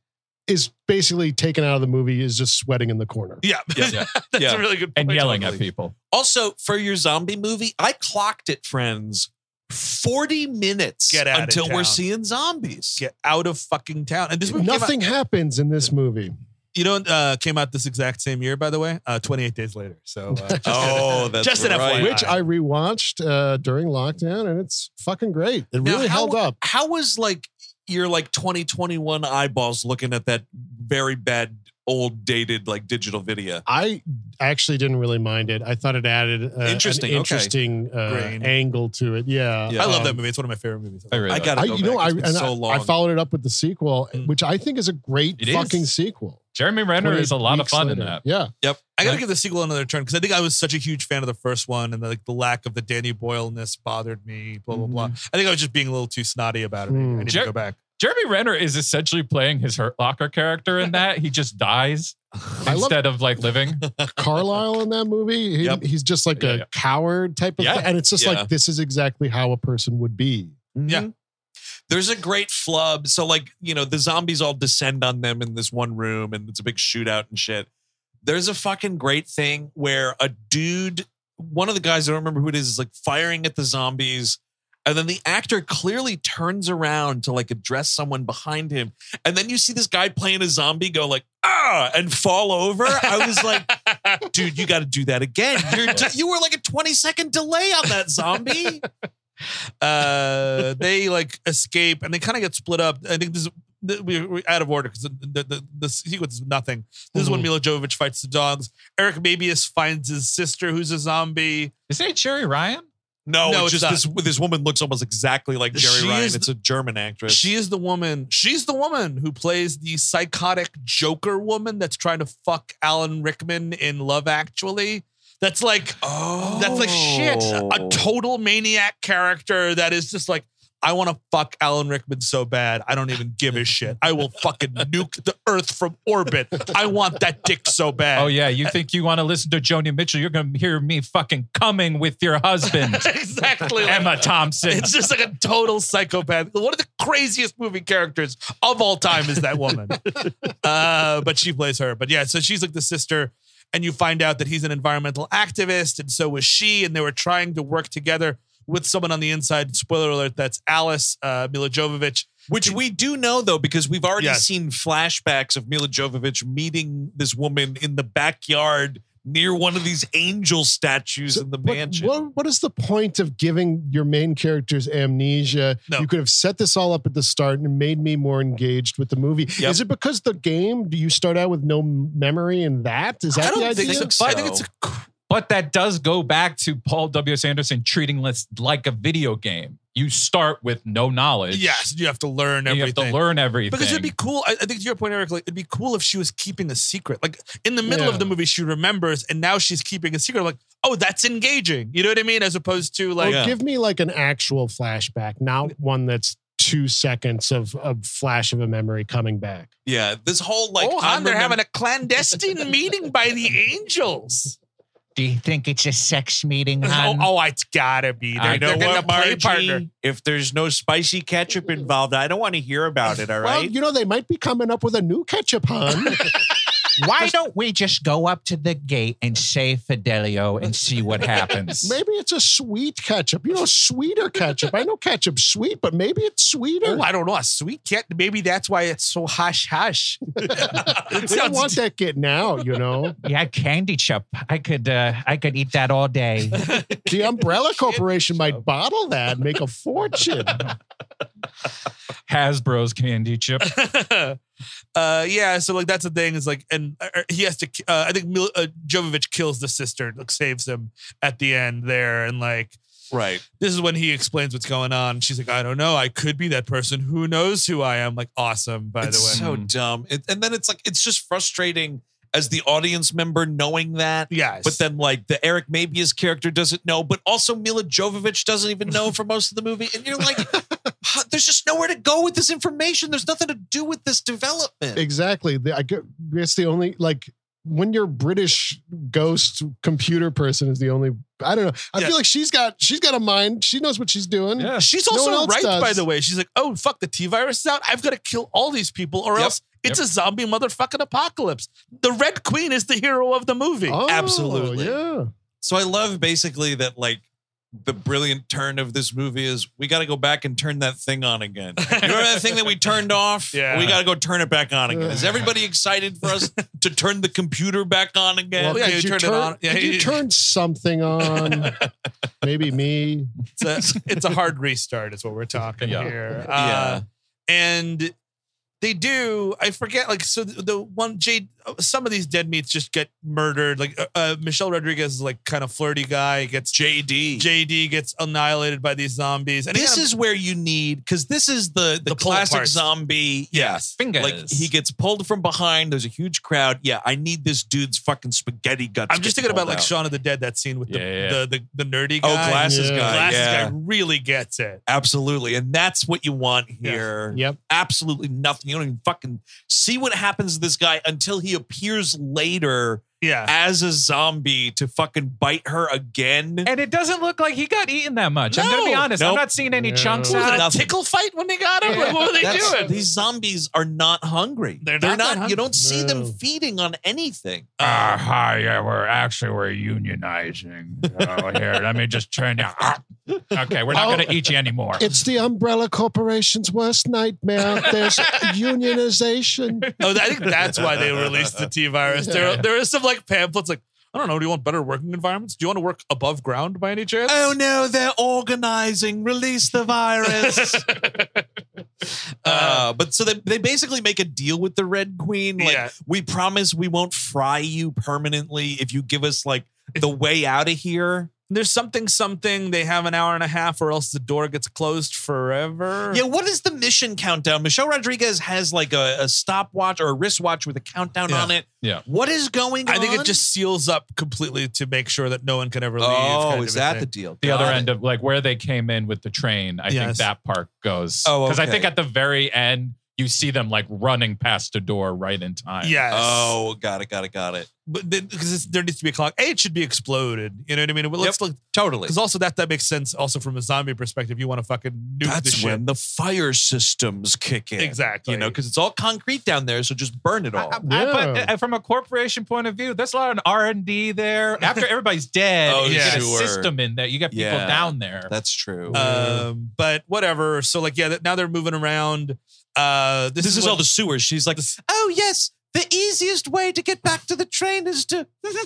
[SPEAKER 7] is basically taken out of the movie is just sweating in the corner.
[SPEAKER 2] Yeah,
[SPEAKER 4] Yeah.
[SPEAKER 2] that's
[SPEAKER 1] Yeah.
[SPEAKER 2] a really good.
[SPEAKER 4] And
[SPEAKER 2] point.
[SPEAKER 4] yelling at people.
[SPEAKER 1] Also, for your zombie movie, I clocked it, friends. 40 minutes
[SPEAKER 2] Get out of
[SPEAKER 1] until we're
[SPEAKER 2] town.
[SPEAKER 1] seeing zombies.
[SPEAKER 2] Get out of fucking town. And this movie came out-
[SPEAKER 7] Nothing happens in this movie.
[SPEAKER 2] you know, uh, came out this exact same year, by the way, uh, 28 days later. So, uh,
[SPEAKER 1] Oh, that's
[SPEAKER 2] Just an
[SPEAKER 1] right.
[SPEAKER 2] FYI.
[SPEAKER 7] Which I rewatched uh, during lockdown, and it's fucking great. It
[SPEAKER 1] Now,
[SPEAKER 7] really
[SPEAKER 1] how-
[SPEAKER 7] held up.
[SPEAKER 1] How was like your like 2021 eyeballs looking at that very bad old dated like digital video.
[SPEAKER 7] I actually didn't really mind it. I thought it added uh,
[SPEAKER 1] Interesting,
[SPEAKER 7] an
[SPEAKER 1] okay.
[SPEAKER 7] interesting uh,
[SPEAKER 1] Grain.
[SPEAKER 7] angle to it. Yeah,
[SPEAKER 1] Yeah.
[SPEAKER 2] I love
[SPEAKER 7] Um,
[SPEAKER 2] that movie. It's one of my favorite movies.
[SPEAKER 4] I really
[SPEAKER 1] I
[SPEAKER 4] like
[SPEAKER 1] got
[SPEAKER 7] I,
[SPEAKER 1] to go
[SPEAKER 7] you know,
[SPEAKER 1] back.
[SPEAKER 7] I
[SPEAKER 1] It's been
[SPEAKER 7] and
[SPEAKER 1] so
[SPEAKER 7] I-
[SPEAKER 1] long. Hmm.
[SPEAKER 7] I followed it up with the sequel, which I think is a great
[SPEAKER 4] It is.
[SPEAKER 7] fucking sequel.
[SPEAKER 4] Jeremy Renner
[SPEAKER 7] 28
[SPEAKER 4] is a lot of
[SPEAKER 7] weeks
[SPEAKER 4] fun in
[SPEAKER 7] later.
[SPEAKER 4] that.
[SPEAKER 7] Yeah,
[SPEAKER 2] Yep. I gotta
[SPEAKER 4] Right.
[SPEAKER 2] give the sequel another turn because I think I was such a huge fan of the first one and the, like the lack of the Danny Boyle ness bothered me. Blah blah blah. I
[SPEAKER 7] Mm-hmm.
[SPEAKER 2] think I was just being a little too snotty about it. I- I
[SPEAKER 7] Mm.
[SPEAKER 2] need
[SPEAKER 4] Jer-
[SPEAKER 2] to go back.
[SPEAKER 4] Jeremy Renner is essentially playing his Hurt Locker character in that. He just dies
[SPEAKER 7] I love
[SPEAKER 4] instead of like living.
[SPEAKER 7] Carlisle in that movie. He,
[SPEAKER 1] Yep.
[SPEAKER 7] He's just like
[SPEAKER 4] Yeah,
[SPEAKER 7] a
[SPEAKER 4] yeah.
[SPEAKER 7] coward type of,
[SPEAKER 4] Yeah.
[SPEAKER 7] thing. and it's just
[SPEAKER 1] Yeah.
[SPEAKER 7] like this is exactly how a person would be.
[SPEAKER 1] Yeah.
[SPEAKER 2] There's a great flub. So like you know the zombies all descend on them in this one room and it's a big shootout and shit.
[SPEAKER 1] There's a fucking great thing where a dude, one of the guys, I don't remember who it is, is like firing at the zombies. And then the actor clearly turns around to like address someone behind him. And then you see this guy playing a zombie go like, ah, and fall over. I was like, dude, you got to do that again. You're you were like a 20 second delay on that zombie.
[SPEAKER 2] Uh, they like escape and they kind of get split up. I think this is th- we- we're out of order because the, the, the, the sequence is nothing. This is when Mila Jovovich fights the dogs. Eric Mabius finds his sister who's a zombie.
[SPEAKER 4] Is that Jerry Ryan?
[SPEAKER 1] No,
[SPEAKER 2] No,
[SPEAKER 1] it's,
[SPEAKER 2] it's
[SPEAKER 1] just this this woman looks almost exactly like Jerry
[SPEAKER 2] She
[SPEAKER 1] Ryan.
[SPEAKER 2] is-
[SPEAKER 1] It's a German actress.
[SPEAKER 2] She is the woman. She's the woman who plays the psychotic Joker woman that's trying to fuck Alan Rickman in Love Actually. That's like
[SPEAKER 1] oh,
[SPEAKER 2] that's like shit.
[SPEAKER 4] Oh.
[SPEAKER 2] A total maniac character that is just like I want to fuck Alan Rickman so bad. I don't even give a shit. I will fucking nuke the Earth from orbit. I want that dick so bad.
[SPEAKER 4] Oh yeah, you think you want to listen to Joni Mitchell? You're gonna hear me fucking coming with your husband,
[SPEAKER 2] exactly. like-
[SPEAKER 4] Emma Thompson.
[SPEAKER 2] It's just like a total psychopath. One of the craziest movie characters of all time is that woman. uh, but she plays her. But yeah, so she's like the sister. And you find out that he's an environmental activist, and so was she. And they were trying to work together with someone on the inside. Spoiler alert, that's Alice uh, Mila Jovovich.
[SPEAKER 1] Which we do know though, because we've already
[SPEAKER 2] Yes.
[SPEAKER 1] seen flashbacks of Mila Jovovich meeting this woman in the backyard near one of these angel statues in the
[SPEAKER 7] But
[SPEAKER 1] mansion.
[SPEAKER 7] What, what is the point of giving your main characters amnesia?
[SPEAKER 2] No.
[SPEAKER 7] You could have set this all up at the start and made me more engaged with the movie.
[SPEAKER 1] Yep.
[SPEAKER 7] Is it because the game? Do you start out with no memory and that? Is that
[SPEAKER 1] I
[SPEAKER 7] the
[SPEAKER 1] don't
[SPEAKER 7] idea?
[SPEAKER 1] think so. I think it's a
[SPEAKER 4] But that does go back to Paul W. Sanderson treating this like a video game. You start with no knowledge.
[SPEAKER 2] Yes, you have to learn
[SPEAKER 4] You
[SPEAKER 2] everything.
[SPEAKER 4] have to learn everything.
[SPEAKER 2] Because it'd be cool. I, I think to your point, Eric, like it'd be cool if she was keeping a secret. Like in the middle
[SPEAKER 7] Yeah.
[SPEAKER 2] of the movie, she remembers, and now she's keeping a secret. Like, oh, that's engaging. You know what I mean? As opposed to
[SPEAKER 7] Or
[SPEAKER 2] like,
[SPEAKER 7] give me like an actual flashback, not one that's two seconds of a flash of a memory coming back.
[SPEAKER 1] yeah, this whole like
[SPEAKER 2] oh, hon,
[SPEAKER 1] I'm
[SPEAKER 2] they're
[SPEAKER 1] remem-
[SPEAKER 2] having a clandestine meeting by the angels.
[SPEAKER 4] Do you think it's a sex meeting,
[SPEAKER 2] Oh, oh, it's gotta be. They're,
[SPEAKER 4] I
[SPEAKER 2] they're
[SPEAKER 1] know
[SPEAKER 2] gonna
[SPEAKER 1] what,
[SPEAKER 2] play
[SPEAKER 1] Margie?
[SPEAKER 2] partner.
[SPEAKER 9] If there's no spicy ketchup involved, I don't want to hear about it. All
[SPEAKER 7] Well,
[SPEAKER 9] right.
[SPEAKER 7] you know they might be coming up with a new ketchup pun.
[SPEAKER 3] Why don't we just go up to the gate and say Fidelio and see what happens?
[SPEAKER 7] maybe it's a sweet ketchup. You know, sweeter ketchup. I know ketchup's sweet, but maybe it's sweeter.
[SPEAKER 2] Oh, I don't know. A sweet cat. Maybe that's why it's so hush hush.
[SPEAKER 7] they don't want that getting out. You know.
[SPEAKER 3] yeah, candy chip. I could uh, I could eat that all day.
[SPEAKER 7] The Umbrella Corporation might bottle that and make a fortune.
[SPEAKER 4] Hasbro's candy chip.
[SPEAKER 2] uh yeah so like that's the thing is like and uh, he has to uh, i think Mil- uh, jovovich kills the sister like saves him at the end there and like
[SPEAKER 1] right.
[SPEAKER 2] this is when he explains what's going on she's like i don't know i could be that person who knows who i am like awesome by
[SPEAKER 1] it's
[SPEAKER 2] the way
[SPEAKER 1] so dumb. It, and then it's like it's just frustrating as the audience member knowing that.
[SPEAKER 2] yes
[SPEAKER 1] But then, like the Eric Mabius character doesn't know, but also Mila Jovovich doesn't even know for most of the movie. And you're like, huh, there's just nowhere to go with this information. There's nothing to do with this development.
[SPEAKER 7] Exactly. The- I gu- guess the only like when your British ghost computer person is the only. I don't know. I
[SPEAKER 2] Yeah.
[SPEAKER 7] feel like she's got she's got a mind. She knows what she's doing.
[SPEAKER 4] Yeah.
[SPEAKER 2] she's
[SPEAKER 7] No
[SPEAKER 2] also
[SPEAKER 7] one else
[SPEAKER 2] right by
[SPEAKER 7] does.
[SPEAKER 2] the way she's like oh fuck the t-virus is out i've got to kill all these people or
[SPEAKER 1] Yep.
[SPEAKER 2] else it's a zombie motherfucking apocalypse the red queen is the hero of the movie
[SPEAKER 7] Oh,
[SPEAKER 1] Absolutely.
[SPEAKER 7] Yeah.
[SPEAKER 1] So I love basically that like the brilliant turn of this movie is we got to go back and turn that thing on again. You remember that thing that we turned off?
[SPEAKER 2] Yeah.
[SPEAKER 1] We got to go turn it back on again. Is everybody excited for us to turn the computer back on again?
[SPEAKER 7] Well,
[SPEAKER 2] yeah,
[SPEAKER 7] could
[SPEAKER 2] you turn it on. Uh, Yeah,
[SPEAKER 7] could you
[SPEAKER 2] you-
[SPEAKER 7] turn something on? Maybe me.
[SPEAKER 2] it's a, it's a hard restart is what we're talking
[SPEAKER 4] Yeah.
[SPEAKER 2] here.
[SPEAKER 1] Yeah.
[SPEAKER 2] Uh, And they do, I forget, like, so the, the one Jade, some of these dead meats just get murdered. Like uh, uh, Michelle Rodriguez is like kind of flirty guy. Gets JD. JD gets annihilated by these zombies. And he
[SPEAKER 1] this
[SPEAKER 2] kind of-
[SPEAKER 1] is where you need because this is the the,
[SPEAKER 2] The pull
[SPEAKER 1] classic
[SPEAKER 2] aparts.
[SPEAKER 1] zombie.
[SPEAKER 2] Yes.
[SPEAKER 1] yeah, Like
[SPEAKER 2] Fingers.
[SPEAKER 1] he gets pulled from behind. There's a huge crowd. Yeah, I need this dude's fucking spaghetti guts.
[SPEAKER 2] I'm just
[SPEAKER 1] getting
[SPEAKER 2] thinking about
[SPEAKER 1] pulled
[SPEAKER 2] like
[SPEAKER 1] out.
[SPEAKER 2] Shaun of the Dead, that scene with the,
[SPEAKER 1] Yeah, yeah.
[SPEAKER 2] The, the the nerdy guy.
[SPEAKER 1] Oh, glasses guy,
[SPEAKER 2] Glasses
[SPEAKER 1] yeah.
[SPEAKER 2] guy really gets it.
[SPEAKER 1] Absolutely. And that's what you want here.
[SPEAKER 7] Yep.
[SPEAKER 1] Absolutely nothing. You don't even fucking see what happens to this guy until he appears later
[SPEAKER 2] Yeah.
[SPEAKER 1] as a zombie to fucking bite her again.
[SPEAKER 4] And it doesn't look like he got eaten that much. I'm gonna be
[SPEAKER 1] No.
[SPEAKER 4] honest. I'm
[SPEAKER 1] Nope.
[SPEAKER 4] not seeing any
[SPEAKER 7] No.
[SPEAKER 4] chunks
[SPEAKER 1] Ooh,
[SPEAKER 4] out.
[SPEAKER 1] that-
[SPEAKER 2] A
[SPEAKER 1] Nothing.
[SPEAKER 2] tickle fight when they got him?
[SPEAKER 4] Yeah.
[SPEAKER 2] What were they
[SPEAKER 1] That's-
[SPEAKER 2] doing?
[SPEAKER 1] These zombies are not hungry.
[SPEAKER 2] They're not that hungry.
[SPEAKER 1] you don't see
[SPEAKER 7] No.
[SPEAKER 1] them feeding on anything.
[SPEAKER 10] Ah, hi. Yeah, we're actually we're unionizing. Oh, here, let me just turn down. Ah. Okay, we're not
[SPEAKER 7] Oh.
[SPEAKER 10] going to eat you anymore.
[SPEAKER 7] It's the umbrella corporation's worst nightmare. There's unionization.
[SPEAKER 2] Oh, I think that's why they released the T virus. There, there is some like pamphlets like, I don't know, do you want better working environments? Do you want to work above ground by any chance?
[SPEAKER 1] Oh no, they're organizing. Release the virus. uh, but so they, they basically make a deal with the Red Queen. Like,
[SPEAKER 2] Yeah.
[SPEAKER 1] we promise we won't fry you permanently if you give us like the way out of here.
[SPEAKER 2] There's something, something. They have an hour and a half, or else the door gets closed forever.
[SPEAKER 1] Yeah, what is the mission countdown? Michelle Rodriguez has like a, a stopwatch or a wristwatch with a countdown
[SPEAKER 2] Yeah.
[SPEAKER 1] on it.
[SPEAKER 4] Yeah.
[SPEAKER 1] What is going on?
[SPEAKER 2] I think it just seals up completely to make sure that no one can ever leave.
[SPEAKER 1] Oh,
[SPEAKER 2] kind
[SPEAKER 1] is
[SPEAKER 2] of a
[SPEAKER 1] that
[SPEAKER 2] thing.
[SPEAKER 1] the deal?
[SPEAKER 4] the
[SPEAKER 1] Got
[SPEAKER 4] other
[SPEAKER 1] it.
[SPEAKER 4] end of like where they came in with the train. I
[SPEAKER 2] Yes.
[SPEAKER 4] think that part goes.
[SPEAKER 1] Oh,
[SPEAKER 4] I think
[SPEAKER 1] okay.
[SPEAKER 4] at the very end you see them like running past a door right in time.
[SPEAKER 2] Yes.
[SPEAKER 1] Oh, got it, got it, got it.
[SPEAKER 2] but because there needs to be a clock. A, it should be exploded. You know what I mean? But let's look
[SPEAKER 1] Totally.
[SPEAKER 2] because also that that makes sense. Also from a zombie perspective, you want to fucking nuke the
[SPEAKER 1] That's
[SPEAKER 2] shit.
[SPEAKER 1] when the fire systems kick in.
[SPEAKER 2] Exactly.
[SPEAKER 1] You know, because it's all concrete down there, so just burn it all.
[SPEAKER 4] I- I- but
[SPEAKER 7] Yeah.
[SPEAKER 4] uh, from a corporation point of view, there's a lot of R and D there. After everybody's dead,
[SPEAKER 1] Oh,
[SPEAKER 4] you get a
[SPEAKER 1] sure.
[SPEAKER 4] system in there. You get people
[SPEAKER 1] Yeah.
[SPEAKER 4] down there.
[SPEAKER 1] That's true.
[SPEAKER 2] Um, but whatever. So like, yeah, that- now they're moving around. Uh, this,
[SPEAKER 1] this, is,
[SPEAKER 2] what-
[SPEAKER 1] all the sewers. She's like, oh yes, the easiest way to get back to the train is to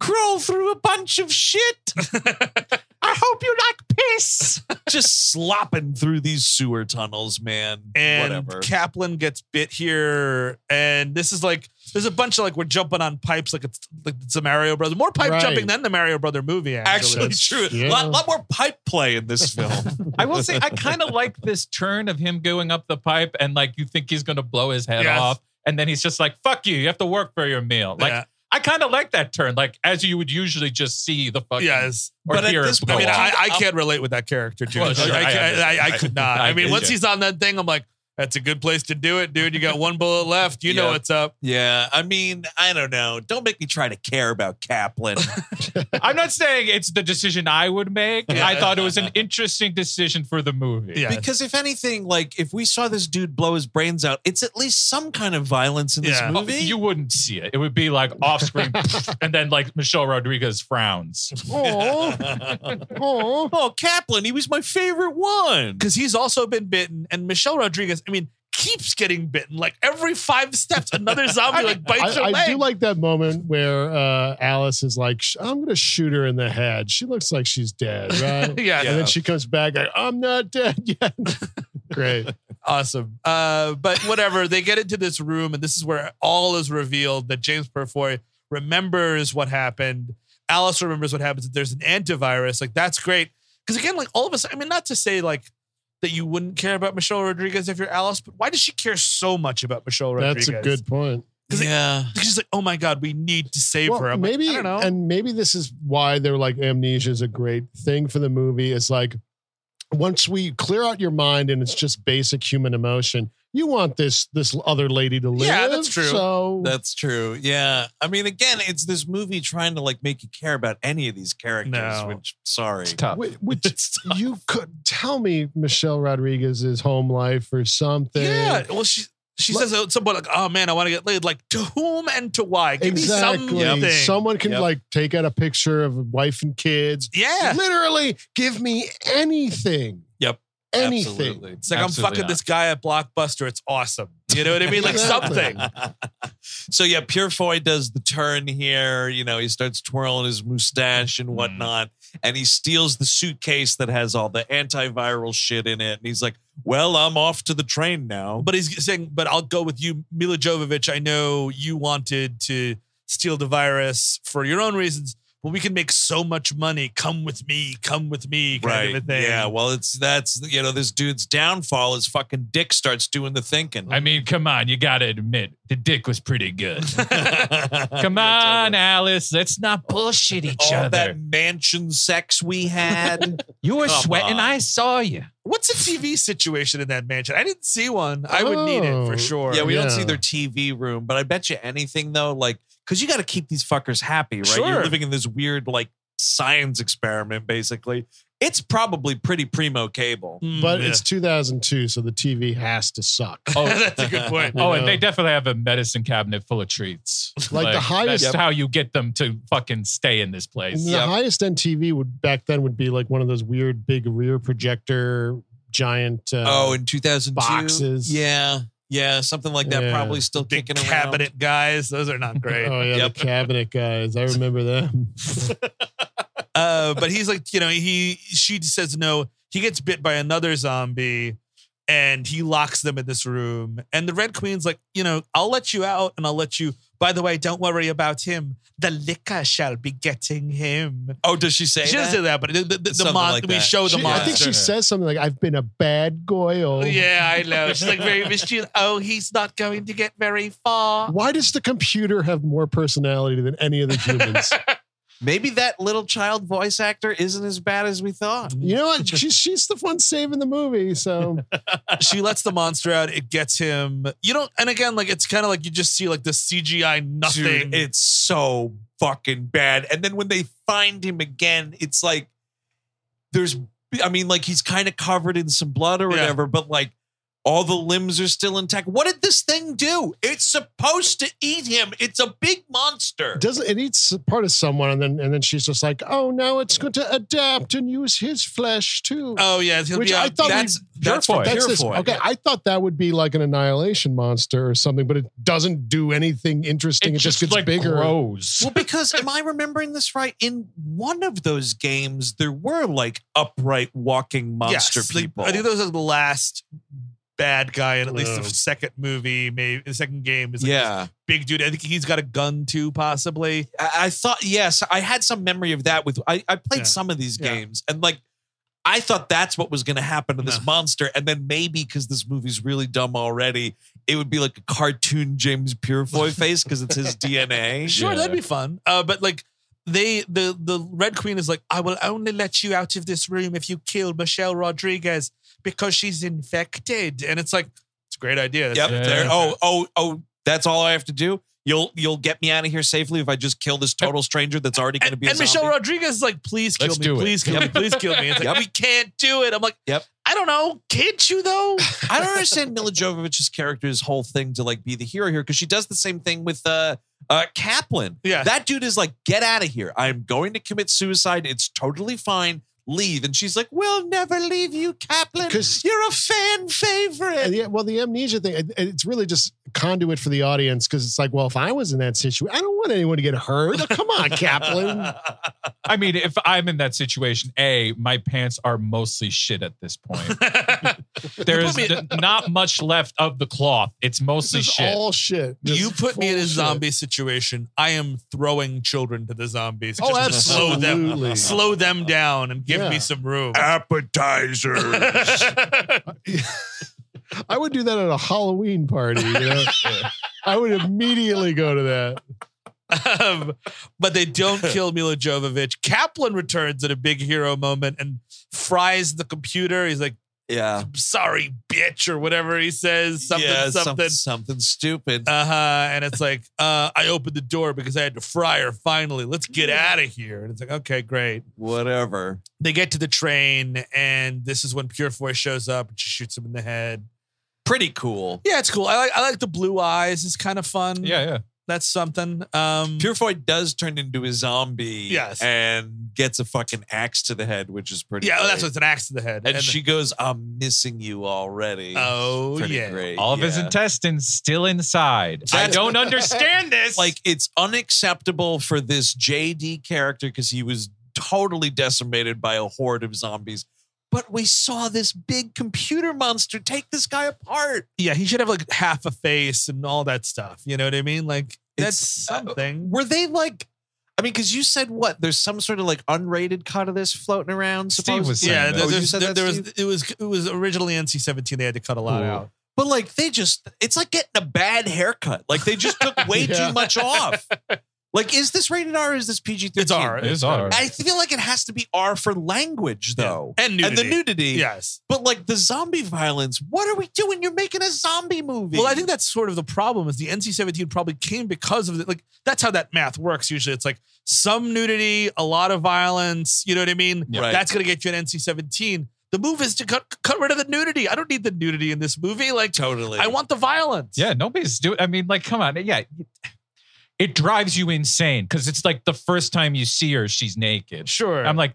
[SPEAKER 1] crawl through a bunch of shit. I hope you like piss. Just slopping through these sewer tunnels, man.
[SPEAKER 2] and
[SPEAKER 1] Whatever.
[SPEAKER 2] Kaplan gets bit here, and this is like there's a bunch of like we're jumping on pipes like it's like it's a Mario Brother more pipe
[SPEAKER 7] Right.
[SPEAKER 2] jumping than the Mario Brother movie actually.
[SPEAKER 1] Actually, true. A
[SPEAKER 7] yeah.
[SPEAKER 1] lot, lot more pipe play in this film.
[SPEAKER 4] I will say I kind of like this turn of him going up the pipe and like you think he's gonna blow his head
[SPEAKER 2] Yes.
[SPEAKER 4] off, and then he's just like, "Fuck you! You have to work for your meal." Like
[SPEAKER 2] Yeah.
[SPEAKER 4] I kind of like that turn, like as you would usually just see the fucking
[SPEAKER 2] Yes,
[SPEAKER 4] or
[SPEAKER 1] But at
[SPEAKER 4] hear
[SPEAKER 1] this
[SPEAKER 4] it
[SPEAKER 1] point,
[SPEAKER 4] go
[SPEAKER 2] I mean,
[SPEAKER 4] off.
[SPEAKER 2] I, I can't relate with that character, dude.
[SPEAKER 4] Well,
[SPEAKER 2] Like,
[SPEAKER 4] sure,
[SPEAKER 2] I,
[SPEAKER 4] I
[SPEAKER 2] can't- I, I,
[SPEAKER 4] understand.
[SPEAKER 2] could not. I,
[SPEAKER 4] I
[SPEAKER 2] mean,
[SPEAKER 4] get
[SPEAKER 2] once
[SPEAKER 4] you.
[SPEAKER 2] he's on that thing, I'm like, that's a good place to do it, dude. You got one bullet left. You know
[SPEAKER 1] Yeah.
[SPEAKER 2] what's up.
[SPEAKER 1] yeah, I mean, I don't know. Don't make me try to care about Kaplan.
[SPEAKER 4] I'm not saying it's the decision I would make. I thought it was an interesting decision for the movie.
[SPEAKER 2] Yeah.
[SPEAKER 1] Because if anything, like if we saw this dude blow his brains out, it's at least some kind of violence in
[SPEAKER 2] Yeah.
[SPEAKER 1] this
[SPEAKER 4] Oh,
[SPEAKER 1] movie.
[SPEAKER 4] You wouldn't see it. It would be like off screen, and then like Michelle Rodriguez frowns.
[SPEAKER 7] Oh,
[SPEAKER 1] oh, Kaplan, he was my favorite one.
[SPEAKER 2] Because he's also been bitten, and Michelle Rodriguez, I mean, keeps getting bitten. Like every five steps, another zombie like bites her
[SPEAKER 7] I, I
[SPEAKER 2] leg.
[SPEAKER 7] do like that moment where uh, Alice is like, "Sh- I'm going to shoot her in the head. She looks like she's dead, right?
[SPEAKER 2] Yeah.
[SPEAKER 7] And then she comes back, like, I'm not dead yet. Great.
[SPEAKER 2] awesome. Uh, but whatever, they get into this room, and this is where all is revealed that James Purfoy remembers what happened. Alice remembers what happens. That there's an antivirus. Like that's great. Because again, like all of us, I mean, not to say like that you wouldn't care about Michelle Rodriguez if you're Alice, but why does she care so much about Michelle Rodriguez?
[SPEAKER 7] That's a good point.
[SPEAKER 1] Yeah.
[SPEAKER 2] She's like, oh my god, we need to save
[SPEAKER 7] Well,
[SPEAKER 2] her. I'm
[SPEAKER 7] maybe,
[SPEAKER 2] like, I don't know.
[SPEAKER 7] and maybe this is why they're like amnesia is a great thing for the movie. It's like once we clear out your mind and it's just basic human emotion, you want this this other lady to live.
[SPEAKER 2] Yeah, that's true.
[SPEAKER 7] So
[SPEAKER 1] That's true. Yeah. I mean, again, it's this movie trying to like make you care about any of these characters,
[SPEAKER 2] No.
[SPEAKER 1] which sorry.
[SPEAKER 4] tough.
[SPEAKER 7] Wh- Which you could tell me Michelle Rodriguez's home life or something.
[SPEAKER 2] yeah. Well, she she
[SPEAKER 7] Look-
[SPEAKER 2] says uh, something like, oh man, I want to get laid. Like to whom and to why? Give
[SPEAKER 7] Exactly.
[SPEAKER 2] me something.
[SPEAKER 7] Someone can
[SPEAKER 1] Yep.
[SPEAKER 7] like take out a picture of a wife and kids.
[SPEAKER 2] yeah.
[SPEAKER 7] Literally, give me anything.
[SPEAKER 1] Yep.
[SPEAKER 7] Anything.
[SPEAKER 1] Absolutely.
[SPEAKER 2] It's like I'm
[SPEAKER 4] Absolutely
[SPEAKER 2] fucking
[SPEAKER 4] not.
[SPEAKER 2] this guy at Blockbuster. It's awesome. You know what I mean? Like
[SPEAKER 7] Exactly.
[SPEAKER 2] something.
[SPEAKER 1] so
[SPEAKER 7] Mm.
[SPEAKER 1] yeah, Purefoy does the turn here. You know, he starts twirling his mustache and whatnot. and he steals the suitcase that has all the antiviral shit in it. And he's like, well, I'm off to the train now.
[SPEAKER 2] But he's saying, but I'll go with you, Mila Jovovich. I know you wanted to steal the virus for your own reasons, but we can make so much money. Come with me, come with me, kind of a thing.
[SPEAKER 1] Yeah. Well, it's that's you know this dude's downfall is fucking dick starts doing the thinking.
[SPEAKER 10] I mean, come on, you gotta admit the dick was pretty good. come on, Alice, let's not bullshit each
[SPEAKER 1] all
[SPEAKER 10] other.
[SPEAKER 1] that mansion sex we had.
[SPEAKER 10] you were
[SPEAKER 1] sweating,
[SPEAKER 10] I saw you.
[SPEAKER 2] What's the TV situation in that mansion? I didn't see one. I would need it
[SPEAKER 7] Oh,
[SPEAKER 2] for sure.
[SPEAKER 1] yeah, we don't see
[SPEAKER 7] yeah.
[SPEAKER 1] their TV room, but I bet you anything though, like because you got to keep these fuckers happy, right? You're
[SPEAKER 2] Sure.
[SPEAKER 1] living in this weird like science experiment, basically. It's probably pretty primo cable.
[SPEAKER 2] Mm,
[SPEAKER 7] But it's 2002, so the TV has to suck.
[SPEAKER 4] Oh,
[SPEAKER 2] That's a good point.
[SPEAKER 4] oh,
[SPEAKER 7] know.
[SPEAKER 4] and they definitely have a medicine cabinet full of treats.
[SPEAKER 7] Like the highest-
[SPEAKER 4] That's how you get them to fucking stay in this place.
[SPEAKER 7] And the highest end TV would back then would be like one of those weird big rear projector giant. Uh,
[SPEAKER 1] oh, in 2002
[SPEAKER 7] boxes.
[SPEAKER 1] Yeah, yeah, something like that.
[SPEAKER 7] Yeah.
[SPEAKER 1] Probably still
[SPEAKER 2] Big
[SPEAKER 1] kicking around.
[SPEAKER 2] cabinet guys. Those are not great.
[SPEAKER 7] oh yeah,
[SPEAKER 1] Yep.
[SPEAKER 7] the cabinet guys. I remember them.
[SPEAKER 2] Uh, but he's like, you know, he she says no. He gets bit by another zombie, and he locks them in this room. And the Red Queen's like, you know, I'll let you out, and I'll let you. By the way, don't worry about him. The liquor shall be getting him.
[SPEAKER 1] Oh, does she say
[SPEAKER 2] She
[SPEAKER 1] that?
[SPEAKER 2] doesn't say that, but the, the, the,
[SPEAKER 1] Something
[SPEAKER 2] mon-
[SPEAKER 1] like
[SPEAKER 2] we
[SPEAKER 1] that.
[SPEAKER 2] show Oh, the
[SPEAKER 7] She- I
[SPEAKER 2] monster.
[SPEAKER 7] think she says something like, "I've been a bad goyle."
[SPEAKER 2] yeah, I know. She's like very mischievous. Oh, he's not going to get very far.
[SPEAKER 7] Why does the computer have more personality than any of the humans?
[SPEAKER 1] Maybe that little child voice actor isn't as bad as we thought.
[SPEAKER 7] you know what? She's she's the one saving the movie. So
[SPEAKER 2] she lets the monster out. It gets him. You don't. And again, like it's kind of like you just see like the CGI nothing.
[SPEAKER 1] Dude, it's so fucking bad. And then when they find him again, it's like there's I mean, like he's kind of covered in some blood or whatever, but like all the limbs are still intact. What did this thing do? It's supposed to eat him. It's a big monster.
[SPEAKER 7] doesn't it eats part of someone, and then and then she's just like, "Oh, now it's going to adapt and use his flesh too."
[SPEAKER 2] Oh yeah, he'll
[SPEAKER 7] Which
[SPEAKER 2] be
[SPEAKER 7] I
[SPEAKER 2] out-
[SPEAKER 7] thought we-
[SPEAKER 1] that's that's
[SPEAKER 4] Purefoy.
[SPEAKER 1] from
[SPEAKER 7] That's this,
[SPEAKER 1] Purefoy.
[SPEAKER 7] okay, I thought that would be like an annihilation monster or something, but it doesn't do anything interesting. It, just, gets
[SPEAKER 4] like
[SPEAKER 7] bigger.
[SPEAKER 4] grows.
[SPEAKER 1] Well, because am I remembering this right? In one of those games, there were like upright walking monster
[SPEAKER 2] Yes, like,
[SPEAKER 1] people.
[SPEAKER 2] I think those are the last bad guy in at least the
[SPEAKER 7] Yeah.
[SPEAKER 2] second movie, maybe the second game is like this
[SPEAKER 1] yeah.
[SPEAKER 2] big dude. I think he's got a gun too, possibly.
[SPEAKER 1] I, I thought yes, I had some memory of that. With I, I played
[SPEAKER 2] Yeah.
[SPEAKER 1] some of these
[SPEAKER 2] Yeah.
[SPEAKER 1] games, and like I thought that's what was going to happen to this monster, and then maybe because this movie's really dumb already, it would be like a cartoon James Purefoy face because it's his DNA.
[SPEAKER 2] Sure, that'd be fun. Uh, but like they the the Red Queen is like, I will only let you out of this room if you kill Michelle Rodriguez because she's infected. And it's like, it's a great idea. That's
[SPEAKER 1] Yep.
[SPEAKER 4] Yeah.
[SPEAKER 1] There. Oh, oh, oh. That's all I have to do. You'll you'll get me out of here safely if I just kill this total stranger that's already going to
[SPEAKER 2] And,
[SPEAKER 1] be a
[SPEAKER 2] and Michelle
[SPEAKER 1] zombie.
[SPEAKER 2] Rodriguez is like, please kill
[SPEAKER 4] Let's
[SPEAKER 2] me,
[SPEAKER 4] do it.
[SPEAKER 2] please kill me, please kill me. It's like,
[SPEAKER 1] Yep.
[SPEAKER 2] we can't do it. I'm like,
[SPEAKER 1] Yep.
[SPEAKER 2] I don't know. Can't you though?
[SPEAKER 1] I don't understand Mila Jovovich's character's whole thing to like be the hero here because she does the same thing with uh, uh, Kaplan.
[SPEAKER 2] Yeah.
[SPEAKER 1] that dude is like, get out of here! I'm going to commit suicide. It's totally fine. Leave, and she's like, "We'll never leave you, Kaplan.
[SPEAKER 7] 'Cause-
[SPEAKER 1] You're a fan
[SPEAKER 7] And
[SPEAKER 1] favorite."
[SPEAKER 7] yeah, well, the amnesia thing, it- it's really just conduit for the audience because it's like, well, if I was in that situation, I don't want anyone to get hurt. Oh, come on, Kaplan.
[SPEAKER 4] I mean, if I'm in that situation, A, my pants are mostly shit at this point. there is n- not much left of the cloth. It's mostly
[SPEAKER 7] This is
[SPEAKER 4] shit.
[SPEAKER 7] all shit. Just
[SPEAKER 2] you put me in a
[SPEAKER 7] full shit.
[SPEAKER 2] zombie situation. I am throwing children to the zombies
[SPEAKER 7] Oh,
[SPEAKER 2] just to slow them,
[SPEAKER 7] absolutely.
[SPEAKER 2] slow them down, and give me
[SPEAKER 7] Yeah.
[SPEAKER 2] some room.
[SPEAKER 3] appetizers.
[SPEAKER 7] I would do that at a Halloween party. You know? I would immediately go to that.
[SPEAKER 2] Um, but they don't kill Mila Jovovich. Kaplan returns at a big hero moment and fries the computer. He's like,
[SPEAKER 1] Yeah,
[SPEAKER 2] "Sorry, bitch," or whatever he says. Something,
[SPEAKER 1] yeah,
[SPEAKER 2] something.
[SPEAKER 1] something, something stupid.
[SPEAKER 2] Uh huh. And it's like, uh, I opened the door because I had to fry her. Finally, let's get out of here. And it's like, okay, great.
[SPEAKER 1] Whatever.
[SPEAKER 2] they get to the train, and this is when Purefoy shows up and she shoots him in the head.
[SPEAKER 1] Pretty cool.
[SPEAKER 2] Yeah, it's cool. I like I like the blue eyes. It's kind of fun.
[SPEAKER 4] yeah, yeah.
[SPEAKER 2] that's something. Um,
[SPEAKER 1] Purefoy does turn into a zombie.
[SPEAKER 2] Yes.
[SPEAKER 1] and gets a fucking axe to the head, which is pretty.
[SPEAKER 2] yeah, oh, that's
[SPEAKER 1] great.
[SPEAKER 2] what's an axe to the head.
[SPEAKER 1] And, she goes, "I'm missing you already."
[SPEAKER 2] Oh,
[SPEAKER 1] Pretty
[SPEAKER 2] yeah.
[SPEAKER 1] great.
[SPEAKER 4] All of his
[SPEAKER 1] yeah.
[SPEAKER 4] intestines still inside. I
[SPEAKER 1] That's-
[SPEAKER 4] don't understand this.
[SPEAKER 1] Like it's unacceptable for this JD character because he was totally decimated by a horde of zombies. But we saw this big computer monster take this guy apart.
[SPEAKER 2] Yeah, he should have like half a face and all that stuff. You know what I mean? Like that's
[SPEAKER 1] uh,
[SPEAKER 2] something.
[SPEAKER 1] Were they like? I mean, because you said what? There's some sort of like unrated cut of this floating around.
[SPEAKER 4] Steve was
[SPEAKER 1] supposedly?
[SPEAKER 4] saying
[SPEAKER 2] yeah,
[SPEAKER 4] that.
[SPEAKER 1] Oh,
[SPEAKER 2] there,
[SPEAKER 1] you
[SPEAKER 2] there's-
[SPEAKER 1] said
[SPEAKER 2] there,
[SPEAKER 1] that,
[SPEAKER 2] there was
[SPEAKER 1] Steve?
[SPEAKER 2] it was it was originally NC-17. They had to cut a lot
[SPEAKER 1] Ooh.
[SPEAKER 2] out.
[SPEAKER 1] But like they just it's like getting a bad haircut. Like they just took way
[SPEAKER 7] Yeah.
[SPEAKER 1] too much off. Like, is this rated R or is this PG thirteen?
[SPEAKER 2] It's R.
[SPEAKER 4] It is R.
[SPEAKER 1] I feel like it has to be R for language though.
[SPEAKER 2] And nudity.
[SPEAKER 1] the nudity.
[SPEAKER 2] Yes.
[SPEAKER 1] But like the zombie violence, what are we doing? You're making a zombie movie.
[SPEAKER 2] Well, I think that's sort of the problem is the NC-17 probably came because of the, like that's how that math works usually. It's like some nudity, a lot of violence, you know what I mean?
[SPEAKER 4] Yeah. Right.
[SPEAKER 2] That's going to get you an NC-17. The move is to cut cut rid of the nudity. I don't need the nudity in this movie. Like
[SPEAKER 1] totally.
[SPEAKER 2] I want the violence.
[SPEAKER 4] Yeah, nobody's doing. I mean, like, come on. Yeah, it drives you insane because it's like the first time you see her, she's naked.
[SPEAKER 2] Sure.
[SPEAKER 4] I'm like,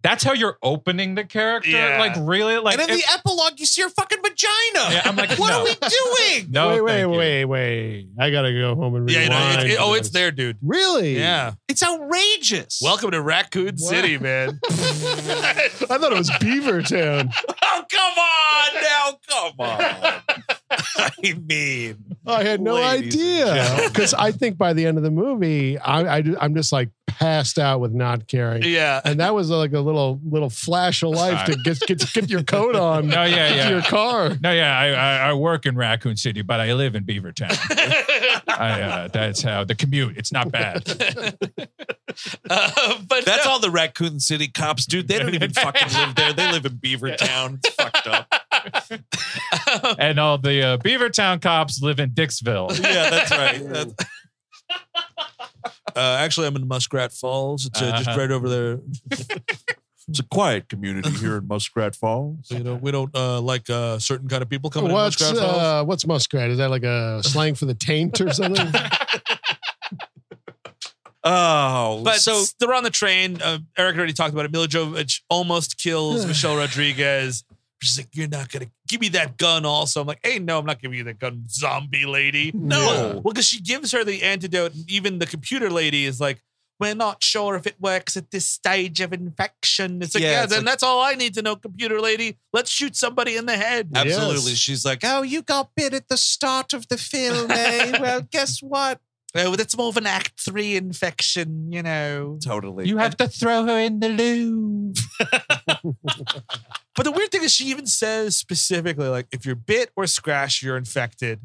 [SPEAKER 4] that's how you're opening the character.
[SPEAKER 2] Yeah.
[SPEAKER 4] Like, really? Like,
[SPEAKER 1] and in
[SPEAKER 4] if-
[SPEAKER 1] the epilogue, you see her fucking vagina.
[SPEAKER 4] Yeah, I'm like,
[SPEAKER 1] what
[SPEAKER 4] no.
[SPEAKER 1] are we doing?
[SPEAKER 4] no,
[SPEAKER 7] wait, wait,
[SPEAKER 4] thank you.
[SPEAKER 7] wait, wait. I gotta go home and
[SPEAKER 2] Yeah,
[SPEAKER 7] rewind.
[SPEAKER 2] you know, it, it- oh, it's
[SPEAKER 7] this.
[SPEAKER 2] there, dude.
[SPEAKER 7] Really?
[SPEAKER 2] Yeah.
[SPEAKER 1] It's outrageous.
[SPEAKER 2] Welcome to Raccoon City, man.
[SPEAKER 7] I thought it was Beaver Town.
[SPEAKER 1] oh come on now, come on. I mean.
[SPEAKER 7] I had no
[SPEAKER 1] Ladies and
[SPEAKER 7] idea
[SPEAKER 1] gentlemen.
[SPEAKER 7] because I think by the end of the movie, I, I am just like passed out with not caring.
[SPEAKER 2] yeah.
[SPEAKER 7] And that was like a little little flash of life to get get, get your coat on.
[SPEAKER 4] No, yeah,
[SPEAKER 7] get
[SPEAKER 4] yeah.
[SPEAKER 7] To your car.
[SPEAKER 4] No, yeah, I, I, I work in Raccoon City, but I live in Beavertown. I, uh, that's how the commute. It's not bad.
[SPEAKER 2] Uh, but
[SPEAKER 1] That's
[SPEAKER 2] no.
[SPEAKER 1] all the Raccoon City cops, dude. They don't even fucking live there. They live in Beaver Town. It's fucked up.
[SPEAKER 4] And all the uh, Beavertown cops live in Dixville.
[SPEAKER 1] Yeah, that's right.
[SPEAKER 2] Uh, actually, I'm in Muskrat Falls. It's uh, just
[SPEAKER 4] Uh-huh.
[SPEAKER 2] right over there.
[SPEAKER 1] it's a quiet community here in Muskrat Falls.
[SPEAKER 2] You know, we don't uh, like uh, certain kind of people coming.
[SPEAKER 7] What's
[SPEAKER 2] in Muskrat Falls.
[SPEAKER 7] uh, what's muskrat? Is that like a slang for the taint or something?
[SPEAKER 1] Oh,
[SPEAKER 2] But so they're on the train. Uh, Eric already talked about it. Mila Jovovich almost kills Michelle Rodriguez. She's like, "You're not gonna give me that gun." Also, I'm like, "Hey, no, I'm not giving you that gun, zombie lady." No, well, because she gives her the antidote. And even the computer lady is like, "We're not sure if it works at this stage of infection." It's like,
[SPEAKER 1] Yeah,
[SPEAKER 2] "Yeah,
[SPEAKER 1] it's
[SPEAKER 2] then
[SPEAKER 1] like-
[SPEAKER 2] that's all I need to know, computer lady. Let's shoot somebody in the head."
[SPEAKER 1] absolutely.
[SPEAKER 7] Yes.
[SPEAKER 1] She's like, oh, you got bit at the start of the film, eh? well, guess what?
[SPEAKER 2] Oh, that's more of an Act Three infection, you know.
[SPEAKER 1] Totally.
[SPEAKER 4] You have to throw her in the loo.
[SPEAKER 2] But the weird thing is, she even says specifically, like, if you're bit or scratched, you're infected.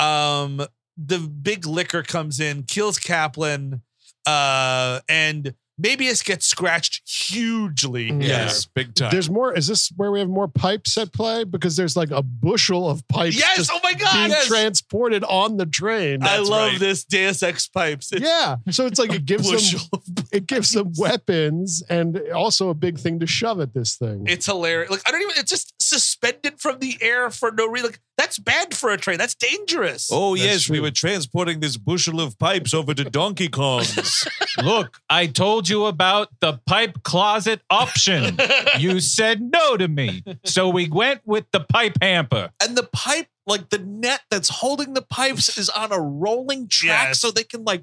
[SPEAKER 2] Um, the big licker comes in, kills Kaplan, uh, and Mabius gets scratched hugely.
[SPEAKER 7] Yes.
[SPEAKER 1] big time.
[SPEAKER 7] There's more. Is this where we have more pipes at play? Because there's like a bushel of pipes.
[SPEAKER 2] Yes.
[SPEAKER 7] just
[SPEAKER 2] Oh my God.
[SPEAKER 7] being
[SPEAKER 2] Yes.
[SPEAKER 7] transported on the train.
[SPEAKER 2] I love
[SPEAKER 1] right.
[SPEAKER 2] this Deus Ex pipes. It's-
[SPEAKER 7] yeah. So it's like it gives
[SPEAKER 2] bushel
[SPEAKER 7] them it gives them weapons and also a big thing to shove at this thing.
[SPEAKER 2] It's hilarious. Like, I don't even, it's just suspended from the air for no reason. Like, that's bad for a train. That's dangerous.
[SPEAKER 1] Oh,
[SPEAKER 7] That's
[SPEAKER 1] yes, we
[SPEAKER 7] true.
[SPEAKER 1] were transporting this bushel of pipes over to Donkey Kong's.
[SPEAKER 4] Look, I told you about the pipe closet option. you said no to me. So we went with the pipe hamper.
[SPEAKER 1] and the pipe, like the net that's holding the pipes, is on a rolling track
[SPEAKER 2] Yes.
[SPEAKER 1] so they can like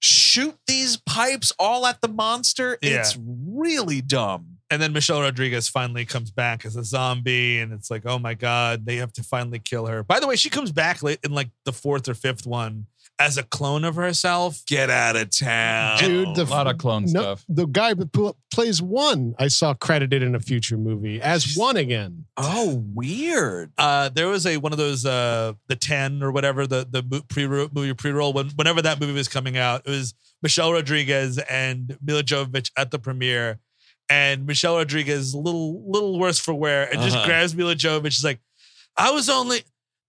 [SPEAKER 1] shoot these pipes all at the monster.
[SPEAKER 2] Yeah.
[SPEAKER 1] It's really dumb.
[SPEAKER 2] and then Michelle Rodriguez finally comes back as a zombie, and it's like, oh my god, they have to finally kill her. By the way, she comes back late in like the fourth or fifth one as a clone of herself.
[SPEAKER 1] Get out of town.
[SPEAKER 7] Dude, the
[SPEAKER 4] A lot of clone
[SPEAKER 7] No,
[SPEAKER 4] stuff.
[SPEAKER 7] The guy that pl- plays one, I saw credited in a future movie as one again.
[SPEAKER 1] oh, weird.
[SPEAKER 2] Uh, there was a one of those uh, the ten or whatever the the pre movie pre roll when whenever that movie was coming out, it was Michelle Rodriguez and Mila Jovovich at the premiere, and Michelle Rodriguez little little worse for wear, and just
[SPEAKER 1] Uh-huh.
[SPEAKER 2] grabs Mila Jovovich. She's like, "I was only."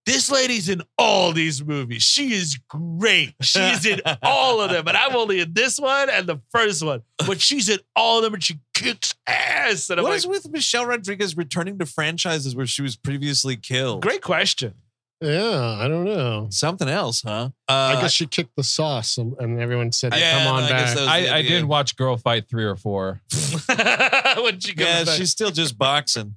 [SPEAKER 2] This lady's in all these movies. She is great. She is in all of them. And I'm only in this one and the first one. But she's in all of them and she kicks ass. And I'm
[SPEAKER 1] What
[SPEAKER 2] like,
[SPEAKER 1] is with Michelle Rodriguez returning to franchises where she was previously killed?
[SPEAKER 2] great question.
[SPEAKER 7] Yeah, I don't know.
[SPEAKER 1] Something else, huh?
[SPEAKER 2] Uh,
[SPEAKER 7] I guess she kicked the sauce and and everyone said,
[SPEAKER 1] Yeah,
[SPEAKER 7] come on
[SPEAKER 1] I guess
[SPEAKER 7] back.
[SPEAKER 1] that was the
[SPEAKER 4] I, I
[SPEAKER 1] idea.
[SPEAKER 4] did watch Girl Fight three or four.
[SPEAKER 2] when she comes
[SPEAKER 1] Yeah,
[SPEAKER 2] back.
[SPEAKER 1] she's still just boxing.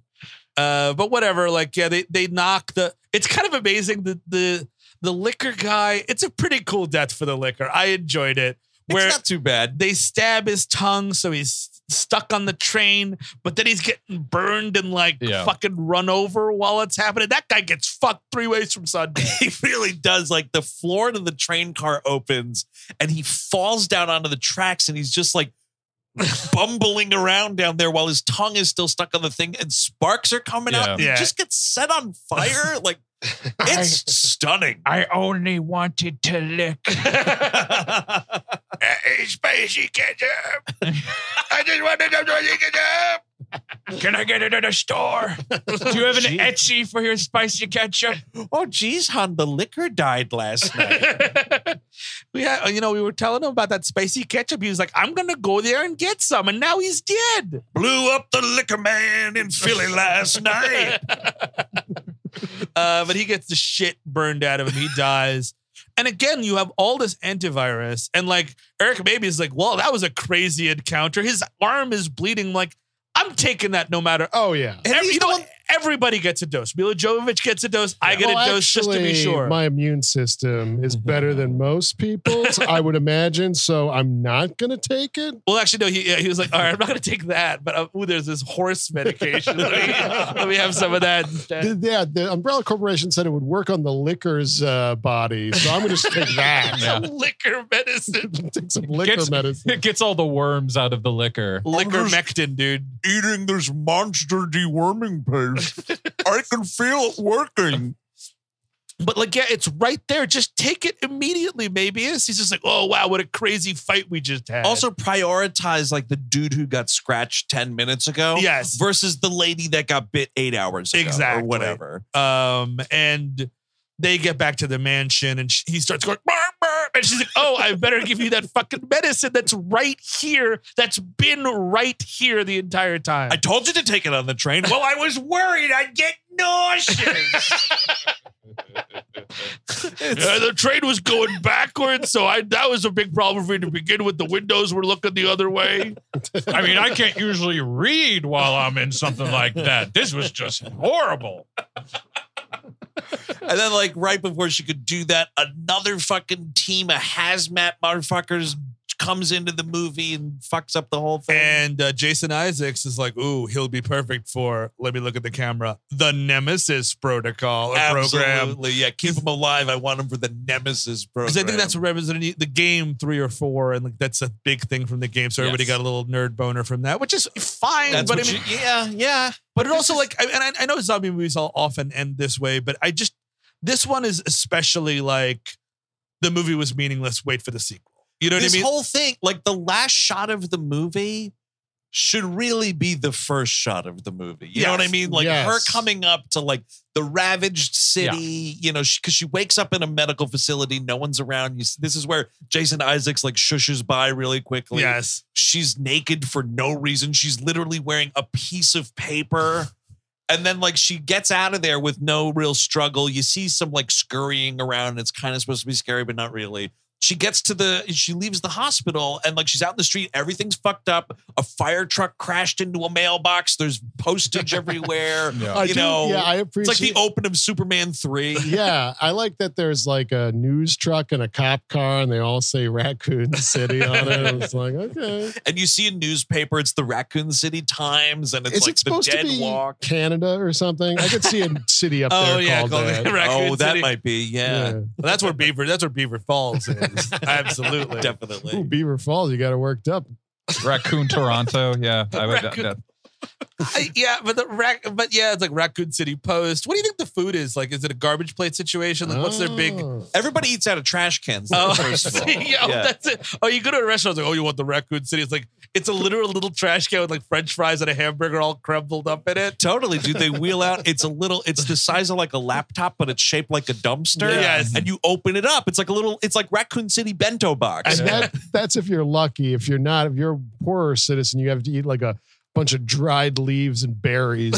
[SPEAKER 2] Uh, but whatever. Like, yeah, they they knock the. It's kind of amazing that the the liquor guy. It's a pretty cool death for the liquor. I enjoyed it. Where
[SPEAKER 1] it's not too bad.
[SPEAKER 2] they stab his tongue, so he's stuck on the train, but then he's getting burned and like
[SPEAKER 4] Yeah.
[SPEAKER 2] fucking run over while it's happening. That guy gets fucked three ways from Sunday.
[SPEAKER 1] he really does. Like the floor to the train car opens and he falls down onto the tracks and he's just like bumbling around down there while his tongue is still stuck on the thing and sparks are coming out.
[SPEAKER 10] Yeah.
[SPEAKER 1] He just gets set on fire. like it's stunning.
[SPEAKER 10] I only wanted to lick. uh, spicy ketchup. I just wanted some spicy ketchup. Can I get it at a store? Do you have an Etsy for your spicy ketchup?
[SPEAKER 1] Oh geez, hon, the liquor died last night.
[SPEAKER 2] we had, you know, we were telling him about that spicy ketchup. He was like, I'm gonna go there and get some, and now he's dead.
[SPEAKER 11] Blew up the liquor man in Philly last night.
[SPEAKER 2] Uh, but he gets the shit burned out of him. He dies. And again, you have all this antivirus, and like Eric maybe is like, well, that was a crazy encounter. His arm is bleeding. Like, I'm taking that no matter.
[SPEAKER 7] Oh yeah.
[SPEAKER 2] Every- you know what? Everybody gets a dose. Mila Jovovich gets a dose. I get
[SPEAKER 7] Well,
[SPEAKER 2] a dose just to be
[SPEAKER 7] Oh, actually,
[SPEAKER 2] sure.
[SPEAKER 7] My immune system is better than most people's, I would imagine. So I'm not going to take it.
[SPEAKER 2] Well, actually, no. He, yeah, he was like, "All right, I'm not going to take that, but uh, ooh, there's this horse medication. Let me, let me have some of that instead."
[SPEAKER 7] The- yeah, the Umbrella Corporation said it would work on the liquor's uh, body. So I'm going to just take that.
[SPEAKER 4] Yeah.
[SPEAKER 2] Liquor medicine,
[SPEAKER 7] Take some liquor
[SPEAKER 4] Gets-
[SPEAKER 7] medicine.
[SPEAKER 4] It gets all the worms out of the liquor.
[SPEAKER 2] liquor mectin, dude.
[SPEAKER 3] Eating this monster deworming paste. I can feel it working.
[SPEAKER 2] But like, yeah, it's right there. Just take it immediately. Maybe is he's just like, "Oh wow, what a crazy fight we just had."
[SPEAKER 1] Also prioritize like the dude who got scratched 10 minutes ago
[SPEAKER 2] Yes.
[SPEAKER 1] versus the lady that got bit eight hours ago
[SPEAKER 2] Exactly.
[SPEAKER 1] or whatever.
[SPEAKER 2] um, and they get back to the mansion, and sh he starts going, burr, burr, and she's like, "Oh, I better give you that fucking medicine that's right here, that's been right here the entire time."
[SPEAKER 1] I told you to take it on the train.
[SPEAKER 11] Well, I was worried I'd get nauseous.
[SPEAKER 2] Uh, the train was going backwards, so I that was a big problem for me to begin with. The windows were looking the other way.
[SPEAKER 10] I mean, I can't usually read while I'm in something like that. This was just horrible.
[SPEAKER 1] And then, like, right before she could do that, another fucking team of hazmat motherfuckers comes into the movie and fucks up the whole thing.
[SPEAKER 2] And uh, Jason Isaacs is like, "Ooh, he'll be perfect for." Let me look at the camera. The Nemesis Protocol or program.
[SPEAKER 1] Absolutely. Yeah. Keep him alive. I want him for the Nemesis program.
[SPEAKER 2] Because I think that's representing the game three or four, and like that's a big thing from the game. So everybody
[SPEAKER 1] Yes.
[SPEAKER 2] got a little nerd boner from that, which is fine.
[SPEAKER 1] That's
[SPEAKER 2] but I
[SPEAKER 1] what
[SPEAKER 2] mean,
[SPEAKER 1] you- yeah, yeah.
[SPEAKER 2] But it also like, I, and I, I know zombie movies all often end this way, but I just this one is especially like the movie was meaningless. Wait for the sequel. You know
[SPEAKER 1] this
[SPEAKER 2] what I mean?
[SPEAKER 1] whole thing, like the last shot of the movie should really be the first shot of the movie. You know what I
[SPEAKER 2] Yes.
[SPEAKER 1] mean? Like
[SPEAKER 7] Yes.
[SPEAKER 1] her coming up to like the ravaged city, you know, because she, wakes up in a medical facility, no one's around. You, s- this is where Jason Isaacs like shushes by really quickly.
[SPEAKER 2] yes.
[SPEAKER 1] She's naked for no reason. She's literally wearing a piece of paper. And then, like, she gets out of there with no real struggle. You see some like scurrying around. It's kind of supposed to be scary, but not really. She gets to the, she leaves the hospital and like she's out in the street. Everything's fucked up. A fire truck crashed into a mailbox. There's postage everywhere.
[SPEAKER 7] I
[SPEAKER 1] You
[SPEAKER 7] do-
[SPEAKER 1] know,
[SPEAKER 7] yeah, I
[SPEAKER 1] it's
[SPEAKER 7] appreciate
[SPEAKER 1] like the open of Superman 3.
[SPEAKER 7] yeah, I like that there's like a news truck and a cop car, and they all say Raccoon City on it. It's like, okay.
[SPEAKER 1] And you see a newspaper, it's the Raccoon City Times and it's
[SPEAKER 7] Is
[SPEAKER 1] like
[SPEAKER 7] it supposed
[SPEAKER 1] the
[SPEAKER 7] to
[SPEAKER 1] dead
[SPEAKER 7] be
[SPEAKER 1] walk.
[SPEAKER 7] Canada or something? I could see a city up there called that.
[SPEAKER 1] oh, that might be, yeah.
[SPEAKER 2] that's where Beaver. That's where Beaver Falls is. Absolutely.
[SPEAKER 1] Definitely.
[SPEAKER 7] Ooh, Beaver Falls, you got it worked up.
[SPEAKER 4] Raccoon Toronto. Yeah. I would,
[SPEAKER 2] Raccoon-
[SPEAKER 4] that-
[SPEAKER 2] I- yeah, but the rac- but yeah, it's like Raccoon City Post. What do you think the food is? Like, is it a garbage plate situation? Like, what's their big?
[SPEAKER 7] Oh.
[SPEAKER 1] Everybody eats out of trash cans.
[SPEAKER 2] Oh,
[SPEAKER 1] Oh, first of all.
[SPEAKER 2] yeah, that's it. Oh, you go to a restaurant, it's like, oh, you want the Raccoon City? It's like it's a literal little trash can with like French fries and a hamburger all crumbled up in it.
[SPEAKER 1] Totally, dude. They wheel out. It's a little. It's the size of like a laptop, but it's shaped like a dumpster.
[SPEAKER 2] Yes.
[SPEAKER 1] And you open it up. It's like a little. It's like Raccoon City bento box.
[SPEAKER 7] And that, that's if you're lucky. If you're not, if you're a poorer citizen, you have to eat like a bunch of dried leaves and berries.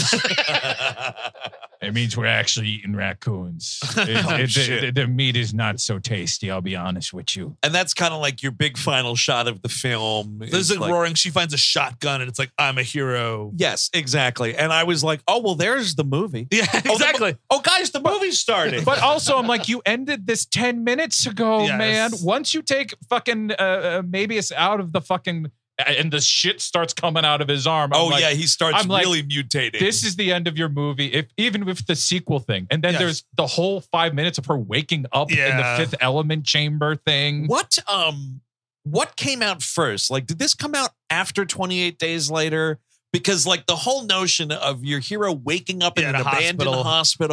[SPEAKER 10] It means we're actually eating raccoons. It-
[SPEAKER 2] Oh,
[SPEAKER 10] it- the, the meat is not so tasty, I'll be honest with you.
[SPEAKER 1] And that's kind of like your big final shot of the film. is
[SPEAKER 2] There's like, roaring. She finds a shotgun, and it's like I'm a hero.
[SPEAKER 1] Yes, exactly. And I was like, oh well, there's the movie.
[SPEAKER 2] Yeah,
[SPEAKER 1] Oh, the-
[SPEAKER 2] exactly.
[SPEAKER 1] Oh, guys, the movie's starting.
[SPEAKER 4] But also, I'm like, you ended this 10 minutes ago,
[SPEAKER 2] Yes.
[SPEAKER 4] man. Once you take fucking uh, uh, Mabius out of the fucking and the shit starts coming out of his arm. I'm
[SPEAKER 2] Oh
[SPEAKER 4] like-
[SPEAKER 2] yeah, he starts
[SPEAKER 4] I'm like,
[SPEAKER 2] really mutating.
[SPEAKER 4] This is the end of your movie, if even with the sequel thing, and then
[SPEAKER 2] Yes.
[SPEAKER 4] there's the whole five minutes of her waking up in
[SPEAKER 2] Yeah.
[SPEAKER 4] the Fifth Element chamber thing.
[SPEAKER 1] What um what came out first? Like did this come out after 28 days later? Because like the whole notion of your hero waking up
[SPEAKER 2] Yeah,
[SPEAKER 1] in
[SPEAKER 2] in
[SPEAKER 1] an
[SPEAKER 2] a
[SPEAKER 1] abandoned
[SPEAKER 2] hospital.
[SPEAKER 1] hospital.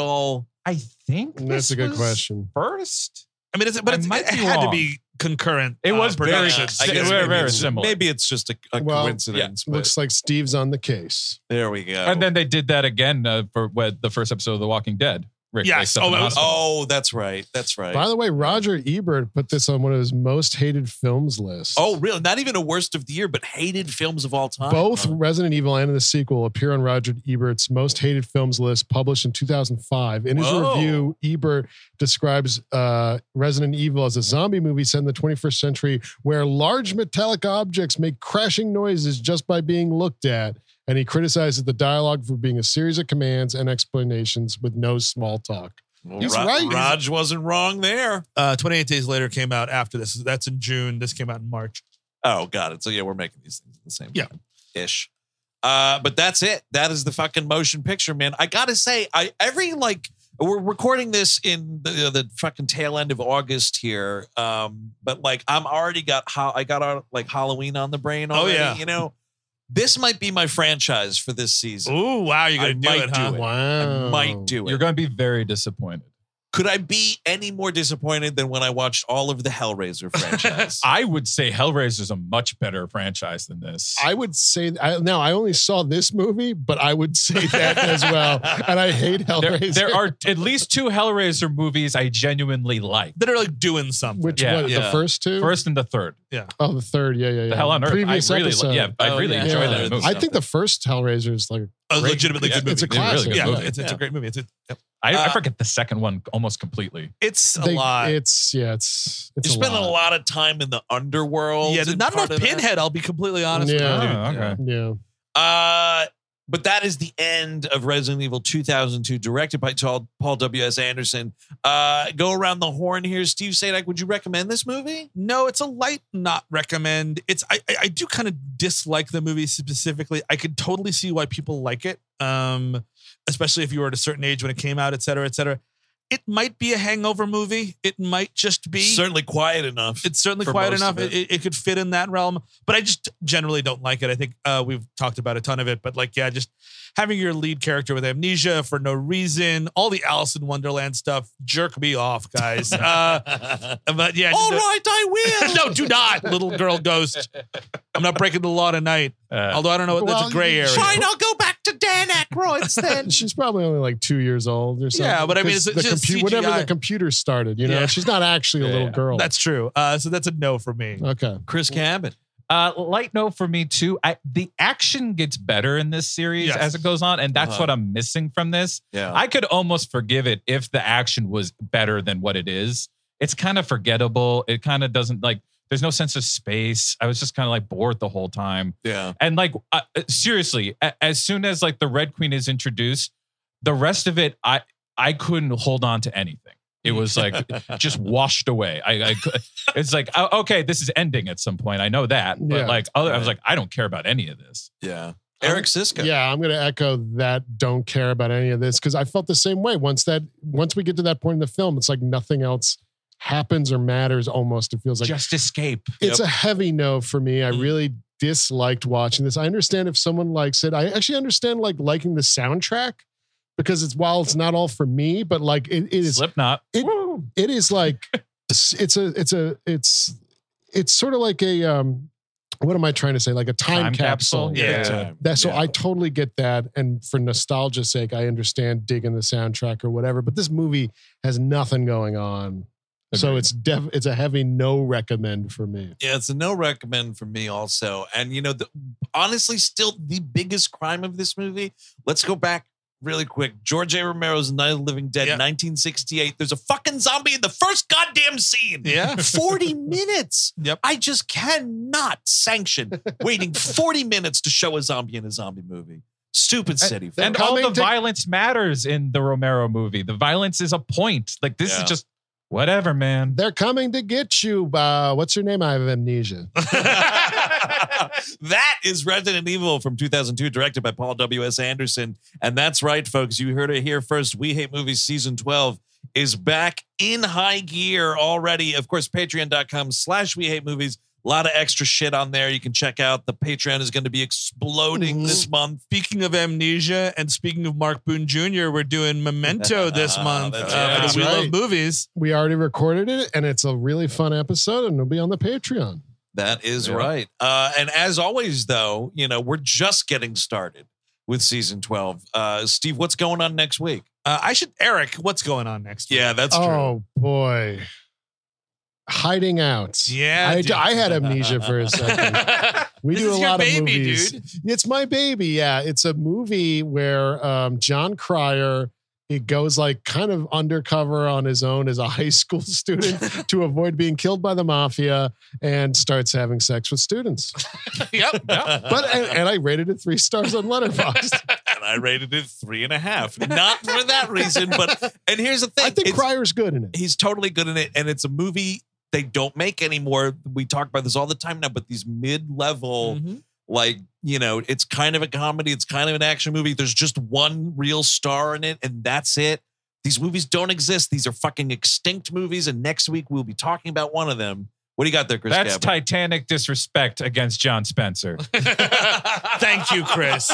[SPEAKER 4] I think
[SPEAKER 7] That's
[SPEAKER 4] this
[SPEAKER 7] a good
[SPEAKER 4] was
[SPEAKER 7] question.
[SPEAKER 4] First,
[SPEAKER 2] I mean, it's, but
[SPEAKER 4] I
[SPEAKER 2] it's,
[SPEAKER 4] might
[SPEAKER 2] it
[SPEAKER 4] be
[SPEAKER 2] had to
[SPEAKER 4] wrong.
[SPEAKER 2] be concurrent.
[SPEAKER 4] It
[SPEAKER 2] uh,
[SPEAKER 4] was very
[SPEAKER 2] production.
[SPEAKER 4] si-
[SPEAKER 2] I guess
[SPEAKER 4] very,
[SPEAKER 2] maybe
[SPEAKER 4] very
[SPEAKER 2] it's-
[SPEAKER 4] similar.
[SPEAKER 1] Maybe it's just a, a
[SPEAKER 7] Well,
[SPEAKER 1] coincidence. but
[SPEAKER 7] Looks like Steve's on the case.
[SPEAKER 1] there we go.
[SPEAKER 4] and then they did that again uh, for what, the first episode of The Walking Dead. Rick
[SPEAKER 2] Yes.
[SPEAKER 4] wakes up
[SPEAKER 2] Oh,
[SPEAKER 4] in the
[SPEAKER 2] that was-
[SPEAKER 4] hospital.
[SPEAKER 1] oh, that's right. That's right.
[SPEAKER 7] By the way, Roger Ebert put this on one of his most hated films list.
[SPEAKER 1] Oh, really? Not even a worst of the year, but hated films of all time.
[SPEAKER 7] Both
[SPEAKER 4] Uh-huh.
[SPEAKER 7] Resident Evil and the sequel appear on Roger Ebert's most hated films list published in 2005. In his
[SPEAKER 1] Whoa.
[SPEAKER 7] review, Ebert describes uh, Resident Evil as a zombie movie set in the 21st century where large metallic objects make crashing noises just by being looked at. And he criticizes the dialogue for being a series of commands and explanations with no small talk. He's
[SPEAKER 1] Ra-
[SPEAKER 7] right.
[SPEAKER 1] Raj wasn't wrong there.
[SPEAKER 2] Uh, 28 days later came out after this. That's in June. This came out in March.
[SPEAKER 1] Oh, got it. So yeah, we're making these things at the same
[SPEAKER 7] Yeah.
[SPEAKER 1] time. Ish. Uh, but that's it. That is the fucking motion picture, man. I gotta say, I every like we're recording this in the, uh, the fucking tail end of August here. Um, but like I'm already got how I got our, like Halloween on the brain already.
[SPEAKER 2] Oh, yeah.
[SPEAKER 1] You know, this might be my franchise for this season.
[SPEAKER 2] Ooh, wow. You're
[SPEAKER 1] I
[SPEAKER 2] going to do
[SPEAKER 1] might
[SPEAKER 2] it, huh?
[SPEAKER 1] do it.
[SPEAKER 7] Wow.
[SPEAKER 1] I might do it.
[SPEAKER 4] You're going to be very disappointed.
[SPEAKER 1] Could I be any more disappointed than when I watched all of the Hellraiser franchise?
[SPEAKER 4] I would say Hellraiser is a much better franchise than this.
[SPEAKER 7] I would say I, now I only saw this movie, but I would say that as well. And I hate
[SPEAKER 4] there,
[SPEAKER 7] Hellraiser.
[SPEAKER 4] there are at least two Hellraiser movies I genuinely like.
[SPEAKER 2] That are like doing something.
[SPEAKER 7] which
[SPEAKER 4] Yeah.
[SPEAKER 7] what, the
[SPEAKER 1] Yeah.
[SPEAKER 7] first two?
[SPEAKER 4] First and the third.
[SPEAKER 7] Oh, the third. Yeah, yeah, yeah.
[SPEAKER 4] The Hell on Earth.
[SPEAKER 7] Previous
[SPEAKER 4] I really,
[SPEAKER 7] episode.
[SPEAKER 4] yeah, I
[SPEAKER 1] Oh,
[SPEAKER 4] really
[SPEAKER 1] yeah.
[SPEAKER 4] enjoy
[SPEAKER 1] Yeah.
[SPEAKER 4] that movie.
[SPEAKER 7] I think the first Hellraiser is like
[SPEAKER 2] a
[SPEAKER 4] Great.
[SPEAKER 2] legitimate
[SPEAKER 4] Yeah,
[SPEAKER 2] good movie.
[SPEAKER 7] it's a
[SPEAKER 4] It's a really
[SPEAKER 7] classic.
[SPEAKER 4] good
[SPEAKER 2] yeah,
[SPEAKER 4] movie.
[SPEAKER 2] It's, it's a great movie. It's a,
[SPEAKER 4] I, I
[SPEAKER 1] Uh,
[SPEAKER 4] forget the second one almost completely.
[SPEAKER 2] it's a
[SPEAKER 7] they-
[SPEAKER 2] lot.
[SPEAKER 7] It's yeah, it's it's
[SPEAKER 1] you
[SPEAKER 7] a
[SPEAKER 1] spend a
[SPEAKER 7] lot.
[SPEAKER 1] lot of time in the underworld.
[SPEAKER 2] yeah,
[SPEAKER 1] and
[SPEAKER 2] not
[SPEAKER 1] part
[SPEAKER 2] enough
[SPEAKER 1] of that.
[SPEAKER 2] Pinhead. I'll be completely honest.
[SPEAKER 7] Yeah.
[SPEAKER 2] with you.
[SPEAKER 4] Oh, okay.
[SPEAKER 7] Yeah,
[SPEAKER 1] Uh, but that is the end of Resident Evil 2002, directed by Tal- Paul W.S. Anderson. Uh, go around the horn here. Steve Sadak, would you recommend this movie?
[SPEAKER 2] No, it's a light not recommend. It's I I, I do kind of dislike the movie specifically. I could totally see why people like it. Um, especially if you were at a certain age when it came out, et cetera, et cetera. It might be a hangover movie. It might just be.
[SPEAKER 1] Certainly quiet enough.
[SPEAKER 2] it's certainly
[SPEAKER 1] for
[SPEAKER 2] quiet
[SPEAKER 1] most
[SPEAKER 2] enough.
[SPEAKER 1] of
[SPEAKER 2] It.
[SPEAKER 1] it.
[SPEAKER 2] It, could fit in that realm, but I just generally don't like it. I think uh, we've talked about a ton of it, but like, yeah, just having your lead character with amnesia for no reason, all the Alice in Wonderland stuff, jerk me off, guys. uh, but yeah,
[SPEAKER 1] All
[SPEAKER 2] just a-
[SPEAKER 1] right, I will.
[SPEAKER 2] no, do not, little girl ghost. I'm not breaking the law tonight.
[SPEAKER 4] Uh,
[SPEAKER 2] Although I don't know, that's
[SPEAKER 7] Well,
[SPEAKER 2] a gray
[SPEAKER 7] you-
[SPEAKER 2] area.
[SPEAKER 1] Fine, I'll go back to Dan Aykroyd's then.
[SPEAKER 7] she's probably only like two years old or something.
[SPEAKER 2] Yeah, but I mean,
[SPEAKER 7] 'Cause
[SPEAKER 2] it's- it's just
[SPEAKER 7] compu- whatever
[SPEAKER 2] CGI.
[SPEAKER 7] the computer started. You know,
[SPEAKER 2] Yeah.
[SPEAKER 7] she's not actually a
[SPEAKER 4] Yeah,
[SPEAKER 7] little
[SPEAKER 4] yeah.
[SPEAKER 7] girl.
[SPEAKER 2] That's true. Uh, so that's a no for me.
[SPEAKER 7] okay.
[SPEAKER 1] Chris Cabin.
[SPEAKER 4] uh, light note for me too. I, the action gets better in this series
[SPEAKER 2] Yes.
[SPEAKER 4] as it goes on, and that's
[SPEAKER 1] Uh-huh.
[SPEAKER 4] what I'm missing from this.
[SPEAKER 1] Yeah.
[SPEAKER 4] I could almost forgive it if the action was better than what it is. It's kind of forgettable. It kind of doesn't like. There's no sense of space. I was just kind of like bored the whole time.
[SPEAKER 1] yeah.
[SPEAKER 4] And like uh, uh, seriously, a- as soon as like the Red Queen is introduced, the rest of it, I I couldn't hold on to anything. It was like just washed away. I, I cou- it's like oh, okay, this is ending at some point. I know that, but
[SPEAKER 7] Yeah.
[SPEAKER 4] like other, I was like I don't care about any of this.
[SPEAKER 1] Yeah. Eric Siska.
[SPEAKER 7] Yeah, I'm going to echo that. Don't care about any of this because I felt the same way. Once that, once we get to that point in the film, it's like nothing else happens or matters. Almost, it feels like
[SPEAKER 4] just escape.
[SPEAKER 7] it's a heavy no for me. I
[SPEAKER 4] Mm-hmm.
[SPEAKER 7] really disliked watching this. I understand if someone likes it. I actually understand like liking the soundtrack because it's while it's not all for me, but like it, it is
[SPEAKER 4] Slipknot.
[SPEAKER 7] it- it is like s- it's a it's a it's it's sort of like a um what am I trying to say? Like a time,
[SPEAKER 4] Time
[SPEAKER 7] capsule.
[SPEAKER 4] capsule? Yeah.
[SPEAKER 7] That- That, so
[SPEAKER 1] Yeah.
[SPEAKER 7] I totally get that. And for nostalgia's sake, I understand digging the soundtrack or whatever, but this movie has nothing going on. So
[SPEAKER 4] Agreed.
[SPEAKER 7] it's def it's a heavy no recommend for me.
[SPEAKER 1] Yeah, it's a no recommend for me also. And you know, the, honestly, still the biggest crime of this movie. Let's go back really quick. George A. Romero's Night of the Living Dead,
[SPEAKER 2] Yeah.
[SPEAKER 1] 1968. There's a fucking zombie in the first goddamn scene.
[SPEAKER 2] Yeah.
[SPEAKER 1] 40 minutes.
[SPEAKER 2] Yep.
[SPEAKER 1] I just cannot sanction waiting 40 minutes to show a zombie in a zombie movie. Stupid city.
[SPEAKER 7] They're
[SPEAKER 4] and
[SPEAKER 1] fuck.
[SPEAKER 4] all
[SPEAKER 7] coming
[SPEAKER 4] the
[SPEAKER 7] to-
[SPEAKER 4] violence matters in the Romero movie. The violence is a point. Like this
[SPEAKER 1] Yeah.
[SPEAKER 4] is just Whatever, man.
[SPEAKER 7] They're coming to get you. Uh, what's your name? I have amnesia.
[SPEAKER 1] that is Resident Evil from 2002, directed by Paul W.S. Anderson. And that's right, folks. You heard it here first. We Hate Movies Season 12 is back in high gear already. Of course, patreon.com slash We Hate Movies. A lot of extra shit on there you can check out. The Patreon is going to be exploding this month.
[SPEAKER 2] Speaking of amnesia and speaking of Mark Boone Jr., we're doing Memento this month
[SPEAKER 1] That's
[SPEAKER 2] uh,
[SPEAKER 1] right.
[SPEAKER 2] because we
[SPEAKER 7] That's
[SPEAKER 2] love
[SPEAKER 7] right.
[SPEAKER 2] movies.
[SPEAKER 7] We already recorded it, and it's a really fun episode, and it'll be on the Patreon.
[SPEAKER 1] That is right. Uh, and as always, though, you know, we're just getting started with season 12. Uh, Steve, what's going on next week?
[SPEAKER 2] Uh, I should, Eric, what's going on next?
[SPEAKER 1] Yeah, that's true.
[SPEAKER 7] oh boy, hiding out.
[SPEAKER 2] Yeah,
[SPEAKER 7] I,
[SPEAKER 2] dude.
[SPEAKER 7] I had amnesia for a second. We
[SPEAKER 2] This
[SPEAKER 7] do
[SPEAKER 2] is
[SPEAKER 7] a
[SPEAKER 2] your
[SPEAKER 7] lot
[SPEAKER 2] baby,
[SPEAKER 7] of movies. It's my baby. Yeah, it's a movie where um, John Cryer he goes like kind of undercover on his own as a high school student to avoid being killed by the mafia and starts having sex with students.
[SPEAKER 2] yep.
[SPEAKER 7] But and, and I rated it three stars on Letterboxd.
[SPEAKER 1] And I rated it three and a half. Not for that reason, but and here's the thing.
[SPEAKER 7] I think
[SPEAKER 1] it's-
[SPEAKER 7] Cryer's good in it.
[SPEAKER 1] he's totally good in it, and it's a movie they don't make anymore. We talk about this all the time now, but these mid-level, like you know, it's kind of a comedy, it's kind of an action movie. There's just one real star in it, and that's it. These movies don't exist. These are fucking extinct movies, and next week we'll be talking about one of them. What do you got there, Chris?
[SPEAKER 4] That's
[SPEAKER 1] Gabber?
[SPEAKER 4] Titanic disrespect against John Spencer.
[SPEAKER 2] Thank you, Chris.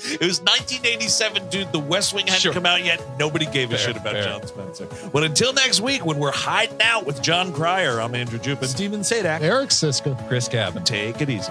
[SPEAKER 1] It was 1987, dude. The West Wing hadn't come out yet. Nobody gave a shit about John Spencer. But until next week, when we're hiding out with John Cryer, I'm Andrew Jupin.
[SPEAKER 2] Steven Sadak.
[SPEAKER 7] Eric Siska.
[SPEAKER 4] Chris Cabin.
[SPEAKER 1] Take it easy.